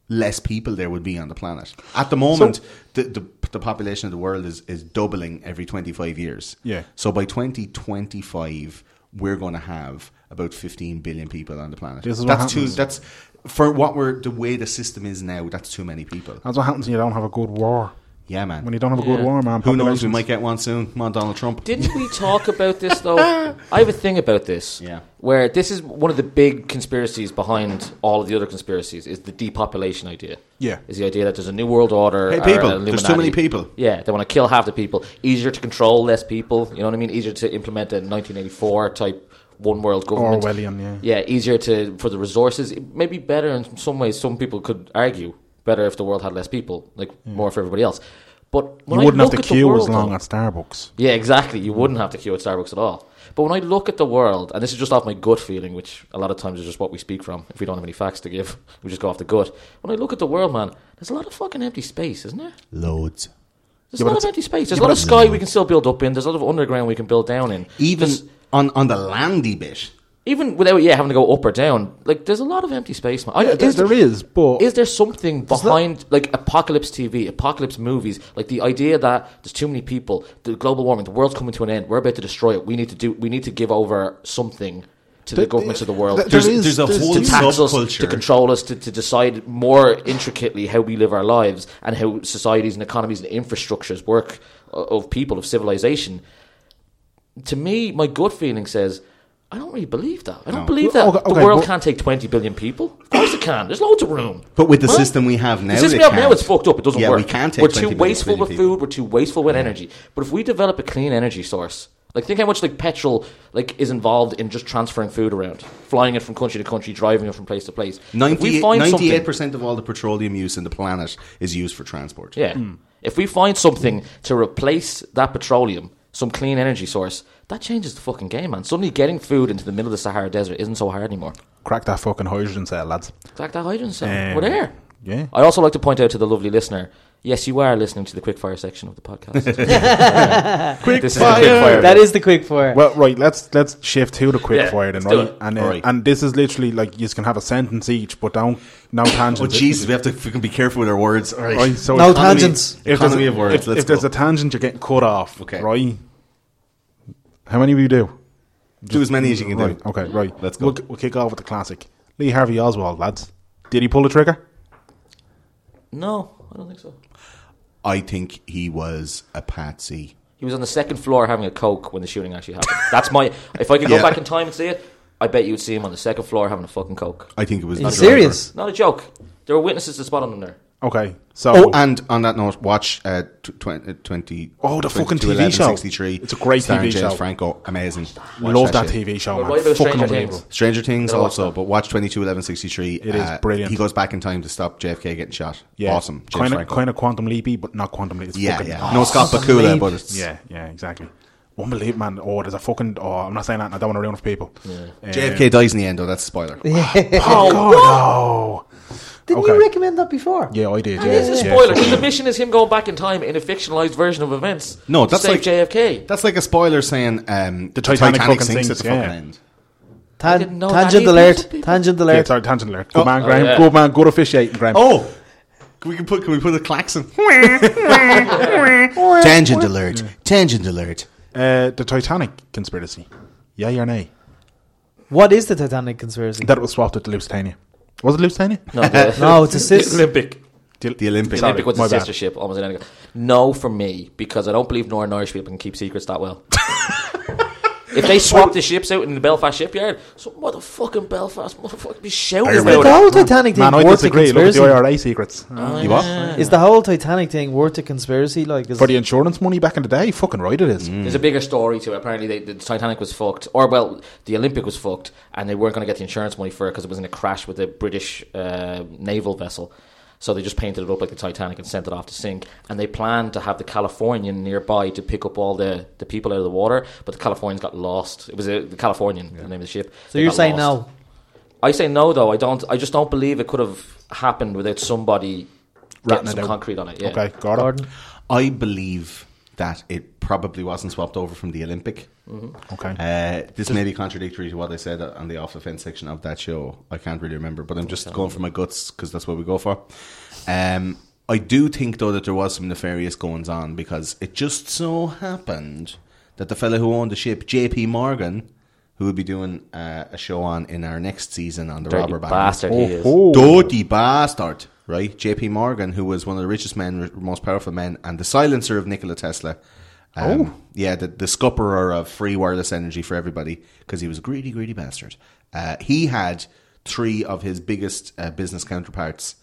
Speaker 4: less people there would be on the planet at the moment? the, the the population of the world is is doubling every twenty five years.
Speaker 2: Yeah.
Speaker 4: So by twenty twenty five, we're going to have about fifteen billion people on the planet.
Speaker 2: This is what
Speaker 4: that's too.
Speaker 2: happens.
Speaker 4: That's for what we're the way the system is now. That's too many people.
Speaker 2: That's what happens when you don't have a good war.
Speaker 4: Yeah, man.
Speaker 2: When you don't have a good war, man.
Speaker 4: Who knows? We
Speaker 2: populations-
Speaker 4: might get one soon. Come on, Donald Trump.
Speaker 5: Didn't we talk about this
Speaker 2: (laughs)
Speaker 5: though? I have a thing about this.
Speaker 4: Yeah.
Speaker 5: Where this is one of the big conspiracies behind all of the other conspiracies is the depopulation idea.
Speaker 2: Yeah.
Speaker 5: Is the idea that there's a new world order.
Speaker 4: Hey,
Speaker 5: or
Speaker 4: people,
Speaker 5: an
Speaker 4: there's too many
Speaker 5: Illuminati.
Speaker 4: people.
Speaker 5: Yeah, they want to kill half the people. Easier to control, less people. You know what I mean? Easier to implement a 1984 type one world government.
Speaker 2: Orwellian, yeah.
Speaker 5: yeah, easier to for the resources. It may be better in some ways. Some people could argue better if the world had less people, like more for everybody else. But
Speaker 2: You
Speaker 5: when I
Speaker 2: wouldn't have
Speaker 5: look
Speaker 2: to
Speaker 5: at the
Speaker 2: queue as
Speaker 5: world,
Speaker 2: long
Speaker 5: though-
Speaker 2: at Starbucks.
Speaker 5: yeah, exactly. You wouldn't have to queue at Starbucks at all. But when I look at the world, and this is just off my gut feeling, which a lot of times is just what we speak from. If we don't have any facts to give, (laughs) we just go off the gut. When I look at the world, man, there's a lot of fucking empty space, isn't there?
Speaker 4: Loads.
Speaker 5: There's a lot
Speaker 2: it's-
Speaker 5: of empty space. There's a lot of sky we can still build up in. There's a lot of underground we can build down in.
Speaker 4: Even
Speaker 5: There's-
Speaker 4: on on the landy bit.
Speaker 5: even without yeah having to go up or down, like there's a lot of empty space, man. I-
Speaker 2: there- there is, but-
Speaker 5: is there something behind like apocalypse TV, apocalypse movies, like the idea that there's too many people, the global warming, the world's coming to an end, we're about to destroy it. We need to do, we need to give over something to the, governments of the world.
Speaker 2: there-
Speaker 4: There's,
Speaker 2: There is-
Speaker 4: there's a
Speaker 2: there's-
Speaker 4: whole
Speaker 5: to tax us,
Speaker 4: subculture
Speaker 5: to control us, to, to decide more intricately how we live our lives and how societies and economies and infrastructures work o- of people, of civilization. To me, my gut feeling says, I don't really believe that. I don't believe that
Speaker 2: Well, okay- okay,
Speaker 5: the world
Speaker 2: but-
Speaker 5: can't take 20 billion people. Of course it can. There's loads of room.
Speaker 4: But with the
Speaker 5: Huh?
Speaker 4: system we have now,
Speaker 5: the
Speaker 4: they
Speaker 5: system we have now
Speaker 4: can't.
Speaker 5: it's fucked up. It doesn't
Speaker 4: Yeah,
Speaker 5: work.
Speaker 4: we can't take
Speaker 5: We're
Speaker 4: 20
Speaker 5: too
Speaker 4: billion
Speaker 5: wasteful with
Speaker 4: people.
Speaker 5: food. We're too wasteful with energy. But if we develop a clean energy source, like think how much like petrol like is involved in just transferring food around, flying it from country to country, driving it from place to place. If we find
Speaker 4: Ninety-eight
Speaker 5: something,
Speaker 4: percent of all the petroleum use in the planet is used for transport.
Speaker 5: yeah. If we find something to replace that petroleum, some clean energy source, that changes the fucking game, man. Suddenly, getting food into the middle of the Sahara Desert isn't so hard anymore.
Speaker 2: Crack that fucking hydrogen cell, lads.
Speaker 5: Like that hydrogen cell.
Speaker 2: Um,
Speaker 5: We're there.
Speaker 2: yeah.
Speaker 5: I'd also like to point out to the lovely listener, yes, you are listening to the quickfire section of the podcast.
Speaker 2: Quick
Speaker 5: This is the quickfire.
Speaker 3: That is the quick fire.
Speaker 2: Well, right. Let's let's shift to the quick
Speaker 5: Yeah,
Speaker 2: fire then,
Speaker 5: let's do
Speaker 2: right?
Speaker 5: it.
Speaker 2: And uh,
Speaker 4: All right.
Speaker 2: and this is literally like you can have a sentence each, but don't no tangents.
Speaker 4: Oh Jesus, we have to fucking be careful with our words. All right.
Speaker 2: Right, so
Speaker 3: No
Speaker 2: if-
Speaker 3: tangents.
Speaker 2: If there's,
Speaker 4: Economy
Speaker 2: a,
Speaker 4: of words.
Speaker 2: if,
Speaker 4: Let's
Speaker 2: if there's
Speaker 4: go.
Speaker 2: a tangent, you're getting cut off.
Speaker 4: Okay.
Speaker 2: Right. How many of you do?
Speaker 4: do as many as you can
Speaker 2: Right.
Speaker 4: do.
Speaker 2: Okay. Right.
Speaker 4: Let's go.
Speaker 2: We'll, we'll kick off with the classic. Lee Harvey Oswald, lads. Did he pull the trigger?
Speaker 5: no, I don't think so.
Speaker 4: I think he was a patsy.
Speaker 5: He was on the second floor having a coke when the shooting actually happened. That's my. If I could go
Speaker 4: Yeah.
Speaker 5: back in time and see it, I bet you would see him on the second floor having a fucking coke.
Speaker 4: I think it was
Speaker 3: Are you
Speaker 4: the
Speaker 3: serious?
Speaker 5: Not a joke. There were witnesses to spot on him there.
Speaker 2: Okay. So.
Speaker 4: driver. Oh, and on that note, watch uh, tw- twen- uh, 20.
Speaker 2: Oh, the
Speaker 4: 22,
Speaker 2: fucking TV
Speaker 4: 11,
Speaker 2: show.
Speaker 4: 63,
Speaker 2: It's a great
Speaker 4: starring
Speaker 2: TV
Speaker 4: James
Speaker 2: show.
Speaker 4: Franco, amazing. Watch
Speaker 2: Love that,
Speaker 4: shit.
Speaker 2: TV show,
Speaker 5: Well,
Speaker 2: man.
Speaker 5: what about
Speaker 2: Fucking
Speaker 5: Stranger Things?
Speaker 2: unbelievable.
Speaker 4: Stranger Things
Speaker 5: They're
Speaker 4: also,
Speaker 5: awesome.
Speaker 4: but watch 22, 11, 63. It
Speaker 2: is brilliant.
Speaker 4: Uh, He goes back in time to stop JFK getting shot. Awesome. James
Speaker 2: Kind of,
Speaker 4: Franco.
Speaker 2: kind of quantum leapy, but not quantum leap. It's
Speaker 4: yeah,
Speaker 2: fucking,
Speaker 4: yeah. no Scott Bakula,
Speaker 3: Leap.
Speaker 4: but it's
Speaker 2: yeah, yeah, exactly. Unbelievable, man. Oh, there's a fucking. Oh, I'm not saying that. and I don't want to ruin it for people. Um,
Speaker 4: JFK dies in the end, though. That's a spoiler.
Speaker 2: Oh God,
Speaker 3: Didn't
Speaker 2: okay.
Speaker 3: you recommend that before?
Speaker 2: no. Yeah, I did. Yeah,
Speaker 5: It's a
Speaker 2: yeah.
Speaker 5: spoiler. 'cause the mission is him going back in time in a fictionalized version of events.
Speaker 4: No,
Speaker 5: to
Speaker 4: that's
Speaker 5: save
Speaker 4: like
Speaker 5: JFK.
Speaker 4: That's like a spoiler saying um, the,
Speaker 2: Titanic
Speaker 4: Titanic,
Speaker 2: fucking
Speaker 4: sinks,
Speaker 2: sinks,
Speaker 4: at the fucking
Speaker 2: yeah.
Speaker 4: end.
Speaker 3: Tan-
Speaker 5: didn't know that
Speaker 3: tangent
Speaker 5: either,
Speaker 3: alert.
Speaker 5: some people.
Speaker 3: Tangent
Speaker 2: Yeah,
Speaker 3: alert.
Speaker 2: sorry, tangent alert. Good man,
Speaker 5: oh,
Speaker 2: Graham.
Speaker 5: yeah.
Speaker 2: Good man. Good officiating, Graham.
Speaker 4: Oh, can we can put can we put
Speaker 2: (laughs)
Speaker 4: a klaxon? Tangent alert! Tangent alert!
Speaker 2: Uh, the Titanic conspiracy. Yeah, or nay?
Speaker 3: What is the Titanic conspiracy?
Speaker 2: That it was swapped with the Lusitania. Was it Lusitania?
Speaker 5: (laughs) No, the,
Speaker 3: No, it's a sis.
Speaker 5: Olympic.
Speaker 4: The Olympics.
Speaker 5: The Olympic was
Speaker 2: my
Speaker 5: a
Speaker 2: bad.
Speaker 5: sister ship, almost identical. No, for me, because I don't believe Northern Irish people can keep secrets that well. If they swap the ships out in the Belfast shipyard, some motherfucking Belfast motherfucker be shouting
Speaker 9: I
Speaker 5: about
Speaker 9: remember-
Speaker 5: it.
Speaker 3: Like, the whole Titanic thing
Speaker 2: Man, I
Speaker 3: worth a
Speaker 2: disagree. Look at
Speaker 3: conspiracy?
Speaker 2: the IRA secrets.
Speaker 9: You what?
Speaker 3: Is the whole Titanic thing worth a conspiracy? Like, is
Speaker 2: For the insurance money back in the day, fucking right it
Speaker 4: Mm.
Speaker 2: is.
Speaker 5: There's a bigger story to it. Apparently, they, the Titanic was fucked, or well, the Olympic was fucked, and they weren't going to get the insurance money for it because it was in a crash with a British uh, naval vessel. So they just painted it up like the Titanic and sent it off to sink. And they planned to have the Californian nearby to pick up all the, the people out of the water, but the Californians got lost. It was a, the Californian, the name of the ship.
Speaker 3: so you're saying no?
Speaker 5: I say no, though. I don't. I just don't believe it could have happened without somebody
Speaker 2: Ratting
Speaker 5: getting
Speaker 2: it
Speaker 5: some
Speaker 2: out.
Speaker 5: concrete on it. Yeah.
Speaker 2: Okay, got it.
Speaker 3: Gordon?
Speaker 4: I believe that it probably wasn't swapped over from the Olympic.
Speaker 5: Mm-hmm.
Speaker 2: Okay.
Speaker 4: Uh, this may be contradictory to what I said on the off the fence section of that show. I can't really remember, but I'm just going for my guts because that's what we go for. Um, I do think though that there was some nefarious goings on because it just so happened that the fellow who owned the ship, J.P. Morgan, who will be doing uh, a show on in our next season on the
Speaker 5: Dirty
Speaker 4: robber baron,
Speaker 2: Oh,
Speaker 5: bastard. He is.
Speaker 4: Dirty bastard, right? J.P. Morgan, who was one of the richest men, r- most powerful men, and the silencer of Nikola Tesla. Um, Yeah, the, the scupperer of free wireless energy for everybody because he was a greedy, greedy bastard. Uh, he had three of his biggest uh, business counterparts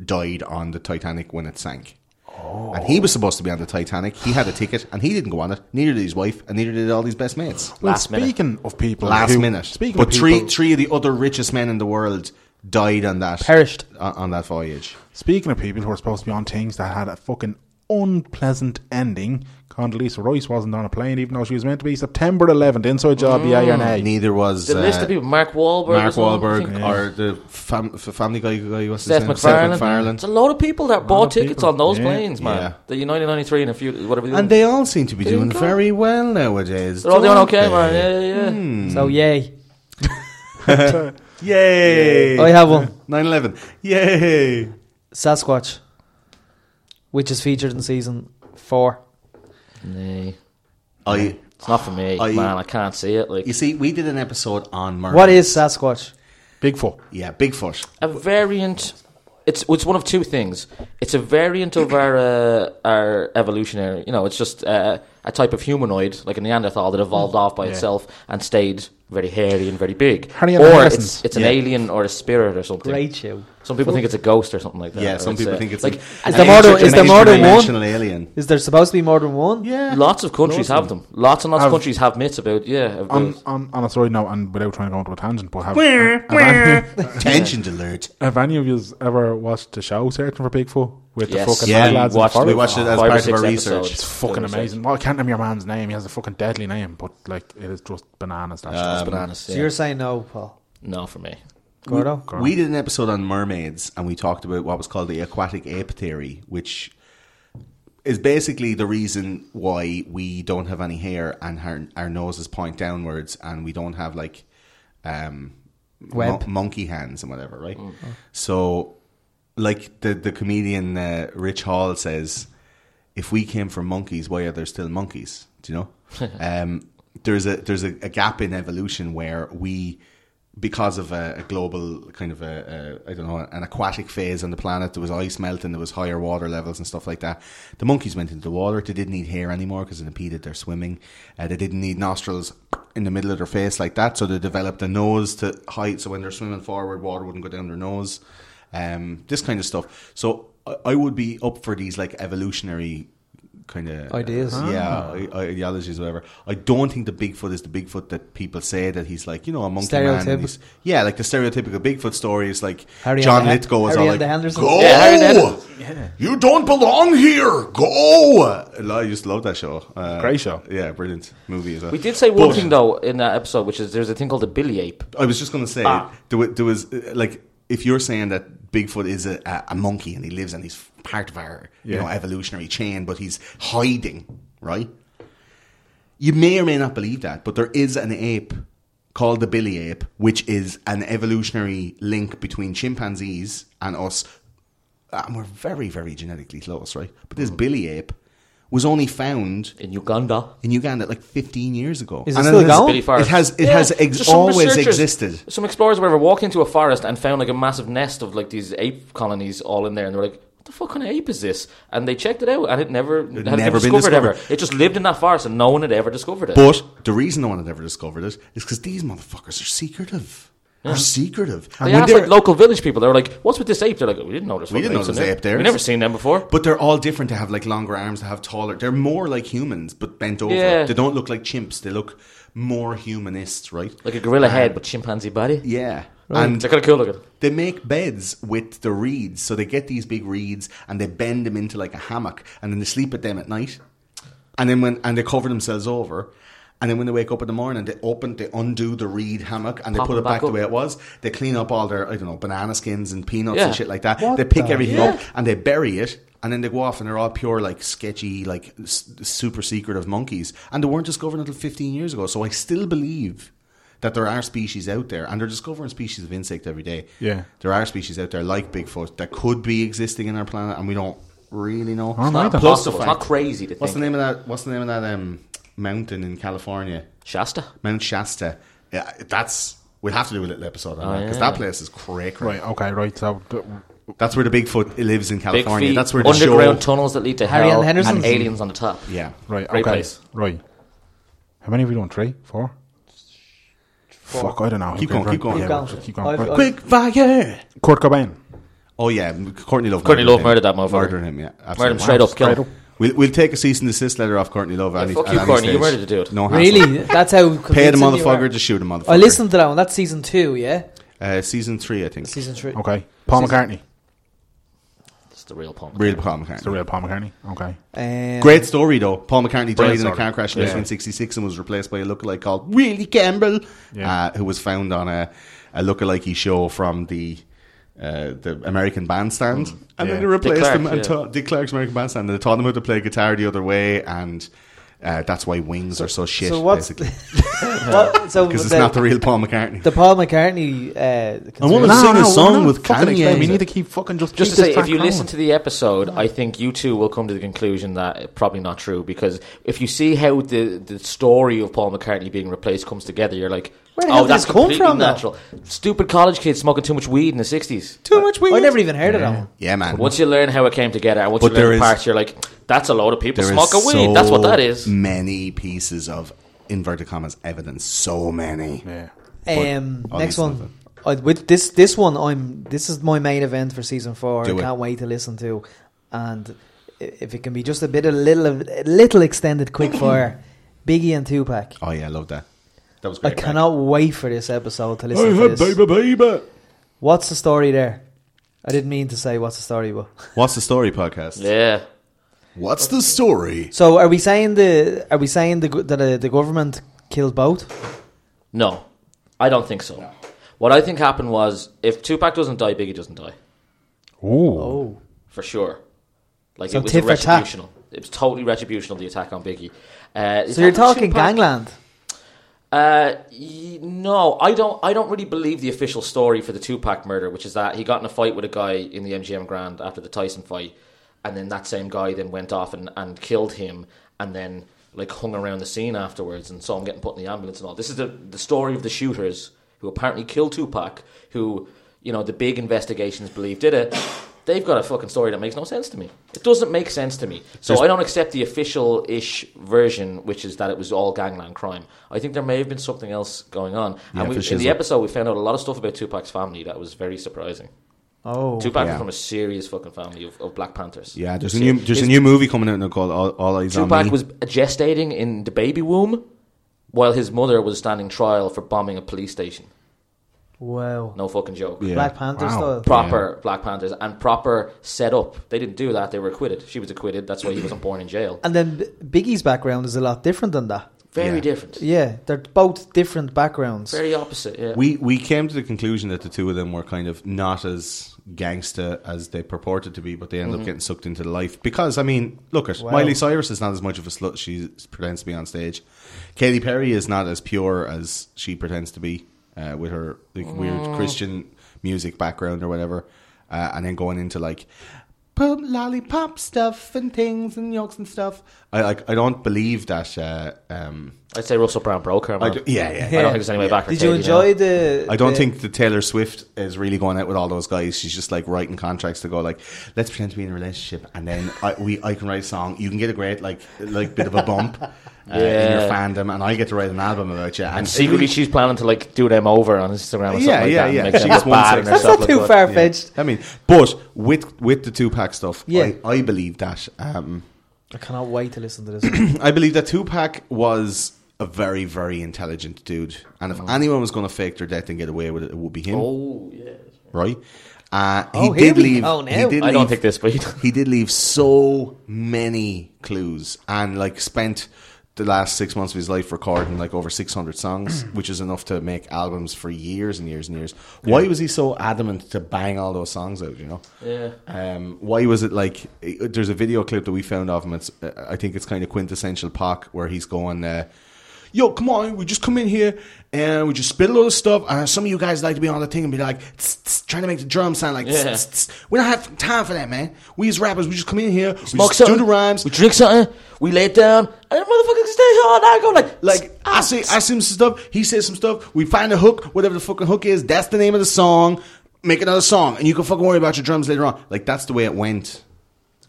Speaker 4: died on the Titanic when it sank. And he was supposed to be on the Titanic. He had a ticket, and he didn't go on it. Neither did his wife, and neither did all his best mates
Speaker 2: Well,
Speaker 5: Last minute.
Speaker 2: speaking of people,
Speaker 4: last
Speaker 2: who-
Speaker 4: minute.
Speaker 2: Speaking
Speaker 4: but
Speaker 2: of
Speaker 4: three
Speaker 2: people,
Speaker 4: three of the other richest men in the world died on that
Speaker 3: Perished.
Speaker 4: on, on that voyage.
Speaker 2: speaking of people who are supposed to be on things that had a fucking unpleasant ending. Condoleezza Rice wasn't on a plane, even though she was meant to be. September 11th, inside job, yeah, yeah, nay.
Speaker 4: Neither was
Speaker 5: The list
Speaker 4: uh,
Speaker 5: of people: Mark Wahlberg,
Speaker 4: Mark
Speaker 5: as well, I think.
Speaker 4: Wahlberg or the fam, f- Family Guy guy. What's
Speaker 5: Seth
Speaker 4: his name? Seth
Speaker 5: MacFarlane. It's a
Speaker 4: MacFarlane.
Speaker 5: lot of people that bought tickets
Speaker 2: people.
Speaker 5: on those
Speaker 2: Yeah.
Speaker 5: planes, man.
Speaker 4: Yeah.
Speaker 5: The United 93 and a few, whatever.
Speaker 4: And they all seem to be
Speaker 5: There you
Speaker 4: doing
Speaker 5: go.
Speaker 4: very well nowadays.
Speaker 5: are all doing
Speaker 4: don't Hmm.
Speaker 5: okay,
Speaker 4: they?
Speaker 5: man. Yeah, yeah, yeah.
Speaker 2: Mm.
Speaker 3: So yay,
Speaker 4: Yay!
Speaker 3: I have one
Speaker 4: 9/11. Yay!
Speaker 3: Sasquatch, which is featured in season four.
Speaker 5: Nay.
Speaker 4: I.
Speaker 5: It's not for me,
Speaker 4: I-
Speaker 5: man. I can't see it. Like
Speaker 4: You see, we did an episode on murder.
Speaker 3: What is Sasquatch?
Speaker 2: Bigfoot.
Speaker 4: Yeah, Bigfoot.
Speaker 5: a variant. It's it's one of two things. It's a variant of our uh, our evolutionary. You know, it's just uh, a type of humanoid, like a Neanderthal, that
Speaker 4: Hmm.
Speaker 5: evolved off by itself and stayed very hairy and very big.
Speaker 2: Harry and the
Speaker 5: or
Speaker 2: Hendersons.
Speaker 5: it's, it's an alien or a spirit or something.
Speaker 3: Great show.
Speaker 5: Some people think it's a ghost or something like that.
Speaker 4: Yeah,
Speaker 5: or
Speaker 4: some people
Speaker 5: a-
Speaker 4: think it's
Speaker 5: like
Speaker 4: an-
Speaker 3: Is
Speaker 4: an
Speaker 3: there more than- is there more than one?
Speaker 4: interdimensional alien.
Speaker 3: Is there supposed to be more than one?
Speaker 4: Yeah,
Speaker 5: Lots of countries have them. Lots and lots of countries have myths about yeah. About,
Speaker 4: Um,
Speaker 2: On, on, on a side note, and without trying to go into a tangent, but have, have, any,
Speaker 4: tangent alert.
Speaker 2: have any of you ever watched the show Searching for Bigfoot with
Speaker 5: Yes.
Speaker 2: the fucking
Speaker 4: Yeah,
Speaker 2: mad
Speaker 4: we
Speaker 2: lads in the
Speaker 5: watched- we
Speaker 2: forest?
Speaker 4: We watched it as
Speaker 5: Five or
Speaker 4: part of
Speaker 5: six
Speaker 4: our
Speaker 5: episodes.
Speaker 4: research.
Speaker 2: It's fucking
Speaker 5: Search.
Speaker 2: amazing. Well, I can't remember your man's name. He has a fucking deadly name, but like it is just bananas. That
Speaker 4: Uh,
Speaker 2: show.
Speaker 5: bananas.
Speaker 3: So
Speaker 5: yeah.
Speaker 3: you're saying no, Paul?
Speaker 5: No, for me.
Speaker 3: Gordo?
Speaker 4: We did an episode on mermaids, and we talked about what was called the aquatic ape theory, which is basically the reason why we don't have any hair and our, our noses point downwards, and we don't have like um,
Speaker 3: Web.
Speaker 4: mon- monkey hands and whatever, right? So, like the the comedian uh, Rich Hall says, if we came from monkeys, why are there still monkeys? Do you know? um, there's a there's a, a gap in evolution where we, because of a, a global kind of a, a I don't know an aquatic phase on the planet, there was ice melting, there was higher water levels and stuff like that. The monkeys went into the water. They didn't need hair anymore because it impeded their swimming. Uh, they didn't need nostrils in the middle of their face like that, so they developed a nose to hide. So when they're swimming forward, water wouldn't go down their nose. Um, this kind of stuff. So I, I would be up for these like evolutionary kind of uh,
Speaker 3: Ideas.
Speaker 4: yeah, i- ideologies, whatever. I don't think the Bigfoot is the Bigfoot that people say that he's like, you know, a monkey man.
Speaker 3: Stereotype.
Speaker 4: and he's- yeah, like the stereotypical Bigfoot story is like
Speaker 3: Harry
Speaker 4: John
Speaker 3: and the Hen-
Speaker 4: Lithgow is
Speaker 3: Harry
Speaker 4: all
Speaker 3: and the
Speaker 4: like,
Speaker 3: Hendersons.
Speaker 4: go,
Speaker 5: Yeah, Harry and the
Speaker 4: you don't belong here, go. I used to love that show. Uh,
Speaker 2: Great show.
Speaker 4: Yeah, brilliant movie as well.
Speaker 5: We did say one
Speaker 4: But-
Speaker 5: thing though in that episode, which is there's a thing called the Billy Ape.
Speaker 4: I was just going to say there, was, there was uh, like if you're saying that Bigfoot is a, a, a monkey and he lives and he's part of our you know evolutionary chain, but he's hiding, right? You may or may not believe that, but there is an ape called the Billy ape, which is an evolutionary link between chimpanzees and us, Ah, and we're very very genetically close, right? But this Billy ape was only found
Speaker 5: in Uganda.
Speaker 4: in Uganda like 15 years ago.
Speaker 3: Is it still
Speaker 4: has-
Speaker 3: going?
Speaker 5: Billy Forrest.
Speaker 4: It has it
Speaker 5: Yeah,
Speaker 4: has ex-
Speaker 5: just some
Speaker 4: always
Speaker 5: researchers-
Speaker 4: existed.
Speaker 5: Some explorers, or whatever, walked into a forest and found like a massive nest of like these ape colonies all in there, and they're like, what the fuck kind of ape is this? And they checked it out, and it never had
Speaker 4: never
Speaker 5: been
Speaker 4: been
Speaker 5: discovered ever.
Speaker 4: discovered.
Speaker 5: It just lived in that forest, and no one had ever discovered it.
Speaker 4: But the reason no one had ever discovered it is because these motherfuckers are secretive. Are secretive.
Speaker 5: they
Speaker 4: And when
Speaker 5: asked
Speaker 4: they're-
Speaker 5: like local village people. They were like, "What's with this ape?" They're like, "We didn't know this.
Speaker 4: We didn't know
Speaker 5: this
Speaker 4: there was ape there.
Speaker 5: We never seen them before."
Speaker 4: But they're all different. They have like longer arms. They have taller. They're more like humans, but bent over.
Speaker 5: Yeah.
Speaker 4: They don't look like chimps. They look more humanist, right?
Speaker 5: like a gorilla head, but chimpanzee body.
Speaker 4: yeah.
Speaker 5: They're
Speaker 4: And
Speaker 5: kind of cool looking.
Speaker 4: they make beds with the reeds, so they get these big reeds and they bend them into like a hammock, and then they sleep at them at night, and then when and they cover themselves over. And then when they wake up in the morning, they open, they undo the reed hammock and they
Speaker 5: Pop
Speaker 4: put
Speaker 5: it
Speaker 4: it back,
Speaker 5: back
Speaker 4: the
Speaker 5: up.
Speaker 4: way it was. They clean up all their, I don't know, banana skins and peanuts
Speaker 5: Yeah.
Speaker 4: and shit like that. they pick everything up and they bury it. And then they go off and they're all pure, like sketchy, like s- super secretive monkeys. And they weren't discovered until 15 years ago. So I still believe that there are species out there and they're discovering species of insect every day.
Speaker 2: Yeah.
Speaker 4: There are species out there like Bigfoot that could be existing in our planet and we don't really know.
Speaker 2: Oh, no, I
Speaker 5: Not
Speaker 2: don't-
Speaker 5: impossible.
Speaker 4: the
Speaker 5: It's
Speaker 4: fact-
Speaker 5: not crazy to
Speaker 4: What's the
Speaker 5: think.
Speaker 4: name of that? What's the name of that um, mountain in California?
Speaker 5: Shasta.
Speaker 4: Mount Shasta. Yeah, that's we'll have to do a little episode on
Speaker 5: Oh,
Speaker 4: that because
Speaker 5: yeah.
Speaker 4: that place is cray cray.
Speaker 2: Right, okay, right. So, th-
Speaker 4: That's where the Bigfoot lives in
Speaker 5: Big
Speaker 4: California.
Speaker 5: feet,
Speaker 4: That's where the
Speaker 5: underground
Speaker 4: show.
Speaker 5: tunnels that lead to
Speaker 3: Harry
Speaker 5: hell
Speaker 3: Allen Henderson?
Speaker 5: and aliens on the top.
Speaker 4: yeah,
Speaker 2: right,
Speaker 5: Great
Speaker 2: okay.
Speaker 5: place.
Speaker 2: Right. How many have we done? Three? Four? Fuck, I don't know.
Speaker 4: Keep
Speaker 2: Okay,
Speaker 4: going,
Speaker 2: right.
Speaker 4: keep going.
Speaker 2: Yeah,
Speaker 3: Keep
Speaker 2: we'll
Speaker 3: going.
Speaker 2: just Keep going.
Speaker 3: I've-
Speaker 2: Right.
Speaker 3: I've-
Speaker 4: Quick fire.
Speaker 2: Kurt Cobain.
Speaker 4: Oh yeah, Courtney Love.
Speaker 5: Courtney Love murdered that motherfucker.
Speaker 4: Murdering him. Yeah, absolutely.
Speaker 5: Murdered him straight up, kill him.
Speaker 4: We'll, we'll take a cease and desist letter off Courtney Love. at any-
Speaker 5: fuck
Speaker 4: at
Speaker 5: you,
Speaker 4: any
Speaker 5: Courtney, you
Speaker 4: stage.
Speaker 5: murdered the dude.
Speaker 4: No, hassle.
Speaker 3: Really? That's how.
Speaker 4: Mm. Pay the
Speaker 3: convincing you are.
Speaker 4: motherfucker to shoot a motherfucker.
Speaker 3: I listened to that one. That's season two, yeah?
Speaker 4: Uh, season three, I think.
Speaker 3: Season three.
Speaker 2: Okay. Paul McCartney.
Speaker 5: It's the real pump.
Speaker 4: Real Paul McCartney.
Speaker 2: It's the real Paul McCartney. Okay.
Speaker 3: Um,
Speaker 4: Great story though. Paul McCartney died in a
Speaker 2: story.
Speaker 4: car crash in
Speaker 2: Yeah.
Speaker 4: 1966 and was replaced by a lookalike called Willie Campbell,
Speaker 2: Yeah.
Speaker 4: uh, who was found on a, a lookalike show from the uh, the American Bandstand, and
Speaker 2: Mm. yeah.
Speaker 4: then they replaced
Speaker 5: Dick
Speaker 4: him
Speaker 5: Clark,
Speaker 4: and
Speaker 5: yeah.
Speaker 4: taught Dick Clark's American Bandstand. And they taught him how to play guitar the other way, and uh, that's why wings are so shit.
Speaker 3: So what's
Speaker 4: basically, because
Speaker 3: what, uh,
Speaker 4: (laughs)
Speaker 3: so
Speaker 4: it's
Speaker 3: the,
Speaker 4: not the Oh, real Paul McCartney.
Speaker 3: the Paul McCartney. Uh,
Speaker 4: I want to
Speaker 3: conspiracy-
Speaker 4: sing
Speaker 2: no,
Speaker 4: a song
Speaker 2: no,
Speaker 4: with
Speaker 2: fucking
Speaker 4: Kanye.
Speaker 2: explain. We need to keep fucking just.
Speaker 5: Just
Speaker 2: keep
Speaker 5: to
Speaker 2: this
Speaker 5: say,
Speaker 2: track
Speaker 5: if you
Speaker 2: going.
Speaker 5: listen to the episode, I think you two will come to the conclusion that it's probably not true because if you see how the, the story of Paul McCartney being replaced comes together, you're like,
Speaker 3: Where the hell
Speaker 5: oh,
Speaker 3: did
Speaker 5: that's
Speaker 3: this come
Speaker 5: completely
Speaker 3: from, though?"
Speaker 5: natural. Stupid college kids smoking too much weed in the 60s.
Speaker 3: Too much weed. I never even heard of that one.
Speaker 4: yeah, man.
Speaker 5: Once you learn how it came together and once
Speaker 4: But
Speaker 5: you learn
Speaker 4: there
Speaker 5: the
Speaker 4: is-
Speaker 5: parts, you're like, that's a load of people
Speaker 4: There is
Speaker 5: smoking weed.
Speaker 4: so
Speaker 5: that's what that is.
Speaker 4: Many pieces of inverted commas evidence. So many.
Speaker 2: Yeah.
Speaker 3: Um,
Speaker 4: I'll
Speaker 3: next
Speaker 4: listen
Speaker 3: one.
Speaker 4: to it.
Speaker 3: I, with this this one, I'm this is my main event for season four.
Speaker 4: Do
Speaker 3: I
Speaker 4: it.
Speaker 3: can't wait to listen to, and i- if it can be just a bit of little a little extended
Speaker 4: (laughs)
Speaker 3: quick fire, Biggie and Tupac.
Speaker 4: Oh yeah, I love that. That was
Speaker 3: I
Speaker 4: great. right?
Speaker 3: cannot wait for this episode to listen to this.
Speaker 4: baby.
Speaker 3: What's the story there? I didn't mean to say what's the story, but
Speaker 4: What's the story podcast?
Speaker 5: Yeah.
Speaker 4: What's the story?
Speaker 3: so are we saying the are we saying the go- that uh, the government killed both?
Speaker 5: No, I don't think so. What I think happened was if Tupac doesn't die, Biggie doesn't die.
Speaker 2: Ooh.
Speaker 3: Oh,
Speaker 5: for sure. Like
Speaker 3: So
Speaker 5: it was
Speaker 3: tit
Speaker 5: a
Speaker 3: for tat.
Speaker 5: retributional. It was totally retributional. The attack on Biggie. Uh,
Speaker 3: so you're talking gangland.
Speaker 5: Uh, y- no, I don't. I don't really believe the official story for the Tupac murder, which is that he got in a fight with a guy in the MGM Grand after the Tyson fight, and then that same guy then went off and, and killed him, and then like hung around the scene afterwards, and saw him getting put in the ambulance and all. This is the the story of the shooters who apparently killed Tupac, who you know the big investigations believe did it. They've got a fucking story that makes no sense to me. It doesn't make sense to me. So I don't accept the official ish version, which is that it was all gangland crime. I think there may have been something else going on.
Speaker 4: Yeah,
Speaker 5: and we, in
Speaker 4: fascism.
Speaker 5: the episode, we found out a lot of stuff about Tupac's family that was very surprising.
Speaker 3: Oh,
Speaker 5: Tupac
Speaker 4: yeah.
Speaker 5: was from a serious fucking family of, of Black Panthers.
Speaker 4: Yeah, there's a
Speaker 5: Serious.
Speaker 4: new there's a
Speaker 5: His-
Speaker 4: new movie coming out now called All, All Eyes on
Speaker 5: Tupac
Speaker 4: Me.
Speaker 5: was gestating in the baby womb while his mother was standing trial for bombing a police station.
Speaker 3: wow,
Speaker 5: No fucking joke.
Speaker 4: Yeah.
Speaker 3: Black Panther
Speaker 2: Wow.
Speaker 3: style.
Speaker 5: proper Black Panthers and proper setup. They didn't do that. They were acquitted. She was acquitted. That's why he wasn't born in jail.
Speaker 3: And then B- Biggie's background is a lot different than that.
Speaker 5: Very
Speaker 4: Yeah.
Speaker 5: different.
Speaker 3: Yeah, they're both different backgrounds.
Speaker 5: Very opposite. Yeah.
Speaker 4: we we came to the conclusion that the two of them were kind of not as gangsta as they purported to be, but they ended up getting sucked into the life because I mean, look at
Speaker 3: Wow.
Speaker 4: Miley Cyrus is not as much of a slut she pretends to be on stage. Katy Perry is not as pure as she pretends to be uh, with her like, weird Christian music background or whatever, uh, and then going into like.
Speaker 6: put lollipop stuff and things and yolks and stuff.
Speaker 4: I like. I don't believe that. Uh, um,
Speaker 5: I'd say Russell Brand broke her.
Speaker 4: I
Speaker 5: Man. I,
Speaker 4: do, yeah, yeah.
Speaker 5: don't think there's any way back. for
Speaker 3: Did you
Speaker 5: Katie
Speaker 3: enjoy
Speaker 5: now.
Speaker 3: the?
Speaker 4: I don't
Speaker 3: the-
Speaker 4: think that Taylor Swift is really going out with all those guys. She's just like writing contracts to go like, let's pretend to be in a relationship, and then I, we I can write a song. You can get a great like like bit of a bump uh, in your
Speaker 5: Yeah.
Speaker 4: fandom, and I get to write an album about you.
Speaker 5: And secretly, she's planning to like do them over on Instagram. Or something
Speaker 4: Yeah,
Speaker 5: like
Speaker 4: yeah,
Speaker 5: that
Speaker 4: yeah.
Speaker 5: And make
Speaker 4: She
Speaker 5: them
Speaker 4: just
Speaker 5: look bad
Speaker 4: wants
Speaker 5: and
Speaker 4: it.
Speaker 3: That's
Speaker 5: herself
Speaker 3: not
Speaker 5: look
Speaker 3: too
Speaker 5: good.
Speaker 3: far fetched.
Speaker 4: I mean, but with with the Tupac stuff,
Speaker 3: Yeah.
Speaker 4: I, I believe that. Um, (clears throat)
Speaker 3: I cannot wait to listen to this. one.
Speaker 4: I believe that Tupac was a very, very intelligent dude, and if anyone was going to fake their death and get away with it, it would be him,
Speaker 5: Oh yeah.
Speaker 4: right? Uh, he,
Speaker 3: Oh, here
Speaker 4: did
Speaker 3: we
Speaker 4: leave,
Speaker 3: go
Speaker 4: he
Speaker 3: now.
Speaker 4: did
Speaker 5: I don't
Speaker 4: leave-
Speaker 5: think this, but
Speaker 4: he did leave so many clues and like spent the last six months of his life recording like over 600
Speaker 5: (clears throat)
Speaker 4: songs which is enough to make albums for years and years and years why was he so adamant to bang all those songs out you know
Speaker 5: Yeah.
Speaker 4: um, why was it like it- there's a video clip that we found of him it's uh, i think it's kind of quintessential Pac where he's going uh, Yo, come on! We just come in here and we just spit a little stuff. Uh, some of you guys like to be on the thing and be like, tss, tss, trying to make the drum sound like. tss,
Speaker 5: Yeah.
Speaker 4: tss, tss. We don't have time for that, man. We as rappers, we just come in here, we
Speaker 5: smoke
Speaker 4: just do
Speaker 5: something,
Speaker 4: the rhymes.
Speaker 5: we drink something, we lay it down, and then motherfuckers stay here all night. Go like,
Speaker 4: like I say, I see him some stuff. He says some stuff. We find a hook, whatever the fucking hook is. That's the name of the song. Make another song, and you can fucking worry about your drums later on. Like that's the way it went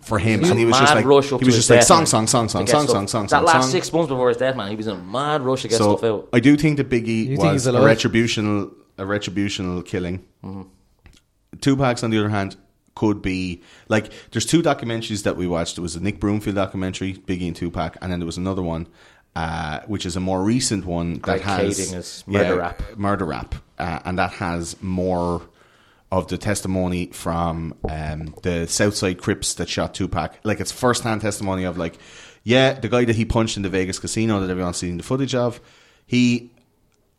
Speaker 4: for him, and he was just
Speaker 5: mad
Speaker 4: like,
Speaker 5: rush up
Speaker 4: he
Speaker 5: to
Speaker 4: was
Speaker 5: his
Speaker 4: just like
Speaker 5: death,
Speaker 4: song,
Speaker 5: man,
Speaker 4: song, song,
Speaker 5: to
Speaker 4: song,
Speaker 5: get
Speaker 4: song,
Speaker 5: stuff.
Speaker 4: song, song,
Speaker 5: That
Speaker 4: song,
Speaker 5: last
Speaker 4: song.
Speaker 5: six months before his death, man, he was in a mad rush to get stuff
Speaker 4: So
Speaker 5: out.
Speaker 4: I do think that
Speaker 3: You
Speaker 4: Biggie
Speaker 3: think
Speaker 4: was
Speaker 3: he's
Speaker 4: a
Speaker 3: alive?
Speaker 4: retributional, a retributional killing. Tupac's, on the other hand, could be like there's two documentaries that we watched. There was a Nick Broomfield documentary, Biggie and Tupac, and then there was another one, uh, which is a more recent one that has
Speaker 5: Cading is murder rap.
Speaker 4: murder rap, uh, and that has more of the testimony from um, the Southside Crips that shot Tupac. Like it's first hand testimony of like, yeah, the guy that he punched in the Vegas casino that everyone's seen the footage of, he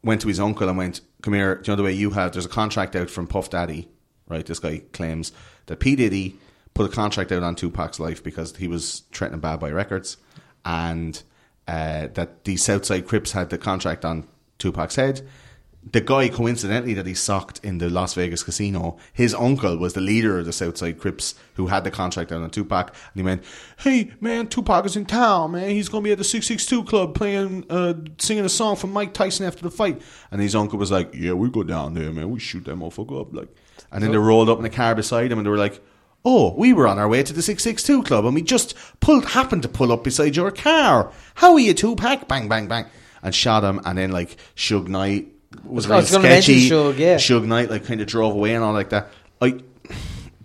Speaker 4: went to his uncle and went, "Come here, do you know the way you have? There's a contract out from Puff Daddy, right? This guy claims that P Diddy put a contract out on Tupac's life because he was threatening Bad Boy Records, and uh, that the Southside Crips had the contract on Tupac's head." The guy, coincidentally, that he socked in the Las Vegas casino, his uncle was the leader of the Southside Crips who had the contract out on Tupac. And he went, Hey, man, Tupac is in town, man. He's going to be at the 662 Club playing, uh, singing a song from Mike Tyson after the fight. And his uncle was like, Yeah, we go down there, man. We shoot that motherfucker up. like. And then they rolled up in a car beside him and they were like, Oh, we were on our way to the 662 Club and we just pulled, happened to pull up beside your car. How are you, Tupac? Bang, bang, bang. And shot him. And then, like, Suge Knight was
Speaker 3: I
Speaker 4: really
Speaker 3: was gonna mention
Speaker 4: sketchy.
Speaker 3: Suge, yeah.
Speaker 4: Suge Knight like kind of drove away and all like that. I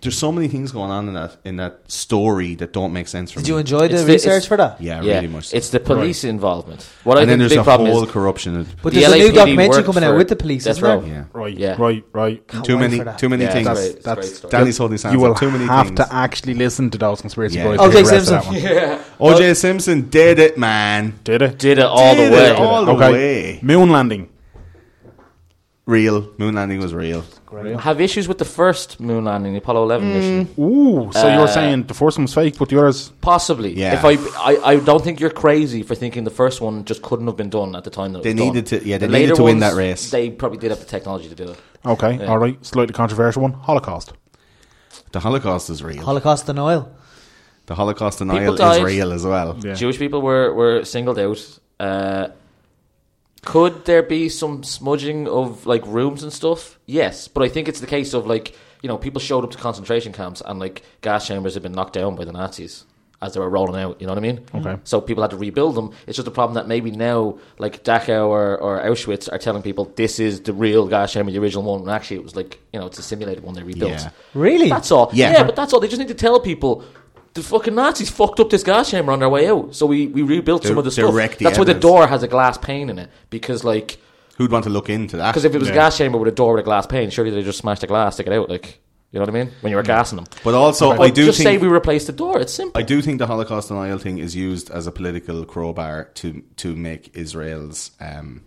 Speaker 4: there's so many things going on in that in that story that don't make sense for
Speaker 3: Did
Speaker 4: me.
Speaker 3: you enjoy the
Speaker 5: It's the-
Speaker 3: research
Speaker 5: it's-
Speaker 3: for that?
Speaker 4: yeah,
Speaker 5: yeah,
Speaker 4: really much. so.
Speaker 5: it's the police involvement. What I
Speaker 4: and then
Speaker 5: think
Speaker 4: there's
Speaker 5: the big
Speaker 4: a
Speaker 5: problem
Speaker 4: whole
Speaker 5: is
Speaker 4: corruption. in it.
Speaker 3: But
Speaker 5: the
Speaker 3: there's a new
Speaker 5: LAPD
Speaker 3: documentary
Speaker 5: worked
Speaker 3: coming out
Speaker 5: for
Speaker 3: with the police,
Speaker 5: Death
Speaker 3: isn't there?
Speaker 5: Row.
Speaker 4: yeah,
Speaker 2: Right,
Speaker 5: Yeah.
Speaker 2: right, right.
Speaker 4: too
Speaker 3: wait
Speaker 4: many,
Speaker 3: for that.
Speaker 4: too many
Speaker 5: Yeah,
Speaker 4: things.
Speaker 5: that's great.
Speaker 2: That's
Speaker 5: It's a great
Speaker 4: Danny's holding his hands
Speaker 2: You will
Speaker 4: up. Too many
Speaker 2: have
Speaker 4: things.
Speaker 2: to actually listen to those conspiracy
Speaker 4: Yeah.
Speaker 2: stories.
Speaker 4: Oh,
Speaker 2: to
Speaker 3: Jake
Speaker 2: get the rest of that
Speaker 3: Simpson.
Speaker 2: one.
Speaker 4: OJ Simpson did it, man.
Speaker 2: (laughs) Did it?
Speaker 5: did it all
Speaker 4: Did
Speaker 5: the way.
Speaker 4: it all the
Speaker 2: okay.
Speaker 4: way.
Speaker 2: Moon landing.
Speaker 4: Real moon landing was real.
Speaker 5: Have issues with the first moon landing, the
Speaker 3: Mm.
Speaker 5: Apollo 11 mission.
Speaker 2: Ooh, so
Speaker 5: Uh,
Speaker 2: you were saying the first one was fake, but the others.
Speaker 5: Possibly.
Speaker 4: Yeah.
Speaker 5: If I, I, I don't think you're crazy for thinking the first one just couldn't have been done at the time that it
Speaker 4: They
Speaker 5: was done.
Speaker 4: needed to- yeah, they
Speaker 5: The
Speaker 4: needed
Speaker 5: later
Speaker 4: to win
Speaker 5: ones,
Speaker 4: that race.
Speaker 5: They probably did have the technology to do it.
Speaker 2: Okay, all right. Slightly controversial one. Holocaust.
Speaker 4: The Holocaust is real.
Speaker 3: Holocaust denial.
Speaker 4: the Holocaust denial is
Speaker 5: died.
Speaker 4: real as well.
Speaker 2: Yeah.
Speaker 5: Jewish people were, were singled out. Uh, could there be some smudging of like rooms and stuff? Yes, but I think it's the case of like you know people showed up to concentration camps and like gas chambers had been knocked down by the Nazis as they were rolling out. You know what I mean?
Speaker 2: Okay.
Speaker 5: So people had to rebuild them. It's just a problem that maybe now like Dachau or, or Auschwitz are telling people this is the real gas chamber, the original one. And actually, it was like you know it's a simulated one they rebuilt.
Speaker 4: Yeah.
Speaker 3: Really?
Speaker 5: That's all.
Speaker 4: Yeah.
Speaker 5: Yeah. but that's all. They just need to tell people the fucking Nazis fucked up this gas chamber on their way out. So we, we rebuilt some
Speaker 4: They're-
Speaker 5: of the
Speaker 4: they're
Speaker 5: stuff.
Speaker 4: wrecked the
Speaker 5: that's why the
Speaker 4: evidence.
Speaker 5: door has a glass pane in it because like
Speaker 4: Who'd want to look into that?
Speaker 5: because if it was
Speaker 2: Yeah.
Speaker 5: a gas chamber with a door with a glass pane, surely they just smashed the glass to get out. Like you know what I mean? When you were gassing them,
Speaker 4: but also,
Speaker 5: Or
Speaker 4: I do
Speaker 5: just
Speaker 4: think
Speaker 5: say we replaced the door. It's simple.
Speaker 4: I do think the Holocaust denial thing is used as a political crowbar to to make Israel's um,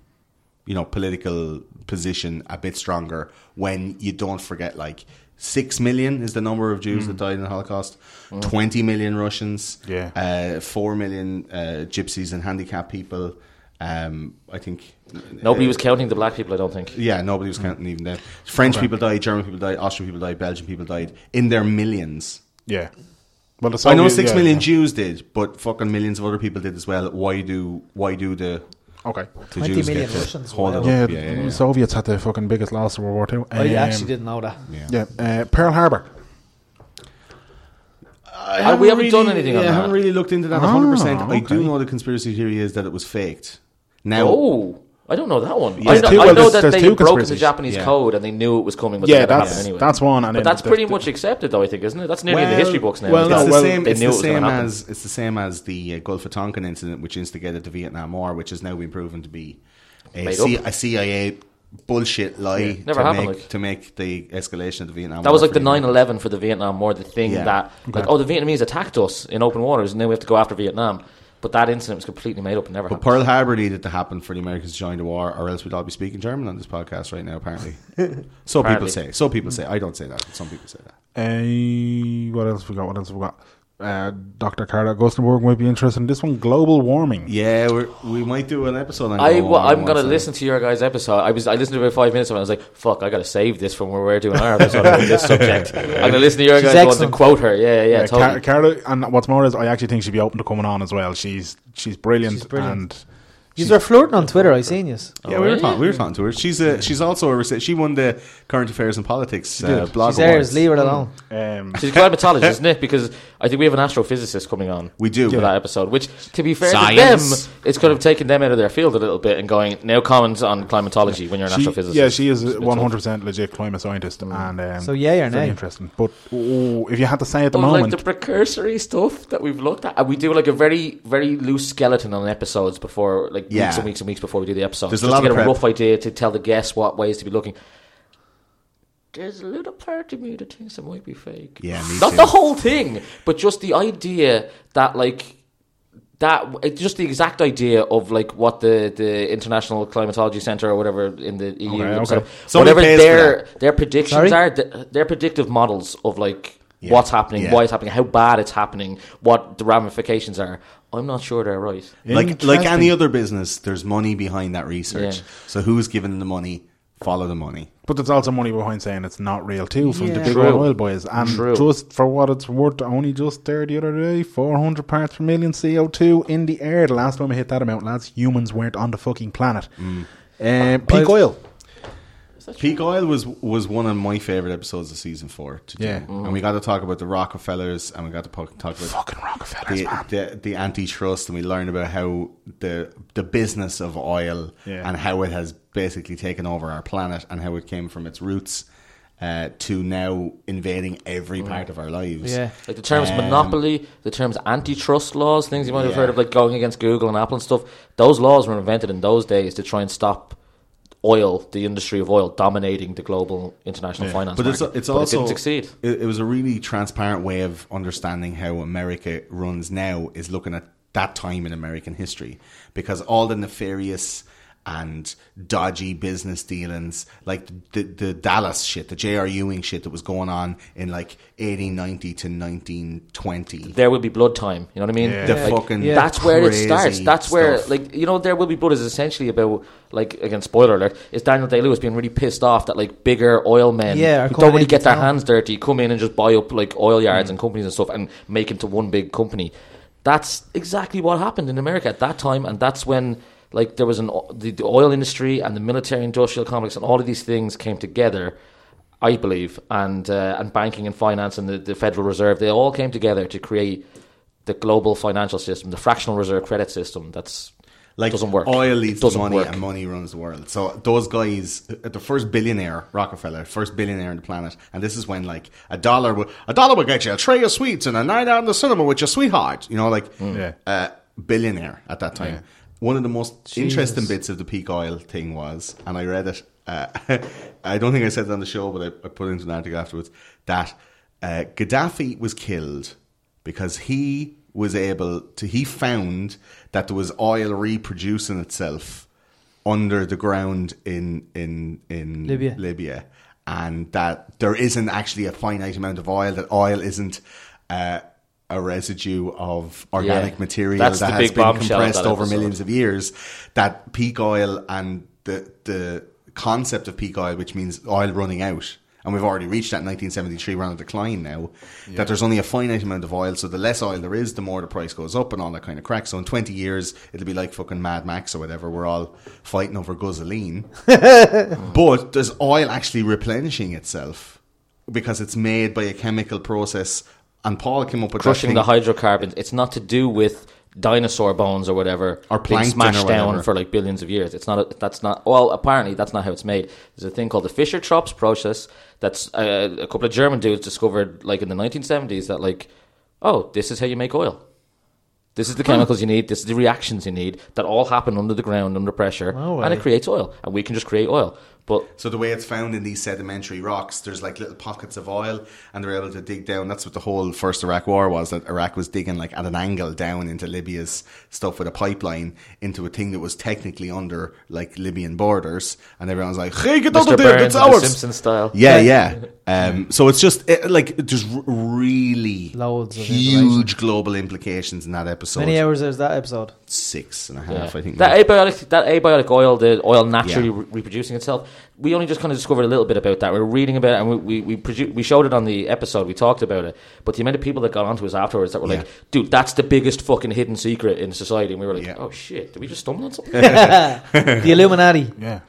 Speaker 4: you know political position a bit stronger when you don't forget like six million is the number of Jews that died in the Holocaust,
Speaker 5: Mm.
Speaker 4: twenty million Russians,
Speaker 2: Mm. Yeah.
Speaker 4: uh, four million uh, gypsies and handicapped people. Um, I think
Speaker 5: Nobody was counting the black people. I don't think.
Speaker 4: yeah, nobody was counting even then. French people died, German people died, Austrian people died, Belgian people died in their millions
Speaker 2: Yeah. Well, the
Speaker 4: I know
Speaker 2: Soviet-
Speaker 4: six
Speaker 2: yeah,
Speaker 4: million
Speaker 2: yeah.
Speaker 4: Jews did, but fucking millions of other people did as well. Why do why do the
Speaker 2: Okay.
Speaker 4: the
Speaker 3: 20
Speaker 4: Jews
Speaker 3: million
Speaker 4: get to
Speaker 3: Russians,
Speaker 4: hold
Speaker 3: wow.
Speaker 4: it
Speaker 2: Yeah,
Speaker 4: up? Yeah, yeah,
Speaker 2: the
Speaker 4: yeah.
Speaker 2: Soviets had the fucking biggest loss in World War Two.
Speaker 3: I Oh, actually
Speaker 2: Um,
Speaker 3: didn't know that.
Speaker 2: Yeah, uh, Pearl Harbor.
Speaker 4: I
Speaker 5: we haven't
Speaker 4: really-
Speaker 5: done anything on
Speaker 4: yeah, I
Speaker 5: that.
Speaker 4: haven't really looked into that
Speaker 2: Ah,
Speaker 4: 100%. I do
Speaker 2: okay.
Speaker 4: know the conspiracy theory is that it was faked. Now,
Speaker 5: Oh, I don't know that one. I
Speaker 2: There's
Speaker 5: know,
Speaker 2: two-
Speaker 5: I
Speaker 2: well,
Speaker 5: know
Speaker 2: there's-
Speaker 5: that
Speaker 2: there's
Speaker 5: they
Speaker 2: two
Speaker 5: had broken the
Speaker 2: conspiracies.
Speaker 5: Japanese
Speaker 4: Yeah.
Speaker 5: code and they knew it was coming, but
Speaker 2: Yeah,
Speaker 5: they let it happen
Speaker 2: that's
Speaker 5: anyway.
Speaker 2: that's one. And then
Speaker 5: But that's
Speaker 2: the-
Speaker 5: pretty
Speaker 2: the-
Speaker 5: much accepted, though. I think, isn't it? That's nearly in the
Speaker 4: Well,
Speaker 5: history books now.
Speaker 4: Well,
Speaker 5: It's
Speaker 4: no,
Speaker 5: the
Speaker 4: it's the
Speaker 5: same-
Speaker 4: same,
Speaker 5: they
Speaker 4: it's the
Speaker 5: knew it was going
Speaker 4: same
Speaker 5: to happen.
Speaker 4: as it's the same as the uh, Gulf of Tonkin incident, which instigated the Vietnam War, which has now been proven to be a,
Speaker 5: Made
Speaker 4: C-
Speaker 5: up.
Speaker 4: a CIA bullshit lie
Speaker 5: Never
Speaker 4: to,
Speaker 5: happened,
Speaker 4: make,
Speaker 5: like.
Speaker 4: to make the escalation of the Vietnam
Speaker 5: That
Speaker 4: War.
Speaker 5: was like the
Speaker 4: for you.
Speaker 5: 9-11 for the Vietnam War, the thing
Speaker 4: Yeah.
Speaker 5: that like, oh, the Vietnamese attacked us in open waters, and then we have to go after Vietnam. But that incident was completely made up and never
Speaker 4: But
Speaker 5: happened.
Speaker 4: Pearl Harbor needed to happen for the Americans to join the war, or else we'd all be speaking German on this podcast right now.
Speaker 5: (laughs)
Speaker 4: Apparently, so
Speaker 5: Apparently.
Speaker 4: people say. So people say. I don't say that. but Some people say
Speaker 5: (laughs)
Speaker 4: that.
Speaker 2: Uh, what else we got? What else we got? Uh, Dr. Carla Gustenberg might be interested in this one. Global warming.
Speaker 4: Yeah, we're, we might do an episode. on
Speaker 5: I,
Speaker 4: global
Speaker 5: well, I'm
Speaker 4: warming
Speaker 5: going to
Speaker 4: once, I
Speaker 5: listen to your guys' episode. I was I listened to about five minutes of it. and I was like, "Fuck, I got to save this from where we're doing our episode on
Speaker 4: (laughs)
Speaker 5: this subject." I'm going to listen to your
Speaker 3: She's
Speaker 5: guys' ones and
Speaker 3: excellent.
Speaker 5: quote her. Yeah, yeah, yeah.
Speaker 2: Yeah,
Speaker 5: totally.
Speaker 2: Car- Carla, and what's more is I actually think she'd be open to coming on as well. She's she's brilliant,
Speaker 3: She's brilliant.
Speaker 2: and
Speaker 3: You were flirting on Twitter, I seen you.
Speaker 4: Oh, Yeah, we were talking. We were talking to her. She's a, she's also a rece- she won the current affairs and politics uh, blog
Speaker 3: She's theirs,
Speaker 4: awards.
Speaker 3: leave her alone.
Speaker 2: um,
Speaker 5: She's a climatologist, isn't it? Because I think we have an astrophysicist coming on.
Speaker 4: We do.
Speaker 5: for that episode. Which, to be fair
Speaker 4: Science.
Speaker 5: to them, it's kind of taken them out of their field a little bit and going now comment on climatology when you're an
Speaker 2: she,
Speaker 5: astrophysicist.
Speaker 2: yeah, she is
Speaker 5: It's a bit
Speaker 2: one hundred percent legit climate scientist, and um,
Speaker 3: Mm. So yay or
Speaker 2: very
Speaker 3: nay?
Speaker 2: interesting. But oh, if you had to say at the
Speaker 5: tough. Unlike
Speaker 2: moment,
Speaker 5: the precursory stuff that we've looked at, and we do like a very, very loose skeleton on episodes before, like
Speaker 4: Yeah.
Speaker 5: weeks and weeks and weeks before we do the episode.
Speaker 4: There's a
Speaker 5: just
Speaker 4: lot
Speaker 5: to
Speaker 4: of
Speaker 5: get a
Speaker 4: prep.
Speaker 5: rough idea to tell the guests what ways to be looking. There's a little part of me that thinks it might be fake.
Speaker 4: Yeah, me
Speaker 5: not
Speaker 4: too.
Speaker 5: the whole thing, but just the idea that like that it's just the exact idea of like what the, the International Climatology Center or whatever in the E EU
Speaker 2: Okay,
Speaker 5: set
Speaker 2: okay.
Speaker 5: up,
Speaker 4: Somebody
Speaker 5: whatever
Speaker 4: pays for
Speaker 5: their their predictions
Speaker 3: Sorry?
Speaker 5: are, th- their predictive models of like what's happening,
Speaker 4: Yeah.
Speaker 5: why it's happening, how bad it's happening, what the ramifications are. I'm not sure they're right.
Speaker 4: Like like
Speaker 2: Interesting.
Speaker 4: any other business, there's money behind that research.
Speaker 5: Yeah.
Speaker 4: So who's giving the money? Follow the money.
Speaker 2: But there's also money behind saying it's not real too from the
Speaker 3: Yeah.
Speaker 2: big
Speaker 5: True.
Speaker 2: oil boys. And
Speaker 5: True.
Speaker 2: just for what it's worth, I only just there the other day, 400 parts per million CO2 in the air. The last time I hit that amount, lads, humans weren't on the fucking planet.
Speaker 5: Mm.
Speaker 2: Um, peak
Speaker 3: Well,
Speaker 2: oil.
Speaker 4: Peak Oil was was one of my favorite episodes of season four. To do.
Speaker 2: Yeah.
Speaker 4: and we got to talk about the Rockefellers, and we got to po- talk about
Speaker 2: Fucking Rockefellers,
Speaker 4: the,
Speaker 2: man.
Speaker 4: the the antitrust, and we learned about how the the business of oil
Speaker 2: Yeah.
Speaker 4: and how it has basically taken over our planet, and how it came from its roots uh, to now invading every part of our lives.
Speaker 3: Yeah.
Speaker 5: Like the terms monopoly, the terms antitrust laws, things you might
Speaker 4: Um,
Speaker 5: have
Speaker 4: Yeah.
Speaker 5: heard of, like going against Google and Apple and stuff. Those laws were invented in those days to try and stop oil, the industry of oil, dominating the global international finance
Speaker 4: But it's,
Speaker 5: market.
Speaker 4: it's
Speaker 5: But
Speaker 4: also
Speaker 5: it didn't succeed.
Speaker 4: It, it was a really transparent way of understanding how America runs now is looking at that time in American history because all the nefarious and dodgy business dealings, like the the Dallas shit, the J.R. Ewing shit that was going on in like 1890 to 1920.
Speaker 5: There will be blood time. You know what I mean?
Speaker 4: The fucking
Speaker 3: Yeah.
Speaker 5: that's where it
Speaker 4: crazy
Speaker 5: starts. That's where,
Speaker 4: stuff.
Speaker 5: like, you know, there will be blood is essentially about, like, again, spoiler alert, is Daniel Day Lewis being really pissed off that like bigger oil men
Speaker 3: Yeah, are
Speaker 5: who
Speaker 3: coming
Speaker 5: don't really
Speaker 3: into
Speaker 5: get their
Speaker 3: town.
Speaker 5: hands dirty come in and just buy up like oil yards and companies and stuff and make into one big company. That's exactly what happened in America at that time, and that's when like there was an o- the, the oil industry and the military industrial complex and all of these things came together. I believe, and uh, and banking and finance and the, the Federal Reserve, they all came together to create the global financial system, the fractional reserve credit system. That's
Speaker 4: like
Speaker 5: doesn't work.
Speaker 4: Oil leads
Speaker 5: It
Speaker 4: to
Speaker 5: doesn't
Speaker 4: money,
Speaker 5: work.
Speaker 4: and money runs the world. So those guys, uh, the first billionaire Rockefeller, first billionaire on the planet, and this is when like a dollar, would, a dollar will get you a tray of sweets and a night out in the cinema with your sweetheart. You know, like
Speaker 2: Yeah.
Speaker 4: uh, billionaire at that time. One of the most interesting bits of the peak oil thing was, and I read it. Uh, (laughs) I don't think I said it on the show, but I, I put it into an article afterwards that uh, Gaddafi was killed because he was able to. He found that there was oil reproducing itself under the ground in in in
Speaker 3: Libya.
Speaker 4: Libya, and that there isn't actually a finite amount of oil. That oil isn't. Uh, a residue of organic
Speaker 5: Yeah.
Speaker 4: material
Speaker 5: That's
Speaker 4: that
Speaker 5: the
Speaker 4: has
Speaker 5: big
Speaker 4: been
Speaker 5: bombshell of
Speaker 4: compressed
Speaker 5: that
Speaker 4: over
Speaker 5: episode.
Speaker 4: millions of years. That peak oil and the the concept of peak oil, which means oil running out and we've already reached that 1973. We're on a decline now. That there's only a finite amount of oil, so the less oil there is, the more the price goes up and all that kind of crack. So in 20 years, it'll be like fucking Mad Max or whatever. We're all fighting over gasoline, but there's oil actually replenishing itself because it's made by a chemical process. And Paul came up with that
Speaker 5: Crushing
Speaker 4: thing-
Speaker 5: the hydrocarbons. It's not to do with dinosaur bones or whatever
Speaker 4: Or
Speaker 5: being
Speaker 4: plankton
Speaker 5: smashed
Speaker 4: or
Speaker 5: down
Speaker 4: whatever.
Speaker 5: for like billions of years. It's not. A, that's not. Well, apparently that's not how it's made. There's a thing called the Fischer-Tropsch process. That's uh, a couple of German dudes discovered like in the 1970s that like, oh, this is how you make oil. This is the chemicals you need. This is the reactions you need that all happen under the ground under pressure, and it creates oil. And we can just create oil. But
Speaker 4: So the way it's found in these sedimentary rocks, there's like little pockets of oil, and they're able to dig down. That's what the whole first Iraq War was. That Iraq was digging like at an angle down into Libya's stuff with a pipeline into a thing that was technically under like Libyan borders, and everyone's like, "Hey, get out
Speaker 5: Mr.
Speaker 4: of there!
Speaker 5: Burns
Speaker 4: That's
Speaker 5: and the
Speaker 4: ours!"
Speaker 5: Simpson style.
Speaker 4: Yeah, yeah. Um, so it's just it, like there's r- really
Speaker 3: Loads of
Speaker 4: huge global implications in that episode.
Speaker 3: Many hours there's that
Speaker 4: (laughs)
Speaker 3: episode.
Speaker 4: Six and a half, I think.
Speaker 5: that abiotic that abiotic oil, the oil naturally
Speaker 4: Yeah.
Speaker 5: re- reproducing itself. We only just kind of discovered a little bit about that. We were reading about it, and we we we, produ- we showed it on the episode. We talked about it, but the amount of people that got onto us afterwards that were
Speaker 4: Yeah.
Speaker 5: like, "Dude, that's the biggest fucking hidden secret in society," and we were like,
Speaker 4: Yeah.
Speaker 5: "Oh shit, did we just stumble
Speaker 4: (laughs)
Speaker 5: on something?"
Speaker 3: The Illuminati.
Speaker 2: Yeah.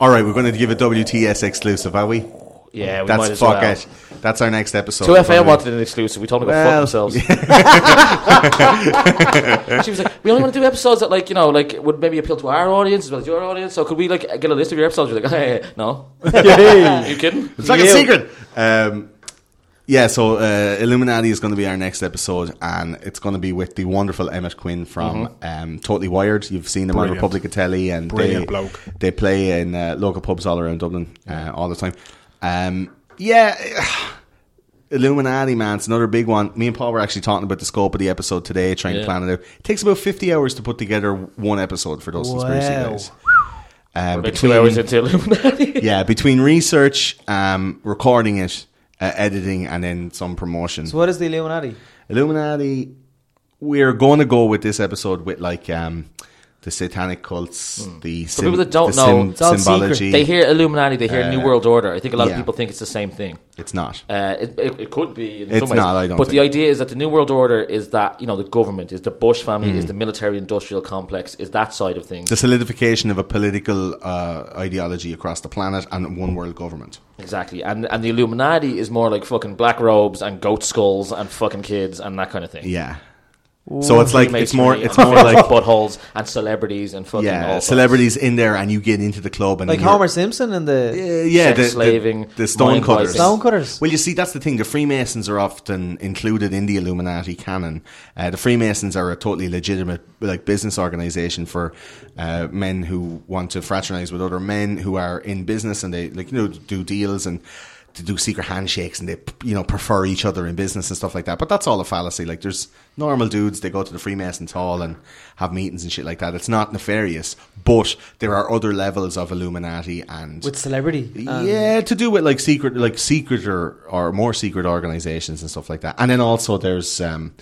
Speaker 4: All right, we're going to give a WTS exclusive, are we?
Speaker 5: yeah, we might
Speaker 4: That's
Speaker 5: as
Speaker 4: fuck
Speaker 5: well.
Speaker 4: it. That's our next episode.
Speaker 5: Two FM
Speaker 4: Probably.
Speaker 5: wanted an exclusive. We told them to go
Speaker 4: Well, (laughs)
Speaker 5: fuck themselves. she was like, "We only want to do episodes that, like, you know, like would maybe appeal to our audience as well as your audience. So could we like get a list of your episodes?" You're like, "Hey,
Speaker 4: (laughs)
Speaker 5: no, you kidding?"
Speaker 4: It's like a secret. Um, yeah, so uh, Illuminati is going to be our next episode, and it's going to be with the wonderful Emmett Quinn from um, Totally Wired. You've seen him
Speaker 2: Brilliant.
Speaker 4: on Republic of Telly, and
Speaker 2: Brilliant
Speaker 4: they,
Speaker 2: bloke.
Speaker 4: they play in uh, local pubs all around Dublin uh, all the time. Um, yeah, (sighs) Illuminati, man, it's another big one. Me and Paul were actually talking about the scope of the episode today, trying to
Speaker 5: Yeah.
Speaker 4: plan it out. It takes about 50 hours to put together one episode for those conspiracy
Speaker 3: Wow.
Speaker 4: guys. Um,
Speaker 5: About two hours into Illuminati.
Speaker 4: (laughs) yeah, between research, um, recording it, uh, editing, and then some promotion.
Speaker 3: So what is the Illuminati?
Speaker 4: Illuminati, we're going to go with this episode with like um, the satanic cults, the sim-
Speaker 5: Hmm. people that don't
Speaker 4: the sim-
Speaker 5: know, it's all
Speaker 4: symbology.
Speaker 5: They hear Illuminati, they hear New World Order. I think a lot
Speaker 4: uh, yeah.
Speaker 5: of people think it's the same thing.
Speaker 4: it's not.
Speaker 5: Uh, it, it, it could be in
Speaker 4: It's
Speaker 5: some ways,
Speaker 4: not, I don't
Speaker 5: but the
Speaker 4: think.
Speaker 5: idea is that the New World Order is that you know the government is the Bush family
Speaker 4: Mm.
Speaker 5: is the military-industrial complex is that side of things
Speaker 4: the solidification of a political uh, ideology across the planet and one world government.
Speaker 5: exactly, and and the Illuminati is more like fucking black robes and goat skulls and fucking kids and that kind of thing.
Speaker 4: Yeah. So it's like it's more
Speaker 5: Freemasonry
Speaker 4: it's
Speaker 5: and (laughs)
Speaker 4: more like
Speaker 5: buttholes and celebrities and fucking all
Speaker 4: yeah
Speaker 5: sorts.
Speaker 4: celebrities in there and you get into the club and
Speaker 3: Like
Speaker 4: then you're-
Speaker 3: Homer Simpson and the
Speaker 4: Uh, yeah,
Speaker 5: Sex
Speaker 4: the,
Speaker 5: slaving,
Speaker 4: the, the stone
Speaker 5: mind
Speaker 4: cutters.
Speaker 5: wiping.
Speaker 3: Stone cutters.
Speaker 4: Well, you see, that's the thing. The Freemasons are often included in the Illuminati canon. Uh, the Freemasons are a totally legitimate, like, business organization for uh, men who want to fraternize with other men who are in business and they, like, you know, do deals and. To do secret handshakes and they, you know, prefer each other in business and stuff like that. But that's all a fallacy. Like, there's normal dudes. They go to the Freemasons Hall and have meetings and shit like that. It's not nefarious, but there are other levels of Illuminati and
Speaker 3: with celebrity.
Speaker 5: Um,
Speaker 3: and-
Speaker 4: yeah, to do with like secret, like secret or, or more secret organizations and stuff like that. And then also there's um,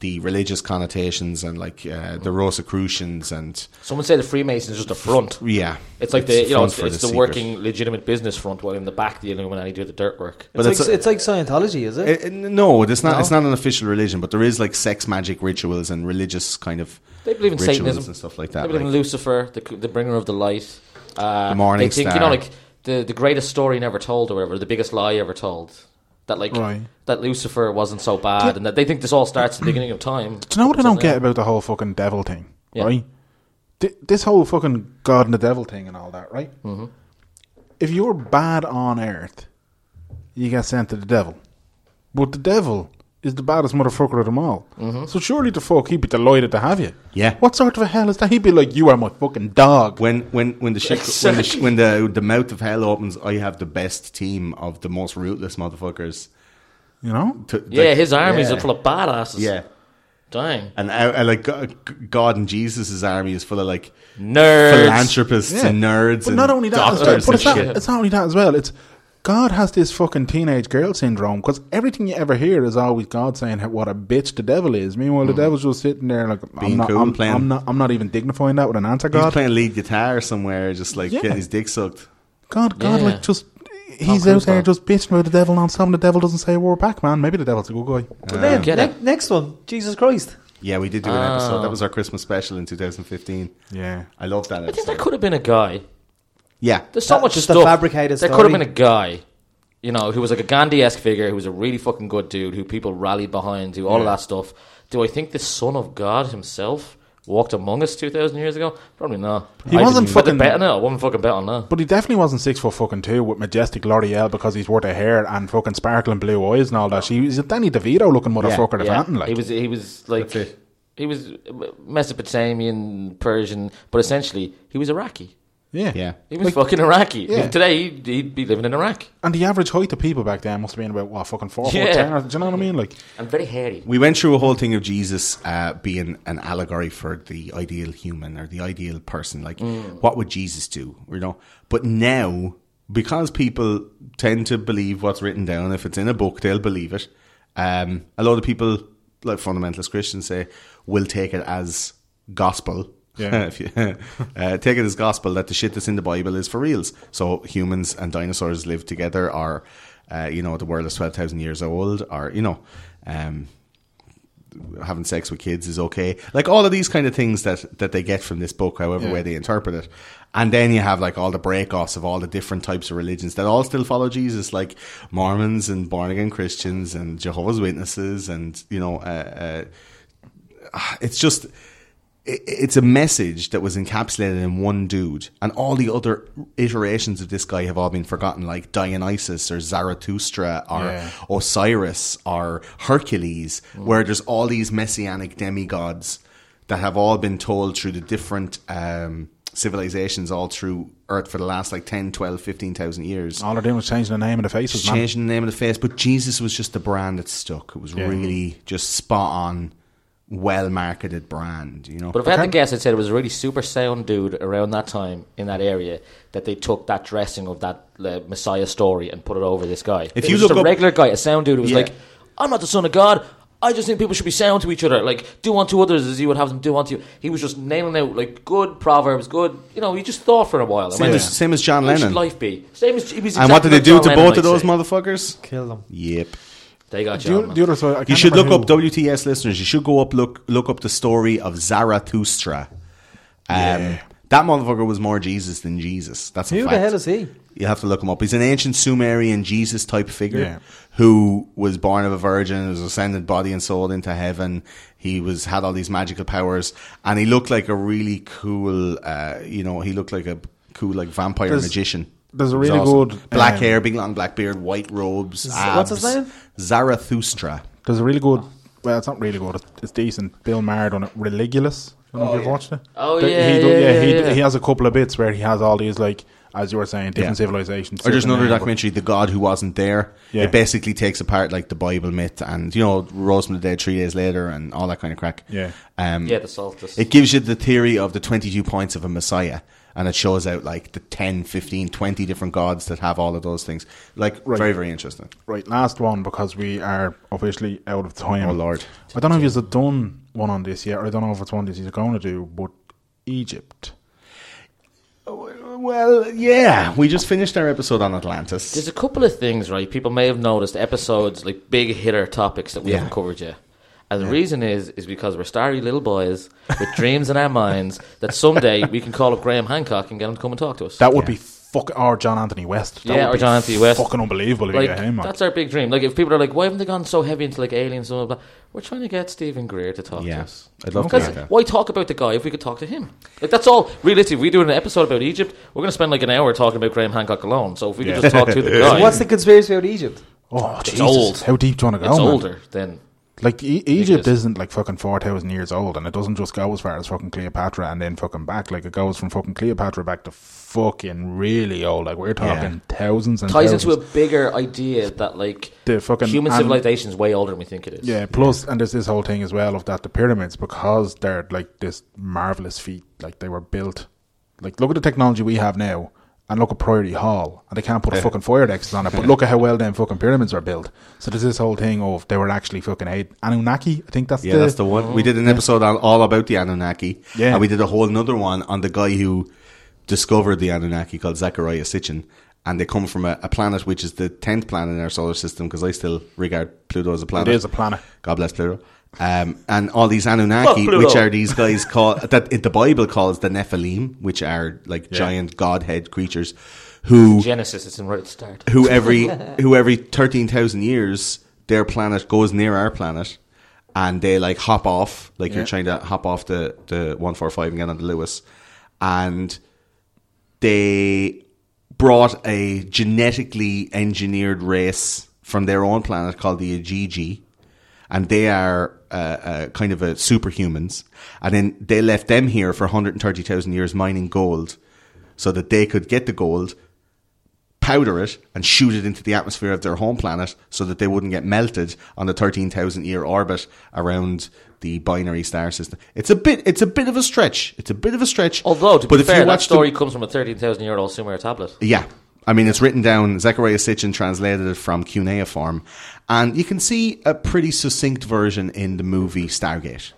Speaker 4: the religious connotations and like uh, the Rosicrucians and
Speaker 5: Someone say the Freemasons is just a front.
Speaker 4: yeah,
Speaker 5: It's like the you know
Speaker 4: funds
Speaker 5: it's,
Speaker 4: for
Speaker 5: it's the
Speaker 4: secret.
Speaker 5: working legitimate business front while in the back the Illuminati do the dirt work.
Speaker 4: But
Speaker 3: it's,
Speaker 4: it's
Speaker 3: like,
Speaker 4: a-
Speaker 3: it's like Scientology, is it?
Speaker 4: Uh, uh, no, it's not. It's not an official religion, but there is like sex magic rituals and religious kind of
Speaker 5: They believe in
Speaker 4: rituals
Speaker 5: Satanism.
Speaker 4: and stuff like
Speaker 5: They
Speaker 4: that.
Speaker 5: believe in
Speaker 4: like-
Speaker 5: Lucifer, the, the bringer of the light. Uh,
Speaker 4: The morning
Speaker 5: They think you
Speaker 4: star.
Speaker 5: know like the, the greatest story never told or whatever, the biggest lie ever told. That like
Speaker 2: Right.
Speaker 5: that Lucifer wasn't so bad, and that they think this all starts at the beginning of time.
Speaker 2: Do you know what I don't get about the whole fucking devil thing?
Speaker 5: Yeah.
Speaker 2: Right? Th- this whole fucking God and the devil thing and all that, right? Mm-hmm. If you're bad on earth, you get sent to the devil. But the devil is the baddest motherfucker of them all. So surely the fuck he'd be delighted to have you.
Speaker 4: Yeah.
Speaker 2: What sort of a hell is that? He'd be like, "You are my fucking dog."
Speaker 4: When when when the shit
Speaker 5: (laughs)
Speaker 4: when the sh- when the the mouth of hell opens, I have the best team of the most rootless motherfuckers.
Speaker 2: You know?
Speaker 4: To,
Speaker 5: Yeah,
Speaker 4: like-
Speaker 5: his armies
Speaker 4: yeah.
Speaker 5: are full of badasses.
Speaker 4: Yeah,
Speaker 5: dang
Speaker 4: and I, I like G- G- God and Jesus' army is full of like
Speaker 5: nerds.
Speaker 4: philanthropists
Speaker 2: Yeah.
Speaker 4: and nerds.
Speaker 2: But
Speaker 4: and
Speaker 2: not only that, as well,
Speaker 4: doctors
Speaker 2: but it's
Speaker 4: and
Speaker 2: not,
Speaker 4: shit.
Speaker 2: it's not only that as well. It's God has this fucking teenage girl syndrome because everything you ever hear is always God saying how, what a bitch the devil is. Meanwhile, the devil's just sitting there like
Speaker 4: Hmm. Being
Speaker 2: I'm not,
Speaker 4: cool,
Speaker 2: I'm,
Speaker 4: playing-
Speaker 2: I'm not, I'm not even dignifying that with an answer.
Speaker 4: He's
Speaker 2: God,
Speaker 4: playing lead guitar somewhere, just like
Speaker 2: Yeah.
Speaker 4: getting his dick sucked.
Speaker 2: God, God,
Speaker 5: Yeah.
Speaker 2: like just He's out there just bitching about the devil on something. The devil doesn't say a word back, man. Maybe the devil's a good guy.
Speaker 3: But then,
Speaker 5: Get
Speaker 3: ne-
Speaker 5: it.
Speaker 3: next one, Jesus Christ.
Speaker 4: Yeah, we did do an episode. That was our Christmas special in 2015.
Speaker 2: Oh. Yeah.
Speaker 4: I love that
Speaker 5: I think
Speaker 4: episode.
Speaker 5: that could have been a guy.
Speaker 4: yeah.
Speaker 5: There's so
Speaker 3: That-
Speaker 5: much
Speaker 3: just a
Speaker 5: stuff.
Speaker 3: fabricated
Speaker 5: There could have
Speaker 3: story.
Speaker 5: been a guy, you know, who was like a Gandhi-esque figure, who was a really fucking good dude, who people rallied behind, who all of that stuff. Do I think the Son of God himself walked among us two thousand years ago? Probably not.
Speaker 2: He
Speaker 5: I
Speaker 2: wasn't
Speaker 5: didn't- but they're
Speaker 2: fucking-
Speaker 5: betting it. I wasn't fucking betting that.
Speaker 2: But he definitely wasn't six foot fucking two with majestic L'Oreal because he's worth a hair and fucking sparkling blue eyes and all that. She, he's a Danny DeVito looking motherfucker if anything, like.
Speaker 5: he was he was like he was Mesopotamian, Persian, but essentially he was Iraqi.
Speaker 2: yeah.
Speaker 4: Yeah.
Speaker 5: He was fucking Iraqi.
Speaker 2: Yeah.
Speaker 5: If today he'd, he'd be living in Iraq
Speaker 2: And the average height of people back then must have been about what fucking four foot
Speaker 5: Yeah.
Speaker 2: ten. Or, do you know what I mean? Like,
Speaker 5: and very hairy.
Speaker 4: We went through a whole thing of Jesus uh, being an allegory for the ideal human or the ideal person. Like, what would Jesus do? You know. But now, because people tend to believe what's written down, if it's in a book, they'll believe it. Um, a lot of people, like fundamentalist Christians, say will take it as gospel.
Speaker 2: Yeah.
Speaker 4: (laughs) If you- uh, take it as gospel that the shit that's in the Bible is for reals. So humans and dinosaurs live together, or uh, you know, the world is twelve thousand years old, or you know, um, having sex with kids is okay. Like all of these kind of things that that they get from this book, however way they interpret it. And then you have like all the breakoffs of all the different types of religions that all still follow Jesus, like Mormons and born again Christians and Jehovah's Witnesses, and you know, uh, uh, it's just it- it's a message that was encapsulated in one dude, and all the other iterations of this guy have all been forgotten, like Dionysus or Zarathustra or
Speaker 2: Yeah.
Speaker 4: Osiris or Hercules, where there's all these messianic demigods that have all been told through the different um, civilizations all through Earth for the last like 10, 12, 15,000
Speaker 5: Oh,
Speaker 4: years.
Speaker 2: all they're doing is changing the name of the faces, man.
Speaker 4: Changing the name of the face, but Jesus was just the brand that stuck. It was really just spot on, well marketed brand, you know.
Speaker 5: But if I had to guess, I'd say it was a really super sound dude around that time in that area that they took that dressing of that uh, Messiah story and put it over this guy. If
Speaker 4: you
Speaker 5: was
Speaker 4: look
Speaker 5: just a
Speaker 4: up-
Speaker 5: regular guy, a sound dude who was
Speaker 4: Yeah.
Speaker 5: like, "I'm not the son of God. I just think people should be sound to each other. Like do unto others as you would have them do unto you." He was just nailing out like good proverbs, good. You know, he just thought for a while.
Speaker 4: Same, as, same as John
Speaker 5: How should
Speaker 4: Lennon.
Speaker 5: life be? Same as he was
Speaker 4: and what did
Speaker 5: exactly
Speaker 4: they do
Speaker 5: like
Speaker 4: to
Speaker 5: John
Speaker 4: both of those
Speaker 5: Lennon, I'd say.
Speaker 4: motherfuckers?
Speaker 3: Kill them.
Speaker 4: Yep.
Speaker 5: They got
Speaker 2: The,
Speaker 5: you.
Speaker 2: o- the other side, I
Speaker 4: You
Speaker 2: can't
Speaker 4: should look
Speaker 2: remember
Speaker 4: up WTS listeners. You should go up look look up the story of Zarathustra. Um, That motherfucker was more Jesus than Jesus. That's a
Speaker 3: Who the
Speaker 4: fact.
Speaker 3: hell is he?
Speaker 4: You have to look him up. He's an ancient Sumerian Jesus type figure
Speaker 2: Yeah.
Speaker 4: who was born of a virgin, was ascended body and soul into heaven. He was had all these magical powers, and he looked like a really cool. Uh, you know, he looked like a cool like vampire
Speaker 2: There's-
Speaker 4: magician.
Speaker 2: there's a
Speaker 4: It was
Speaker 2: really good,
Speaker 4: black
Speaker 2: um,
Speaker 4: hair, big long black beard, white robes.
Speaker 3: what's his
Speaker 4: abs.
Speaker 3: name?
Speaker 4: Zarathustra.
Speaker 2: There's a really good. Well, it's not really good. It's, it's decent. Bill Maher done it. Religulous. I don't know if you've watched it.
Speaker 5: Oh,
Speaker 2: But
Speaker 5: yeah,
Speaker 2: he do-
Speaker 5: yeah, yeah,
Speaker 2: he,
Speaker 5: yeah.
Speaker 2: he has a couple of bits where he has all these like, as you were saying, different
Speaker 4: Yeah.
Speaker 2: civilizations.
Speaker 4: Or there's
Speaker 2: different
Speaker 4: another
Speaker 2: name,
Speaker 4: documentary, The God Who Wasn't There.
Speaker 2: Yeah.
Speaker 4: It basically takes apart like the Bible myth and you know rose from the dead three days later and all that kind of crack.
Speaker 2: Yeah.
Speaker 4: Um,
Speaker 5: Yeah, the Psaltist.
Speaker 4: It gives you the theory of the 22 points of a Messiah, and it shows out like the 10, 15, 20 different gods that have all of those things. Like, very, very interesting.
Speaker 2: but- Right, last one because we are officially out of time.
Speaker 4: Oh, Lord.
Speaker 2: I don't know if you've done one on this yet, or I don't know if it's one this you're going to do, but Egypt.
Speaker 4: Well, yeah, we just finished our episode on Atlantis.
Speaker 5: There's a couple of things, right? People may have noticed episodes like big hitter topics that we
Speaker 4: Yeah.
Speaker 5: haven't covered yet. And the reason is is because we're starry little boys with dreams in our minds that someday we can call up Graham Hancock and get him to come and talk to us.
Speaker 2: That would be fuck or John Anthony West. That
Speaker 5: Yeah,
Speaker 2: would
Speaker 5: or
Speaker 2: be
Speaker 5: John Anthony West.
Speaker 2: Fucking unbelievable if you
Speaker 5: like,
Speaker 2: get him. Like.
Speaker 5: that's our big dream. Like if people are like, why haven't they gone so heavy into like aliens and all that? We're trying to get Stephen Greer to talk to
Speaker 4: Yes.
Speaker 5: us.
Speaker 4: I'd love
Speaker 5: Because
Speaker 4: to hear that.
Speaker 5: why talk about the guy if we could talk to him? Like that's all. Realistically, if we do an episode about Egypt, we're going to spend like an hour talking about Graham Hancock alone. So if we could just talk to the
Speaker 4: Oh,
Speaker 5: guy,
Speaker 3: What's the conspiracy about Egypt?
Speaker 2: Oh, Jesus.
Speaker 5: old.
Speaker 2: How deep do you want to go?
Speaker 5: it's
Speaker 2: man?
Speaker 5: older than
Speaker 2: Like e- Egypt
Speaker 5: is.
Speaker 2: isn't like fucking four thousand years old, and it doesn't just go as far as fucking Cleopatra and then fucking back. Like it goes from fucking Cleopatra back to fucking really old. Like we're talking thousands and
Speaker 5: ties
Speaker 2: thousands.
Speaker 5: into a bigger idea that like
Speaker 2: The fucking-
Speaker 5: human
Speaker 2: and-
Speaker 5: civilization is way older than we think it is.
Speaker 2: yeah. Plus, and there's this whole thing as well of that the pyramids because they're like this marvelous feat. Like they were built. Like look at the technology we have now, and look at Priory Hall, and they can't put a fucking fire exit on it. But look at how well them fucking pyramids are built. So there's this whole thing of they were actually fucking eight Anunnaki. I think that's
Speaker 4: Yeah, that's the one. We did an episode on all about the Anunnaki.
Speaker 2: Yeah.
Speaker 4: And we did a whole another one on the guy who discovered the Anunnaki called Zachariah Sitchin. and they come from a, a planet which is the tenth planet in our solar system. Because I still regard Pluto as a planet.
Speaker 2: It is a planet.
Speaker 4: God bless Pluto. Um, and all these Anunnaki,
Speaker 5: Pluto.
Speaker 4: which are these guys called that it, the Bible calls the Nephilim, which are like giant godhead creatures, who
Speaker 5: Genesis, it's in right at the start.
Speaker 4: who every who every thirteen thousand years their planet goes near our planet, and they like hop off, like you're trying to hop off the the one four five and get onto Lewis, and they brought a genetically engineered race from their own planet called the Ajiji, and they are uh, uh, kind of uh superhumans. And then they left them here for 130,000 years mining gold so that they could get the gold, powder it, and shoot it into the atmosphere of their home planet so that they wouldn't get melted on the 13,000 year orbit around the binary star system. It's a bit it's a bit of a stretch. It's a bit of a stretch.
Speaker 5: Although, to be fair, that
Speaker 4: the-
Speaker 5: story comes from a 13,000 year old Sumer tablet.
Speaker 4: yeah. I mean, it's written down. Zechariah Sitchin translated it from cuneiform. And you can see a pretty succinct version in the movie Stargate.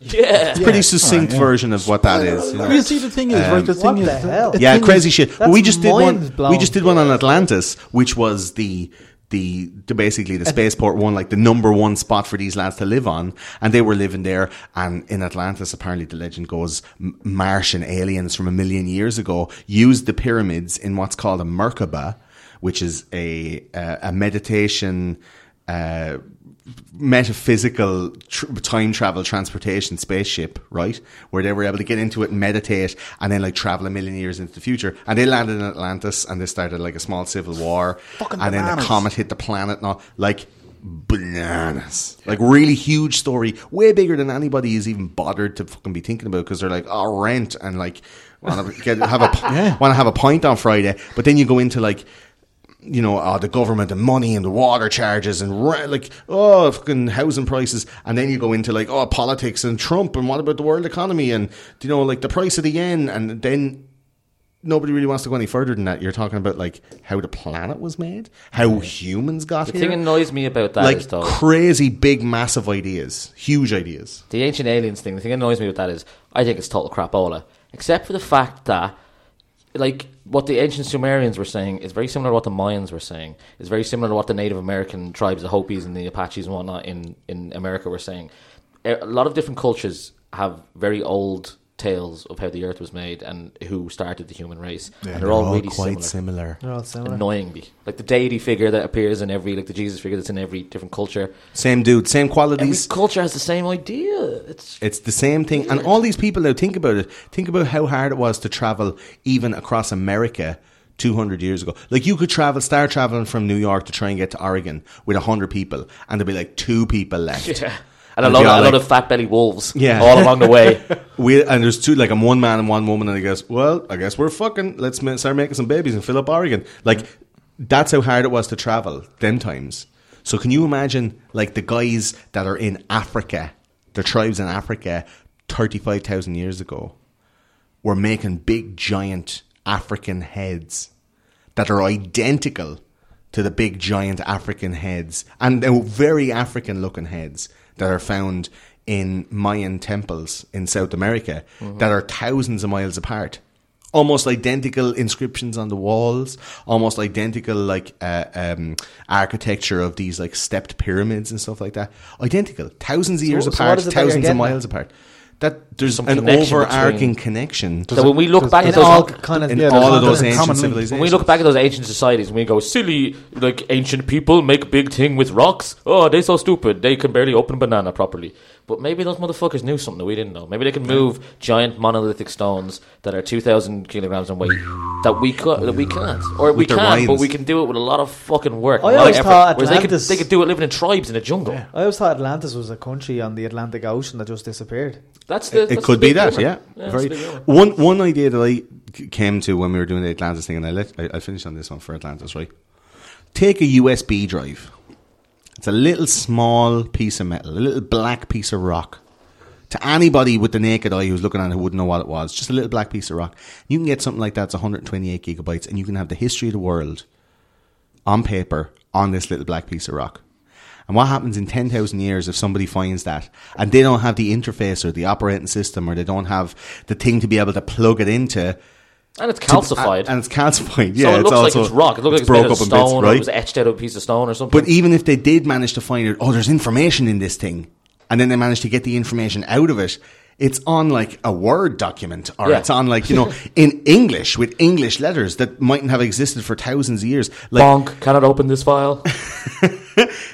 Speaker 5: Yeah.
Speaker 4: Pretty succinct version of what that is. you know.
Speaker 2: You see, the thing is, right? The thing
Speaker 3: Um, What
Speaker 2: is,
Speaker 3: the hell?
Speaker 4: Yeah,
Speaker 3: (laughs)
Speaker 4: crazy shit.
Speaker 3: That's
Speaker 4: we just did one.
Speaker 3: mind-blown.
Speaker 4: We just did one on Atlantis, which was the. The, the basically the spaceport one like the number one spot for these lads to live on and they were living there and in Atlantis apparently the legend goes M- Martian aliens from a million years ago used the pyramids in what's called a Merkaba which is a uh, a meditation uh, metaphysical tr- time travel transportation spaceship, right? Where they were able to get into it and meditate and then like travel a million years into the future. And they landed in Atlantis and they started like a small civil war.
Speaker 2: Fucking
Speaker 4: and then a
Speaker 2: bananas.
Speaker 4: comet hit the planet and all. Like, bananas. Like, really huge story, way bigger than anybody is even bothered to fucking be thinking about because they're like, oh, rent and like, want to have
Speaker 2: (laughs)
Speaker 4: a p- want to have a pint on Friday, but then you go into like you know, uh, the government and money and the water charges and re- like, oh, fucking housing prices. And then you go into like, oh, politics and Trump and what about the world economy and, you know, like the price of the yen. And then nobody really wants to go any further than that. You're talking about like how the planet was made, how humans got
Speaker 5: The
Speaker 4: here.
Speaker 5: thing annoys me about that
Speaker 4: like
Speaker 5: is though.
Speaker 4: crazy, big, massive ideas, huge ideas.
Speaker 5: the ancient aliens thing, the thing that annoys me with that is I think it's total crapola. Except for the fact that like what the ancient Sumerians were saying is very similar to what the Mayans were saying. It's very similar to what the Native American tribes, the Hopis and the Apaches and whatnot in, in America were saying. A lot of different cultures have very old tales of how the earth was made and who started the human race. and they're all, really similar.
Speaker 3: They're all similar.
Speaker 5: Annoyingly. Like the deity figure that appears in every like the Jesus figure that's in every different culture.
Speaker 4: Same dude, same
Speaker 5: Every
Speaker 4: qualities.
Speaker 5: culture has the same idea. It's
Speaker 4: It's the same thing. And all these people now think about it. Think about how hard it was to travel even across America 200 years ago. Like you could travel, start traveling from New York to try and get to Oregon with 100 people and there'd be like two people left.
Speaker 5: Yeah. And a
Speaker 4: It'd
Speaker 5: lot,
Speaker 4: be
Speaker 5: of,
Speaker 4: all
Speaker 5: a lot
Speaker 4: like-
Speaker 5: of fat belly wolves
Speaker 4: (laughs) Yeah.
Speaker 5: all along
Speaker 4: (laughs)
Speaker 5: the way.
Speaker 4: We, and there's two, like I'm one man and one woman and I guess, well, I guess we're fucking, let's ma- start making some babies and fill up Oregon. Like that's how hard it was to travel them times. So can you imagine like the guys that are in Africa, the tribes in Africa 35,000 years ago? were making big giant African heads that are identical to the big giant African heads and they're very African looking heads that are found in Mayan temples in South America
Speaker 3: Mm-hmm.
Speaker 4: that are thousands of miles apart. Almost identical inscriptions on the walls, almost identical like uh, um, architecture of these like stepped pyramids and stuff like that. Identical, thousands of years
Speaker 3: so what
Speaker 4: apart,
Speaker 3: is it that you're
Speaker 4: thousands of
Speaker 3: getting at?
Speaker 4: miles apart. That there's
Speaker 5: Some
Speaker 4: an
Speaker 5: connection
Speaker 4: overarching
Speaker 5: between-
Speaker 4: connection
Speaker 5: So when we look back
Speaker 3: In
Speaker 5: at
Speaker 3: all
Speaker 5: those,
Speaker 3: kind of
Speaker 4: in
Speaker 2: Yeah, there's
Speaker 4: all of
Speaker 2: a
Speaker 4: those
Speaker 2: common
Speaker 4: ancient
Speaker 2: link.
Speaker 4: civilizations.
Speaker 5: when we look back at those ancient societies, and we go silly, like ancient people make big thing with rocks. Oh, they so stupid. They can barely open a banana properly. But maybe those motherfuckers knew something that we didn't know. Maybe they can move giant monolithic stones that are two thousand kilograms in weight that we could, that we can't, or we
Speaker 4: their
Speaker 5: can, but
Speaker 4: minds.
Speaker 5: we can do it with a lot of fucking
Speaker 3: I
Speaker 5: work. a lot of
Speaker 3: always
Speaker 5: effort.
Speaker 3: thought
Speaker 5: Whereas they could,
Speaker 3: Atlantis-
Speaker 5: they could do it living in tribes in a jungle.
Speaker 3: I always thought Atlantis was a country on the Atlantic Ocean that just disappeared.
Speaker 5: That's the,
Speaker 4: it
Speaker 5: that's
Speaker 4: could
Speaker 5: the
Speaker 4: be
Speaker 5: big
Speaker 4: that,
Speaker 5: rumor.
Speaker 4: yeah.
Speaker 5: that's
Speaker 4: Very,
Speaker 5: the big rumor.
Speaker 4: one one idea that I c- came to when we were doing the Atlantis thing, and I let I, I finished on this one for Atlantis, right? Take a USB drive. It's a little small piece of metal, a little black piece of rock. To anybody with the naked eye who's looking at it who wouldn't know what it was, just a little black piece of rock. You can get something like that. It's 128 gigabytes, and you can have the history of the world on paper on this little black piece of rock. And what happens in 10,000 years if somebody finds that and they don't have the interface or the operating system or they don't have the thing to be able to plug it into?
Speaker 5: And it's calcified.
Speaker 4: and it's calcified. Yeah,
Speaker 5: so it
Speaker 4: it's
Speaker 5: looks like
Speaker 4: also-
Speaker 5: it's rock. It looks
Speaker 4: it's
Speaker 5: like
Speaker 4: broke
Speaker 5: it's made
Speaker 4: up in
Speaker 5: out of
Speaker 4: bits,
Speaker 5: stone, or
Speaker 4: right?
Speaker 5: it was etched out of a piece of stone or something.
Speaker 4: But e- even if they did manage to find out, oh, there's information in this thing, and then they managed to get the information out of it, it's on like a Word document or
Speaker 5: Yeah.
Speaker 4: it's on like, you know, in English with English letters that mightn't have existed for thousands of years. Like,
Speaker 5: Bonk cannot open this file.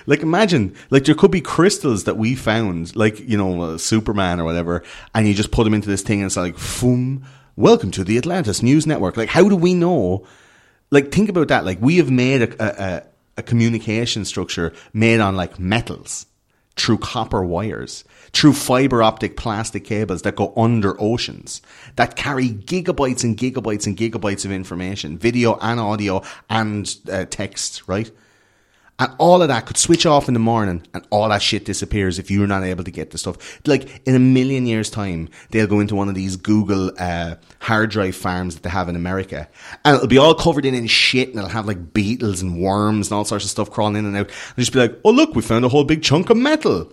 Speaker 4: like imagine, like there could be crystals that we found, like, you know, uh, Superman or whatever, and you just put them into this thing and it's like, foom, welcome to the Atlantis News Network. Like, how do we know? Like, think about that. Like, we have made a, a, a, a communication structure made on like metals, through copper wires, through fiber optic plastic cables that go under oceans, that carry gigabytes and gigabytes and gigabytes of information, video and audio and uh, text, right? And all of that could switch off in the morning and all that shit disappears if you're not able to get the stuff. Like in a million years time, they'll go into one of these Google uh, hard drive farms that they have in America and it'll be all covered in, in shit and it'll have like beetles and worms and all sorts of stuff crawling in and out. And just be like, oh look, we found a whole big chunk of metal.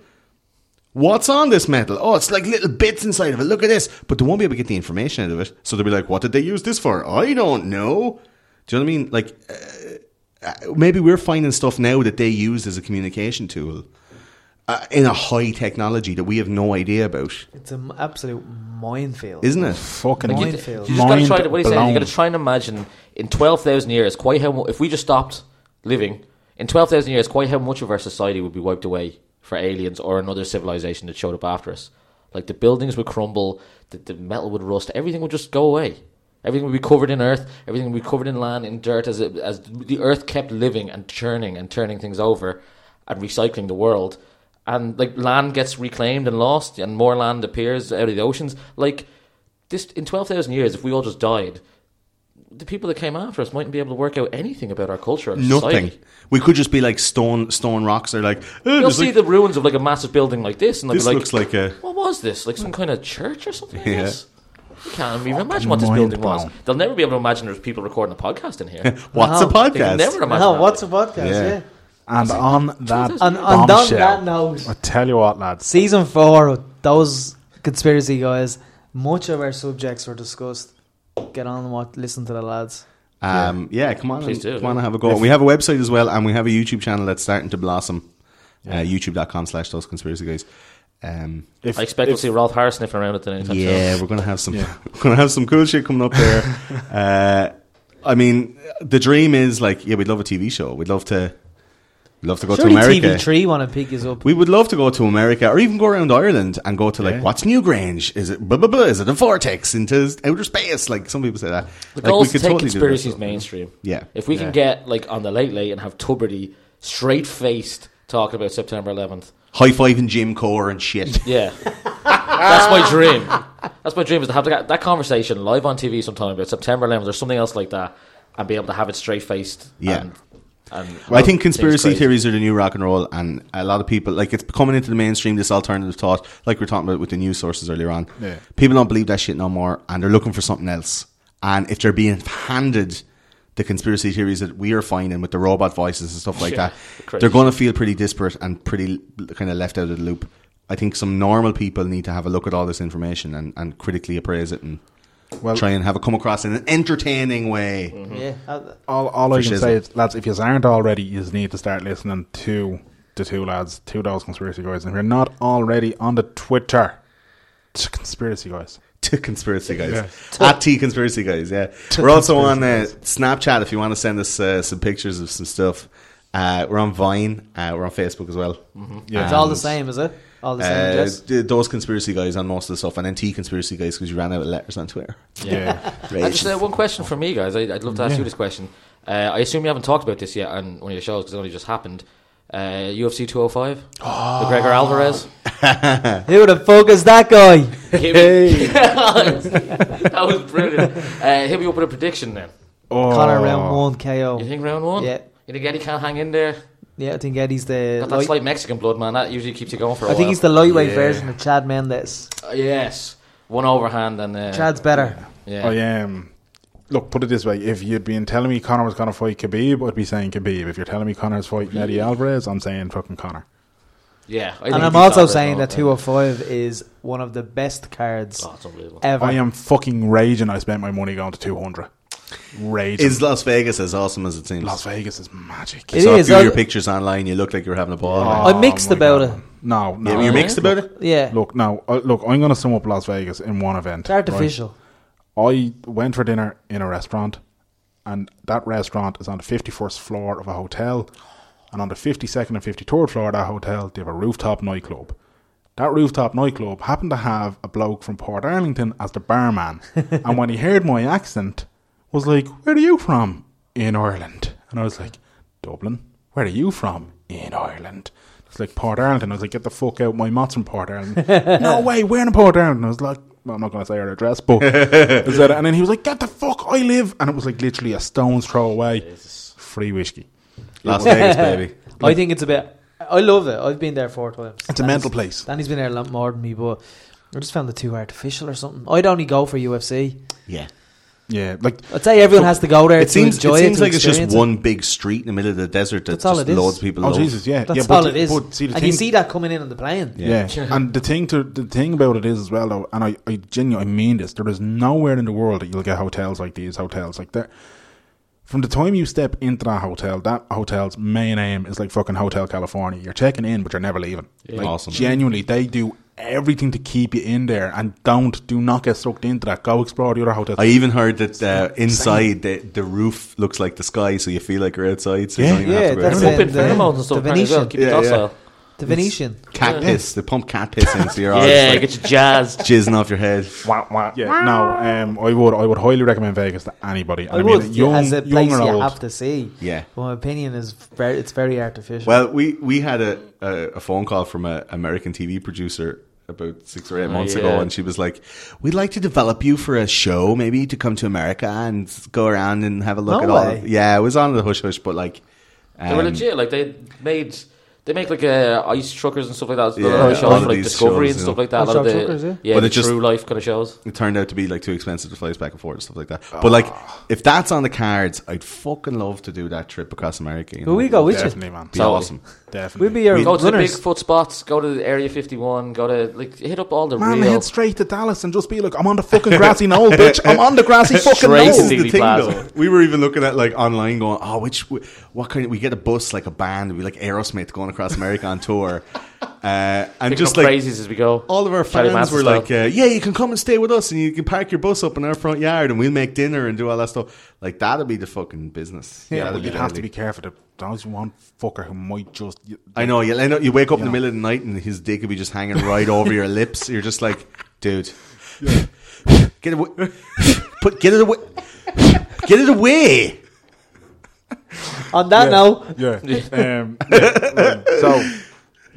Speaker 4: What's on this metal? Oh, it's like little bits inside of it. Look at this. But they won't be able to get the information out of it. So they'll be like, what did they use this for? I don't know. Do you know what I mean? Like, maybe we're finding stuff now that they used as a communication tool uh, in a high technology that we have no idea about,
Speaker 3: It's an absolute minefield.
Speaker 4: isn't it?
Speaker 2: Fucking
Speaker 3: Like, you-
Speaker 2: mind
Speaker 3: you just
Speaker 5: You just gotta
Speaker 2: mind
Speaker 5: try to, what he's saying, you
Speaker 2: blown.
Speaker 5: gotta try and imagine in 12,000 years, quite how, mu- if we just stopped living, in 12,000 years, quite how much of our society would be wiped away for aliens or another civilization that showed up after us. Like the buildings would crumble, the, the metal would rust, everything would just go away. Everything would be covered in earth, everything would be covered in land, in dirt, as, it, as the earth kept living and churning and turning things over and recycling the world. And like land gets reclaimed and lost, and more land appears out of the oceans. Like this in 12,000 years, if we all just died, the people that came after us mightn't be able to work out anything about our culture or
Speaker 4: Nothing.
Speaker 5: society.
Speaker 4: We could just be like stone stone rocks. They're like, "Eh,
Speaker 5: You'll
Speaker 4: there's
Speaker 5: see
Speaker 4: like-
Speaker 5: the ruins of like a massive building like this, and they'll
Speaker 4: This
Speaker 5: be like,
Speaker 4: looks like a- Hmm.
Speaker 5: what was this? Like some kind of church or something? I
Speaker 4: Yeah.
Speaker 5: guess? You can't even imagine what this
Speaker 2: mind
Speaker 5: building was.
Speaker 2: blown.
Speaker 5: They'll never be able to imagine there's people recording a podcast in here.
Speaker 4: (laughs) what's (laughs) a
Speaker 3: Wow.
Speaker 5: they can
Speaker 4: podcast?
Speaker 5: never imagine.
Speaker 3: No, (laughs)
Speaker 5: that.
Speaker 3: what's a podcast?
Speaker 4: Yeah.
Speaker 3: Yeah.
Speaker 2: And
Speaker 5: (laughs)
Speaker 2: on that
Speaker 3: And, and on that note,
Speaker 2: I tell you what, lads.
Speaker 3: season four, of those conspiracy guys, much of our subjects were discussed. Get on and watch, listen to the lads.
Speaker 4: Um, yeah, come on, and,
Speaker 5: Please do,
Speaker 4: come on,
Speaker 5: yeah.
Speaker 4: and have a go. we have a website as well, and we have a YouTube channel that's starting to blossom. Uh, YouTube.com slash those conspiracy guys. Um,
Speaker 2: If,
Speaker 5: I expect we'll see Ralph Harris sniffing around at the anytime
Speaker 4: yeah, we're gonna have some (laughs) we're gonna have some cool shit coming up there. uh, I mean, the dream is like, yeah, we'd love a TV show. We'd love to, we'd love to go
Speaker 3: Surely
Speaker 4: to America.
Speaker 3: TV3 want to pick us up.
Speaker 4: We would love to go to America or even go around Ireland and go to like what's Newgrange? Is it blah blah blah? Is it a vortex into outer space? Like some people say that.
Speaker 5: The
Speaker 4: like
Speaker 5: goal is to take
Speaker 4: do
Speaker 5: conspiracies
Speaker 4: that.
Speaker 5: mainstream.
Speaker 4: Yeah.
Speaker 5: If we
Speaker 4: Yeah.
Speaker 5: can get like on the late late and have Tuberty straight faced talking about September 11th,
Speaker 4: High five and Jim Core and shit.
Speaker 5: Yeah, that's my dream. That's my dream is to have that, that conversation live on TV sometime about September 11th or something else like that, and be able to have it straight faced.
Speaker 4: Yeah.
Speaker 5: and, and
Speaker 4: I think
Speaker 5: things
Speaker 4: conspiracy
Speaker 5: crazy.
Speaker 4: theories are the new rock and roll, and a lot of people like it's coming into the mainstream. This alternative thought, like we are talking about with the news sources earlier on,
Speaker 2: Yeah.
Speaker 4: people don't believe that shit no more, and they're looking for something else. And if they're being handed the conspiracy theories that we are finding with the robot voices and stuff like
Speaker 5: Yeah,
Speaker 4: that,
Speaker 5: crazy.
Speaker 4: they're going to feel pretty disparate and pretty kind of left out of the loop. I think some normal people need to have a look at all this information and, and critically appraise it and
Speaker 2: Well-
Speaker 4: try and have it come across in an entertaining way.
Speaker 5: Mm.
Speaker 3: yeah. Uh,
Speaker 2: all, all I
Speaker 4: shizzle.
Speaker 2: can say is, lads, if you aren't already, you just need to start listening to the two lads, two those conspiracy guys. And if you're not already on the Twitter, it's conspiracy guys.
Speaker 4: to conspiracy guys at t conspiracy guys yeah we're also on uh, snapchat if you want to send us uh, some pictures of some stuff uh, we're on vine uh, we're on facebook as well
Speaker 2: Mm-hmm. Yeah.
Speaker 3: it's all the same, is it? All the same,
Speaker 4: uh,
Speaker 3: Jess?
Speaker 4: th- those conspiracy guys on most of the stuff and then t conspiracy guys because you ran out of letters on twitter
Speaker 2: Yeah.
Speaker 3: (laughs)
Speaker 5: I just uh, one question for me, guys. I, I'd love to ask you this question. Uh, I assume you haven't talked about this yet on one of your shows because it only just happened. Uh, UFC 205,
Speaker 4: (gasps)
Speaker 5: the Gregor Alvarez.
Speaker 3: Who the fuck is that guy?
Speaker 5: (laughs) that was brilliant. Uh, hit me up with a prediction then.
Speaker 2: Oh.
Speaker 3: Connor round one KO.
Speaker 5: You think round one?
Speaker 3: Yeah.
Speaker 5: You think Eddie can't hang in there?
Speaker 3: Yeah, I think Eddie's the.
Speaker 5: That, that's
Speaker 3: Light,
Speaker 5: like Mexican blood, man. That usually keeps you going for a
Speaker 3: I
Speaker 5: while.
Speaker 3: think he's the lightweight version of Chad Mendes.
Speaker 5: Uh, yes, one overhand and uh,
Speaker 3: Chad's better.
Speaker 4: Oh,
Speaker 5: Yeah,
Speaker 2: I am. Look, put it this way: if you'd been telling me Connor was going to fight Khabib, I'd be saying Khabib. If you're telling me Connor's fighting Eddie Alvarez, I'm saying fucking Connor.
Speaker 5: Yeah, I
Speaker 3: and
Speaker 5: think
Speaker 3: I'm
Speaker 5: he's
Speaker 3: also
Speaker 5: all right
Speaker 3: saying
Speaker 5: now,
Speaker 3: that
Speaker 5: but-
Speaker 3: 205 is one of the best cards
Speaker 5: Oh, it's unbelievable.
Speaker 3: ever.
Speaker 2: I am fucking raging. I spent my money going to 200. Raging.
Speaker 4: Is Las Vegas as awesome as it seems?
Speaker 2: Las Vegas is magic.
Speaker 3: It
Speaker 4: Saw
Speaker 3: is, Oh.
Speaker 4: a few of
Speaker 3: I-
Speaker 4: your pictures online. You look like you're having a ball.
Speaker 2: Oh,
Speaker 3: I'm mixed
Speaker 2: my
Speaker 3: about
Speaker 2: God.
Speaker 3: it.
Speaker 2: No, no.
Speaker 3: Oh.
Speaker 4: Yeah, you're mixed about it.
Speaker 3: Yeah,
Speaker 2: Look, no. uh, Look, I'm going to sum up Las Vegas in one event.
Speaker 3: it's artificial.
Speaker 2: right? I went for dinner in a restaurant, and that restaurant is on the 51st floor of a hotel. And on the 52nd and 53rd floor of that hotel, they have a rooftop nightclub. That rooftop nightclub happened to have a bloke from Port Arlington as the barman. and when he heard my accent, was like, Where are you from? In Ireland. And I was like, Dublin? Where are you from? In Ireland. It's like Port Arlington. I was like, Get the fuck out my mott's from Port Arlington. no way, we're in Port Arlington. I was like, well, I'm not going to say her address, but I said it. and then he was like, "Get the fuck, I live," and it was like literally a stone's throw away. Free whiskey.
Speaker 4: Las Vegas, baby.
Speaker 3: I think it's a bit. I love it. I've been there four times.
Speaker 2: It's a mental place.
Speaker 3: Danny's been there a lot more than me, but I just found it too artificial or something. I'd only go for UFC.
Speaker 4: Yeah.
Speaker 2: Yeah, like
Speaker 3: I'd say everyone has to go there
Speaker 4: It
Speaker 3: to
Speaker 4: seems,
Speaker 3: enjoy
Speaker 4: it seems
Speaker 3: to
Speaker 4: like it's just
Speaker 3: experience it.
Speaker 4: one big street in the middle of the desert that
Speaker 3: That's all
Speaker 4: just
Speaker 3: it is.
Speaker 4: loads of people
Speaker 2: oh
Speaker 4: love.
Speaker 2: Jesus, yeah,
Speaker 3: That's
Speaker 2: yeah,
Speaker 3: all it is.
Speaker 2: But see, the
Speaker 3: and
Speaker 2: thing,
Speaker 3: you see that coming in on the plane.
Speaker 2: (laughs) yeah, and the thing to the thing about it is as well, though, and I, I genuinely mean this. There is nowhere in the world that you'll get hotels like these hotels like that. From the time you step into that hotel, that hotel's main aim is like fucking Hotel California. You're checking in, but you're never leaving. Like,
Speaker 4: Awesome.
Speaker 2: Genuinely, they do everything to keep you in there, and don't do not get sucked into that. Go explore the other hotels.
Speaker 4: I even heard that uh, inside the, the roof looks like the sky, so you feel like you're outside. So you
Speaker 2: Yeah.
Speaker 4: don't even
Speaker 3: Yeah,
Speaker 4: have to go
Speaker 3: that's
Speaker 4: out.
Speaker 3: it.
Speaker 5: Put in
Speaker 3: the-
Speaker 5: pheromones and stuff.
Speaker 3: the
Speaker 5: apparently, as well,
Speaker 3: uh, Venetian.
Speaker 5: Keep it
Speaker 4: Yeah, yeah.
Speaker 5: docile.
Speaker 3: The Venetian.
Speaker 4: Cat piss. They pump cat piss into
Speaker 5: (laughs)
Speaker 4: your eyes.
Speaker 5: Yeah,
Speaker 4: like,
Speaker 5: get you
Speaker 4: (laughs)
Speaker 5: jazzed.
Speaker 4: jizzing off your head.
Speaker 2: Yeah, no, um, I would, I would highly recommend Vegas to anybody. And
Speaker 3: I
Speaker 2: I mean,
Speaker 3: would,
Speaker 2: young,
Speaker 3: as a
Speaker 2: young
Speaker 3: place
Speaker 2: or
Speaker 3: you
Speaker 2: old.
Speaker 3: have to see.
Speaker 4: Yeah.
Speaker 3: But my opinion is very, it's very artificial.
Speaker 4: Well, we, we had a, a, a phone call from an American TV producer about six or eight months ago,
Speaker 5: yeah.
Speaker 4: and she was like, We'd like to develop you for a show, maybe to come to America and go around and have a look
Speaker 3: No
Speaker 4: at all.
Speaker 3: way.
Speaker 4: of-" Yeah, it was on the hush hush, but like.
Speaker 5: They were
Speaker 4: um,
Speaker 5: legit. Like they made, they make like uh, ice truckers and stuff like that.
Speaker 4: Yeah,
Speaker 5: a lot of
Speaker 4: all
Speaker 5: shows
Speaker 4: of
Speaker 5: like
Speaker 4: these
Speaker 5: Discovery
Speaker 4: shows,
Speaker 5: and
Speaker 4: you
Speaker 5: stuff
Speaker 4: know.
Speaker 5: like that. A lot
Speaker 3: Oh,
Speaker 5: of the
Speaker 3: show truckers, yeah.
Speaker 5: yeah,
Speaker 4: But
Speaker 5: the
Speaker 4: it just-
Speaker 5: true life kind of shows.
Speaker 4: It turned out to be like too expensive to fly us back and forth and stuff like that. But like, if that's on the cards, I'd fucking love to do that trip across America. You
Speaker 3: Will
Speaker 4: know?
Speaker 3: we go with
Speaker 2: Definitely,
Speaker 3: you?
Speaker 2: man.
Speaker 4: Be
Speaker 5: Totally.
Speaker 4: awesome.
Speaker 2: Definitely.
Speaker 3: We'll be your
Speaker 5: Go to the
Speaker 3: runners.
Speaker 5: Bigfoot spots. Go to Area 51. Go to like hit up all the
Speaker 2: Man,
Speaker 5: real.
Speaker 2: head straight to Dallas and just be like, I'm on the fucking grassy knoll, bitch. I'm on the grassy fucking
Speaker 5: Straight
Speaker 2: knoll.
Speaker 5: to
Speaker 4: the
Speaker 5: Dealey
Speaker 4: thing,
Speaker 5: Plaza.
Speaker 4: though. We were even looking at like online, going, "Oh, which what kind? Of, we get a bus like a band, we like Aerosmith going across America on tour, uh, and
Speaker 5: Picking
Speaker 4: just
Speaker 5: up
Speaker 4: like
Speaker 5: crazies as we go.
Speaker 4: all of our
Speaker 5: Charlie
Speaker 4: fans
Speaker 5: Manson
Speaker 4: were
Speaker 5: style.
Speaker 4: like, uh, "Yeah, you can come and stay with us, and you can park your bus up in our front yard, and we'll make dinner and do all that stuff." Like that'd be the fucking business.
Speaker 2: Yeah,
Speaker 4: That'd
Speaker 2: but
Speaker 4: be
Speaker 2: you have to be
Speaker 4: deadly.
Speaker 2: careful. There- There's one fucker who might just.
Speaker 4: I know. You'll end up, you wake up in
Speaker 2: Yeah.
Speaker 4: the middle of the night and his dick will be just hanging right over your lips. You're just like, dude, get away. (laughs) Put, get it away. Get it away.
Speaker 3: On that note,
Speaker 2: Yeah. um, yeah, right. So,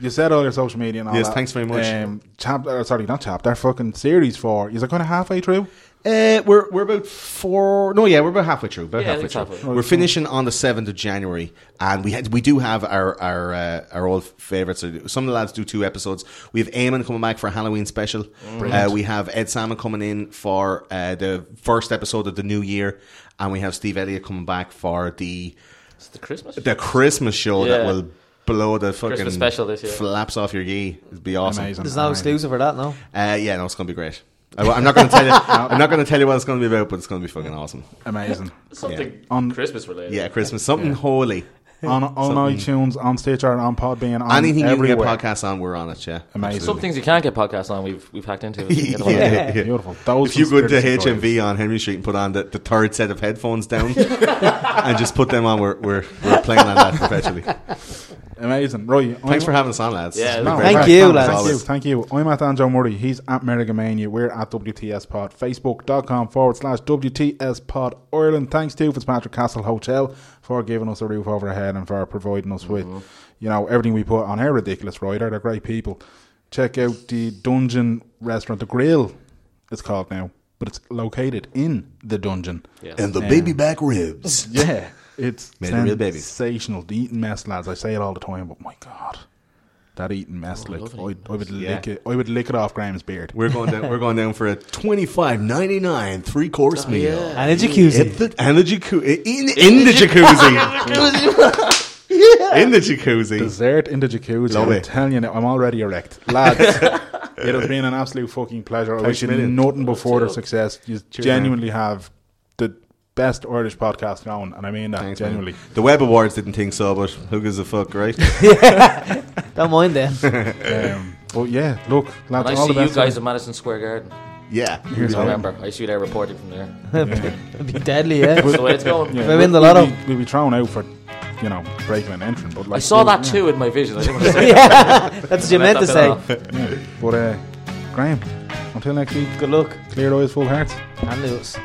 Speaker 2: you said all your social media and all
Speaker 4: Yes,
Speaker 2: that.
Speaker 4: thanks very much.
Speaker 2: Um, chap, uh, sorry, not chap. They're fucking series four. Is it kind of halfway through?
Speaker 4: Uh, we're, we're about four. No, yeah, we're about halfway through. About
Speaker 5: Yeah, I
Speaker 4: halfway
Speaker 5: think
Speaker 4: through.
Speaker 5: halfway.
Speaker 4: We're finishing on the seventh of January, and we had, we do have our our uh, our old favorites. Some of the lads do two episodes. We have Eamon coming back for a Halloween special. Uh, we have Ed Salmon coming in for uh, the first episode of the new year, and we have Steve Elliott coming back for the
Speaker 5: It's the Christmas.
Speaker 4: the Christmas show that
Speaker 5: Yeah.
Speaker 4: will blow the fucking
Speaker 5: Christmas special this year.
Speaker 4: flaps off your gi. It'd be awesome.
Speaker 2: Amazing.
Speaker 3: there's no
Speaker 2: amazing.
Speaker 3: exclusive for that, no?
Speaker 4: Uh, yeah, no, it's gonna be great. I, am not gonna (laughs) tell you. I'm not gonna tell you what it's gonna be about, but it's gonna be fucking awesome.
Speaker 2: Amazing.
Speaker 5: Something
Speaker 2: On-
Speaker 5: Christmas related.
Speaker 4: Yeah, Christmas, something holy.
Speaker 2: on on iTunes, on Stitcher, on Podbean, on
Speaker 4: Anything
Speaker 2: everywhere.
Speaker 4: you can get podcasts on, we're on it. Yeah.
Speaker 2: Amazing.
Speaker 5: Some things you can't get podcasts on. We've we've hacked into. It.
Speaker 4: (laughs) Yeah,
Speaker 5: yeah.
Speaker 4: yeah, yeah.
Speaker 2: Beautiful. Those
Speaker 4: If you go to
Speaker 2: conspiracy
Speaker 4: HMV on Henry Street and put on the, the third set of headphones down (laughs) and just put them on, we're, we're, we're playing on that perpetually.
Speaker 2: Amazing. Right.
Speaker 4: Thanks for having us on, lads.
Speaker 5: Yeah,
Speaker 4: It's been
Speaker 5: no,
Speaker 4: great.
Speaker 3: Thank you, lads.
Speaker 2: Thank you,
Speaker 4: Always.
Speaker 2: thank you. I'm at Anjo Murray. He's at Merigamania. We're at WTS Pod. Facebook.com forward slash WTS Pod Ireland. Thanks to Fitzpatrick Castle Hotel for giving us a roof over our head and for providing us
Speaker 4: Mm-hmm.
Speaker 2: with, you know, everything we put on our ridiculous rider. They're great people. Check out the Dungeon Restaurant, the Grill, it's called now, but it's located in the dungeon.
Speaker 4: And the baby back ribs.
Speaker 2: Yeah, it's
Speaker 4: Made of real babies.
Speaker 2: sensational. The eating mess, lads. I say it all the time, but my god, that eating mess!
Speaker 4: Oh,
Speaker 2: like I, I would lick it. I would lick it off Graham's beard.
Speaker 4: We're going down. We're going down for a twenty five ninety nine three course meal.
Speaker 3: And a jacuzzi.
Speaker 4: At the, and the jacuzzi in, in the jacuzzi. (laughs) in the jacuzzi.
Speaker 2: Dessert in the jacuzzi.
Speaker 4: Love
Speaker 2: I'm
Speaker 4: it.
Speaker 2: telling you, now, I'm already erect,
Speaker 4: (laughs)
Speaker 2: lads. it has been an absolute fucking pleasure. I wish you
Speaker 4: million.
Speaker 2: nothing before their success. You genuinely have the best Irish podcast going, and I mean that
Speaker 4: Thanks, man.
Speaker 2: genuinely.
Speaker 4: The Web Awards didn't think so, but who gives a fuck, (laughs) right?
Speaker 3: Don't mind
Speaker 2: (laughs)
Speaker 3: them.
Speaker 2: Um, but yeah, look, lads,
Speaker 5: And I
Speaker 2: all
Speaker 5: see
Speaker 2: the
Speaker 5: you
Speaker 2: best.
Speaker 5: guys at Madison Square Garden.
Speaker 4: yeah.
Speaker 2: Here's hoping.
Speaker 5: Remember, I see you there reporting from there.
Speaker 3: It'd be deadly, yeah.
Speaker 5: That's the way it's
Speaker 2: (laughs)
Speaker 5: going.
Speaker 2: Yeah,
Speaker 3: If I win the
Speaker 2: we'll-
Speaker 3: lotto.
Speaker 2: we'll be- we'll be thrown out for, you know, breaking and entering. But like,
Speaker 5: I saw
Speaker 2: we'll-
Speaker 5: that
Speaker 2: yeah.
Speaker 5: too in my vision. I didn't want to say
Speaker 3: That's what you meant to say.
Speaker 2: But uh, Graham, until next week,
Speaker 3: Good luck.
Speaker 2: clear eyes, full hearts.
Speaker 3: And lose.